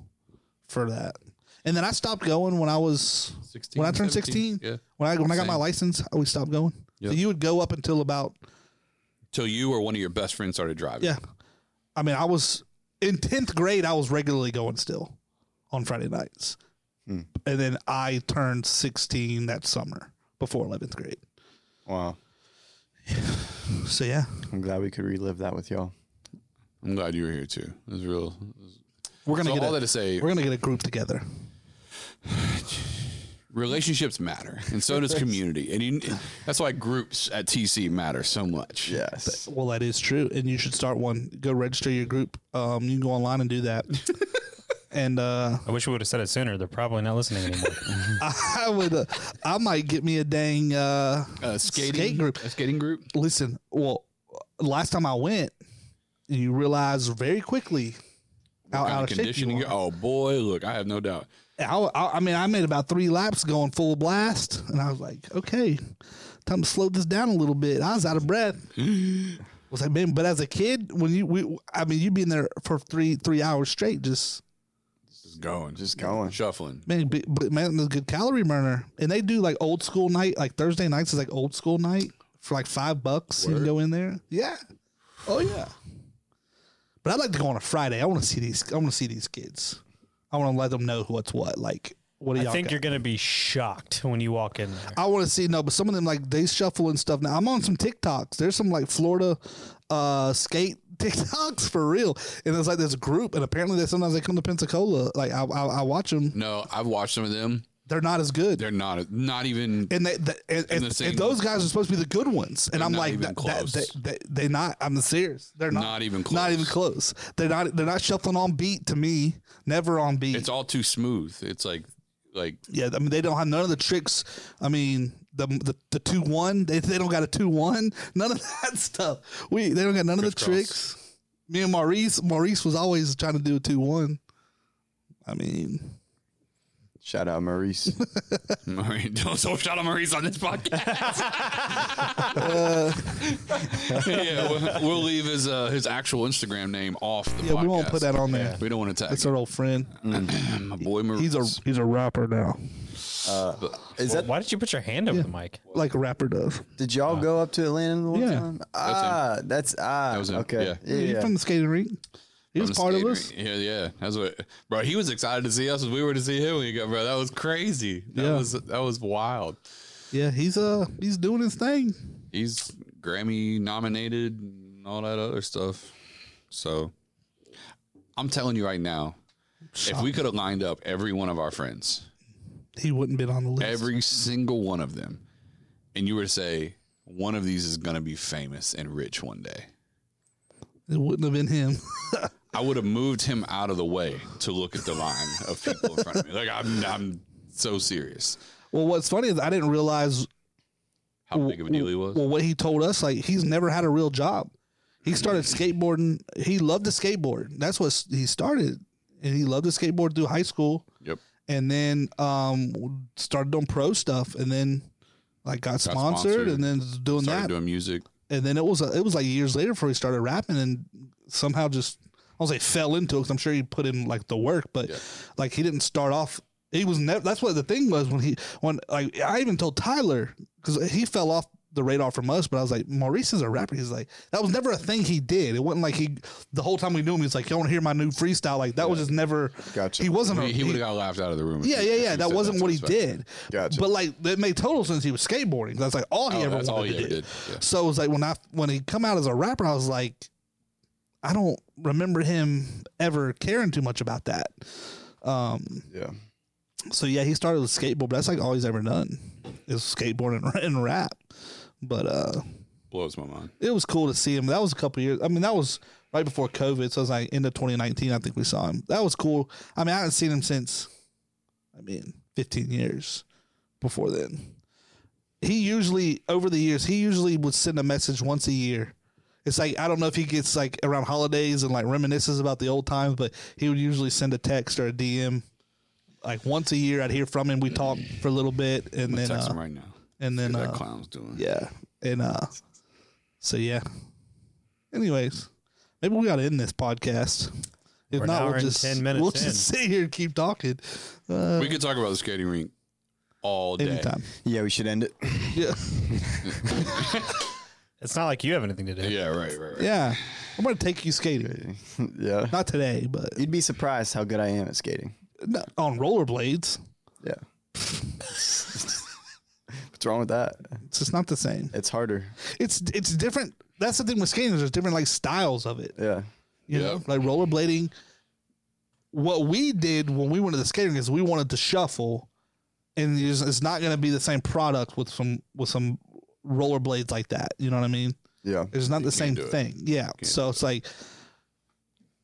[SPEAKER 1] for that. And then I stopped going when I was
[SPEAKER 2] 16,
[SPEAKER 1] when I turned
[SPEAKER 2] 17?
[SPEAKER 1] 16.
[SPEAKER 2] Yeah.
[SPEAKER 1] When I when I got
[SPEAKER 2] Same.
[SPEAKER 1] my license, we stopped going.
[SPEAKER 2] Yep.
[SPEAKER 1] So you would go up until about
[SPEAKER 2] Till you or one of your best friends started driving.
[SPEAKER 1] yeah. I mean, I was in tenth grade. I was regularly going still on Friday nights,
[SPEAKER 4] Hmm.
[SPEAKER 1] and then I turned sixteen that summer before eleventh grade.
[SPEAKER 4] Wow.
[SPEAKER 1] So yeah,
[SPEAKER 4] I'm glad we could relive that with y'all.
[SPEAKER 2] I'm glad you were here too. It was real.
[SPEAKER 1] we're gonna
[SPEAKER 2] So
[SPEAKER 1] get
[SPEAKER 2] all
[SPEAKER 1] a,
[SPEAKER 2] that to say,
[SPEAKER 1] we're gonna get a group together.
[SPEAKER 2] relationships matter, and
[SPEAKER 1] *laughs*
[SPEAKER 2] so does community. And you, that's why groups at TC matter so much.
[SPEAKER 4] Yes.
[SPEAKER 1] Well, that is true, and you should start one. Go register your group. Um, you can go online and do
[SPEAKER 2] *laughs*
[SPEAKER 1] that. and uh, *laughs*
[SPEAKER 3] I wish we would have said it sooner. They're probably not listening anymore.
[SPEAKER 1] I would, uh, I might get me a dang uh,
[SPEAKER 2] A skating
[SPEAKER 1] Skate group.
[SPEAKER 2] A skating group.
[SPEAKER 1] listen. Well, last time I went, you realize very quickly how
[SPEAKER 2] Kind of
[SPEAKER 1] out of shape you
[SPEAKER 2] conditioning.
[SPEAKER 1] are.
[SPEAKER 2] Oh boy, look, I have no doubt.
[SPEAKER 1] I, I, I mean, I made about three laps going full blast, and I was like, okay, time to slow this down a little bit. I was out of
[SPEAKER 2] *gasps*
[SPEAKER 1] breath. was like, man, but as a kid, when you, we, I mean, you've been there for three three hours straight, just.
[SPEAKER 2] Just going, just
[SPEAKER 4] going.
[SPEAKER 2] shuffling.
[SPEAKER 1] Man, but, but man, the good calorie burner, and they do like old school night, like Thursday nights is like old school night for like five bucks. You can go in there, yeah, oh yeah. But I'd like to go on a Friday. I want to see these. I want to see these kids. I want to let them know what's what. Like, what do
[SPEAKER 3] I
[SPEAKER 1] y'all?
[SPEAKER 3] think
[SPEAKER 1] got?
[SPEAKER 3] you're gonna be shocked when you walk in there.
[SPEAKER 1] I want to see no, but some of them like they shuffle and stuff. Now I'm on some TikToks. There's some like Florida uh skate *laughs* TikToks for real, and it's like this group, and apparently they sometimes they come to Pensacola. Like I, I, I watch them.
[SPEAKER 2] No, I've watched some of them.
[SPEAKER 1] They're not as good.
[SPEAKER 2] They're not not even.
[SPEAKER 1] and they, the, and, and,
[SPEAKER 2] the same-
[SPEAKER 1] and those guys are supposed to be the good ones, and I'm
[SPEAKER 2] not
[SPEAKER 1] like,
[SPEAKER 2] even
[SPEAKER 1] that, that,
[SPEAKER 2] close.
[SPEAKER 1] they, they, they not. I'm serious. They're not,
[SPEAKER 2] Not even
[SPEAKER 1] Not
[SPEAKER 2] close.
[SPEAKER 1] even close. They're not. They're not shuffling on beat to me. Never on beat.
[SPEAKER 2] It's all too smooth. It's like like
[SPEAKER 1] yeah, I mean they don't have none of the tricks. I mean the the, the two one. They, they don't got a two one. None of *laughs* that stuff. We they don't got none of the
[SPEAKER 2] Crisscross.
[SPEAKER 1] tricks. Me and Maurice. Maurice was always trying to do a two one. I mean,
[SPEAKER 4] Shout out Maurice.
[SPEAKER 2] Marie. *laughs* Don't so shout out Maurice on this podcast. *laughs* yeah, we'll, we'll leave his uh, his actual Instagram name off the
[SPEAKER 1] yeah, we won't put that on there.
[SPEAKER 2] We don't want to tag
[SPEAKER 1] That's our old friend.
[SPEAKER 2] Mm. him. *clears throat* my boy Maurice.
[SPEAKER 1] He's a he's a rapper now,
[SPEAKER 4] Is
[SPEAKER 3] Well,
[SPEAKER 4] that
[SPEAKER 3] why did you put your hand over the mic?
[SPEAKER 1] like a rapper does.
[SPEAKER 4] did y'all go up to Atlanta the one
[SPEAKER 1] yeah.
[SPEAKER 4] time? Ah, that's ah
[SPEAKER 2] was him,
[SPEAKER 4] okay.
[SPEAKER 2] yeah.
[SPEAKER 1] Yeah,
[SPEAKER 4] Yeah. yeah.
[SPEAKER 1] He's from the skating rink. He was
[SPEAKER 2] From the
[SPEAKER 1] part of
[SPEAKER 2] skating
[SPEAKER 1] us.
[SPEAKER 2] rink. Yeah, yeah. That's what, bro. He was excited to see us as we were to see him when he got, bro. That was crazy. That
[SPEAKER 1] Yeah.
[SPEAKER 2] was that was wild.
[SPEAKER 1] Yeah, he's uh he's doing his thing.
[SPEAKER 2] He's Grammy nominated and all that other stuff. So, I'm telling you right now, if we could have lined up every one of our friends,
[SPEAKER 1] He wouldn't been on the list.
[SPEAKER 2] every single one of them, and you were to say one of these is going to be famous and rich one day,
[SPEAKER 1] it wouldn't have been him. *laughs*
[SPEAKER 2] I would have moved him out of the way to look at the line of people in front of me. Like I'm, I'm so serious.
[SPEAKER 1] well, what's funny is I didn't realize
[SPEAKER 2] How big of a deal he was.
[SPEAKER 1] well what he told us. Like he's never had a real job. He started skateboarding. He loved to skateboard. That's what s- he started, and he loved to skateboard through high school,
[SPEAKER 2] Yep.
[SPEAKER 1] and then um started doing pro stuff, and then like got, sponsored,
[SPEAKER 2] sponsored.
[SPEAKER 1] and then doing
[SPEAKER 2] Started
[SPEAKER 1] that,
[SPEAKER 2] doing music.
[SPEAKER 1] and then it was it was like years later before he started rapping and somehow just I don't say fell into it 'cause I'm sure he put in like the work, but
[SPEAKER 2] Yeah.
[SPEAKER 1] like he didn't start off. He was never. That's what the thing was when he when like I even told Tyler because he fell off the radar from us, but I was like Maurice is a rapper. He's like that was never a thing he did. It wasn't like he the whole time we knew him. He's like you want to hear my new freestyle? Like that was just never.
[SPEAKER 4] Gotcha.
[SPEAKER 1] He wasn't. a-
[SPEAKER 2] He, he would have got laughed out of the room. if
[SPEAKER 1] yeah,
[SPEAKER 2] he-
[SPEAKER 1] yeah,
[SPEAKER 2] if
[SPEAKER 1] yeah.
[SPEAKER 2] he
[SPEAKER 1] That
[SPEAKER 2] said
[SPEAKER 1] wasn't
[SPEAKER 2] to
[SPEAKER 1] what he
[SPEAKER 2] his friend.
[SPEAKER 1] did.
[SPEAKER 4] Gotcha.
[SPEAKER 1] But like that made total sense. He was skateboarding. That's like all he
[SPEAKER 2] Oh,
[SPEAKER 1] ever
[SPEAKER 2] that's
[SPEAKER 1] wanted
[SPEAKER 2] all he
[SPEAKER 1] to
[SPEAKER 2] ever
[SPEAKER 1] do.
[SPEAKER 2] did. Yeah.
[SPEAKER 1] So it was like when I when he come out as a rapper, I was like, I don't remember him ever caring too much about that. Um,
[SPEAKER 4] Yeah.
[SPEAKER 1] so yeah, he started with skateboard, but that's like all he's ever done is skateboard and, *laughs* and rap. But uh,
[SPEAKER 2] Blows my mind.
[SPEAKER 1] it was cool to see him. That was a couple years. I mean, that was right before COVID. So it was like end of 2019, I think we saw him. That was cool. I mean, I haven't seen him since, I mean, 15 years before then. He usually, over the years, he usually would send a message once a year. It's like, I don't know if he gets like around holidays and like reminisces about the old times, but he would usually send a text or a DM like once a year. I'd hear from him. We talk for a little bit and then,
[SPEAKER 2] Text
[SPEAKER 1] uh,
[SPEAKER 2] him right now.
[SPEAKER 1] and
[SPEAKER 2] See
[SPEAKER 1] then,
[SPEAKER 2] what
[SPEAKER 1] uh,
[SPEAKER 2] that clown's doing.
[SPEAKER 1] yeah. And uh so yeah. Anyways, maybe we gotta end this podcast. If
[SPEAKER 3] We're an
[SPEAKER 1] not,
[SPEAKER 3] hour
[SPEAKER 1] we'll
[SPEAKER 3] and
[SPEAKER 1] just
[SPEAKER 3] 10 minutes
[SPEAKER 1] we'll
[SPEAKER 3] in.
[SPEAKER 1] just *laughs* sit here and keep talking. Uh,
[SPEAKER 2] We could talk about the skating rink all day.
[SPEAKER 1] anytime.
[SPEAKER 4] Yeah, we should end it. *laughs*
[SPEAKER 1] Yeah.
[SPEAKER 3] It's not like you have anything to do.
[SPEAKER 2] Yeah, right, right,
[SPEAKER 1] *laughs*
[SPEAKER 2] right.
[SPEAKER 1] Yeah. I'm gonna take you skating.
[SPEAKER 4] yeah.
[SPEAKER 1] Not today, but
[SPEAKER 4] You'd be surprised how good I am at skating.
[SPEAKER 1] no, on rollerblades.
[SPEAKER 4] Yeah. What's wrong with that?
[SPEAKER 1] It's just not the same.
[SPEAKER 4] It's harder.
[SPEAKER 1] It's it's different. That's the thing with skating. is There's different like styles of it.
[SPEAKER 4] Yeah.
[SPEAKER 1] You
[SPEAKER 2] Yeah.
[SPEAKER 1] know, like rollerblading. What we did when we went to the skating is we wanted to shuffle, and it's it's not going to be the same product with some with some rollerblades like that. You know what I mean?
[SPEAKER 4] Yeah.
[SPEAKER 1] It's not the same
[SPEAKER 2] do it.
[SPEAKER 1] thing. Yeah. So it's like,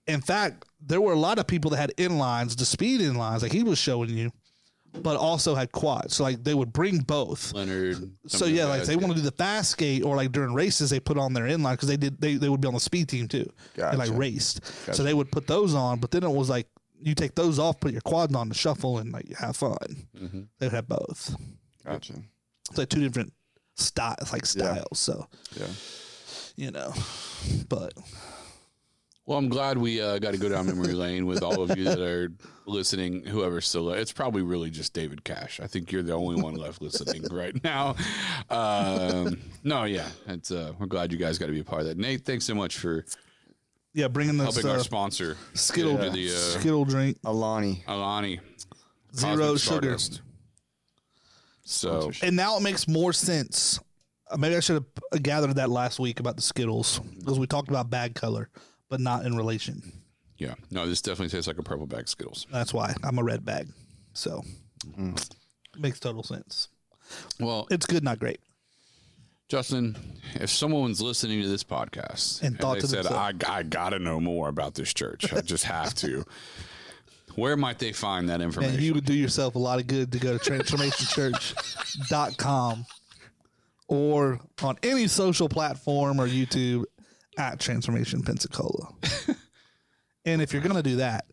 [SPEAKER 1] in fact, there were a lot of people that had inlines, the speed inlines, like he was showing you, but also had quads. So like they would bring both
[SPEAKER 2] Leonard.
[SPEAKER 1] so yeah, like they want to do the fast skate or like during races they put on their inline because they did they, they would be on the speed team too and like
[SPEAKER 4] Gotcha.
[SPEAKER 1] raced. So
[SPEAKER 4] Gotcha.
[SPEAKER 1] they would put those on, but then it was like you take those off, put your quad on to shuffle and like have fun.
[SPEAKER 4] Mm-hmm.
[SPEAKER 2] Mhm.
[SPEAKER 1] They would have both.
[SPEAKER 4] Gotcha.
[SPEAKER 1] It's like two different styles, like
[SPEAKER 4] Yeah.
[SPEAKER 1] styles. So
[SPEAKER 4] Yeah.
[SPEAKER 1] you know, but
[SPEAKER 2] Well, I'm glad we uh, got to go down memory lane with all of you that are listening. Whoever's still, it's probably really just David Cash. I think you're the only one left listening right now. Um, no, yeah, it's. Uh, we're glad you guys got to be a part of that. Nate, thanks so much for
[SPEAKER 1] yeah, bringing this
[SPEAKER 2] helping our
[SPEAKER 1] uh,
[SPEAKER 2] sponsor,
[SPEAKER 1] Skittle
[SPEAKER 2] to the uh,
[SPEAKER 1] Skittle drink
[SPEAKER 4] Alani.
[SPEAKER 2] Alani
[SPEAKER 1] zero
[SPEAKER 2] Cosmic
[SPEAKER 1] sugar,
[SPEAKER 2] Stardust. So
[SPEAKER 1] and now it makes more sense. Uh, Maybe I should have gathered that last week about the Skittles because we talked about bag color, but not in relation.
[SPEAKER 2] yeah, no, this definitely tastes like a purple bag of Skittles.
[SPEAKER 1] That's why I'm a red bag. So Mm. makes total sense.
[SPEAKER 2] Well,
[SPEAKER 1] It's good, not great.
[SPEAKER 2] Justin, if someone's listening to this podcast
[SPEAKER 1] And thought
[SPEAKER 2] they
[SPEAKER 1] to
[SPEAKER 2] said, I,
[SPEAKER 1] themselves-
[SPEAKER 2] I gotta know more about this church, I just have to. *laughs* Where might they find that information?
[SPEAKER 1] And you would do yourself a lot of good to go to transformationchurch.com or on any social platform or YouTube at Transformation Pensacola. and if you're going to do that,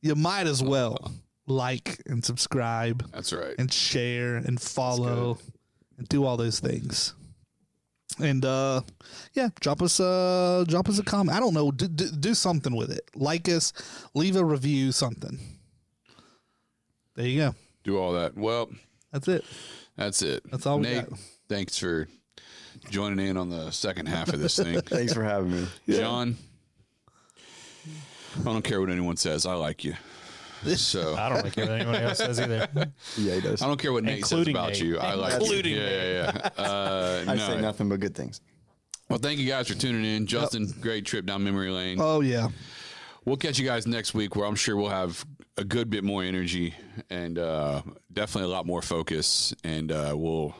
[SPEAKER 1] you might as well like and subscribe
[SPEAKER 2] That's right.
[SPEAKER 1] and share and follow and do all those things. And uh yeah, drop us uh drop us a comment. I don't know, do, do, do something with it. Like us, leave a review, something. There you go.
[SPEAKER 2] Do all that. Well,
[SPEAKER 1] That's it.
[SPEAKER 2] that's it.
[SPEAKER 1] That's all we
[SPEAKER 2] Nate,
[SPEAKER 1] got.
[SPEAKER 2] thanks for joining in on the second half
[SPEAKER 1] *laughs*
[SPEAKER 2] of this thing.
[SPEAKER 4] Thanks for having me.
[SPEAKER 2] John, I don't care what anyone says. I like you. So I
[SPEAKER 3] I don't really care what anyone else
[SPEAKER 1] *laughs*
[SPEAKER 3] says either.
[SPEAKER 4] Yeah, he does. I,
[SPEAKER 2] don't care what Nate says
[SPEAKER 3] Including
[SPEAKER 2] about
[SPEAKER 3] Nate.
[SPEAKER 2] you. I like
[SPEAKER 3] Including
[SPEAKER 2] you. Yeah, yeah, yeah.
[SPEAKER 1] *laughs*
[SPEAKER 2] Uh, no.
[SPEAKER 4] say nothing but good things.
[SPEAKER 2] Well, thank you guys for tuning in. Justin, great trip down memory lane.
[SPEAKER 1] Oh yeah.
[SPEAKER 2] We'll catch you guys next week where I'm sure we'll have a good bit more energy and uh, definitely a lot more focus. And uh, we'll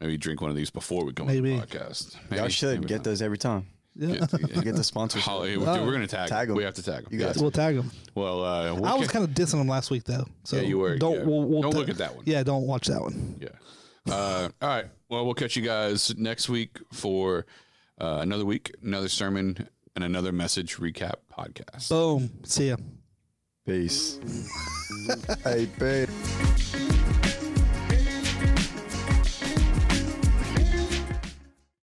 [SPEAKER 2] maybe drink one of these before we go
[SPEAKER 1] Maybe.
[SPEAKER 2] on the podcast. Maybe,
[SPEAKER 4] Y'all should
[SPEAKER 2] maybe
[SPEAKER 4] get
[SPEAKER 2] not.
[SPEAKER 4] those every time.
[SPEAKER 1] Yeah.
[SPEAKER 2] Get-
[SPEAKER 4] Get the sponsors.
[SPEAKER 2] Holly, dude, we're going to tag,
[SPEAKER 4] Tag 'em.
[SPEAKER 2] them. We have to tag them.
[SPEAKER 4] You got
[SPEAKER 1] We'll tag him.
[SPEAKER 2] Well, uh, we'll
[SPEAKER 1] I was
[SPEAKER 2] ca-
[SPEAKER 1] kind of dissing him last week though. So
[SPEAKER 2] Yeah, you were,
[SPEAKER 1] Don't
[SPEAKER 2] yeah.
[SPEAKER 1] we'll, we'll
[SPEAKER 2] Don't look at that one.
[SPEAKER 1] Yeah, don't watch that one.
[SPEAKER 2] yeah. Uh, all right. Well, we'll catch you guys next week for uh, another week, another sermon, and another message recap podcast.
[SPEAKER 1] Boom. See ya.
[SPEAKER 4] Peace. hey, babe.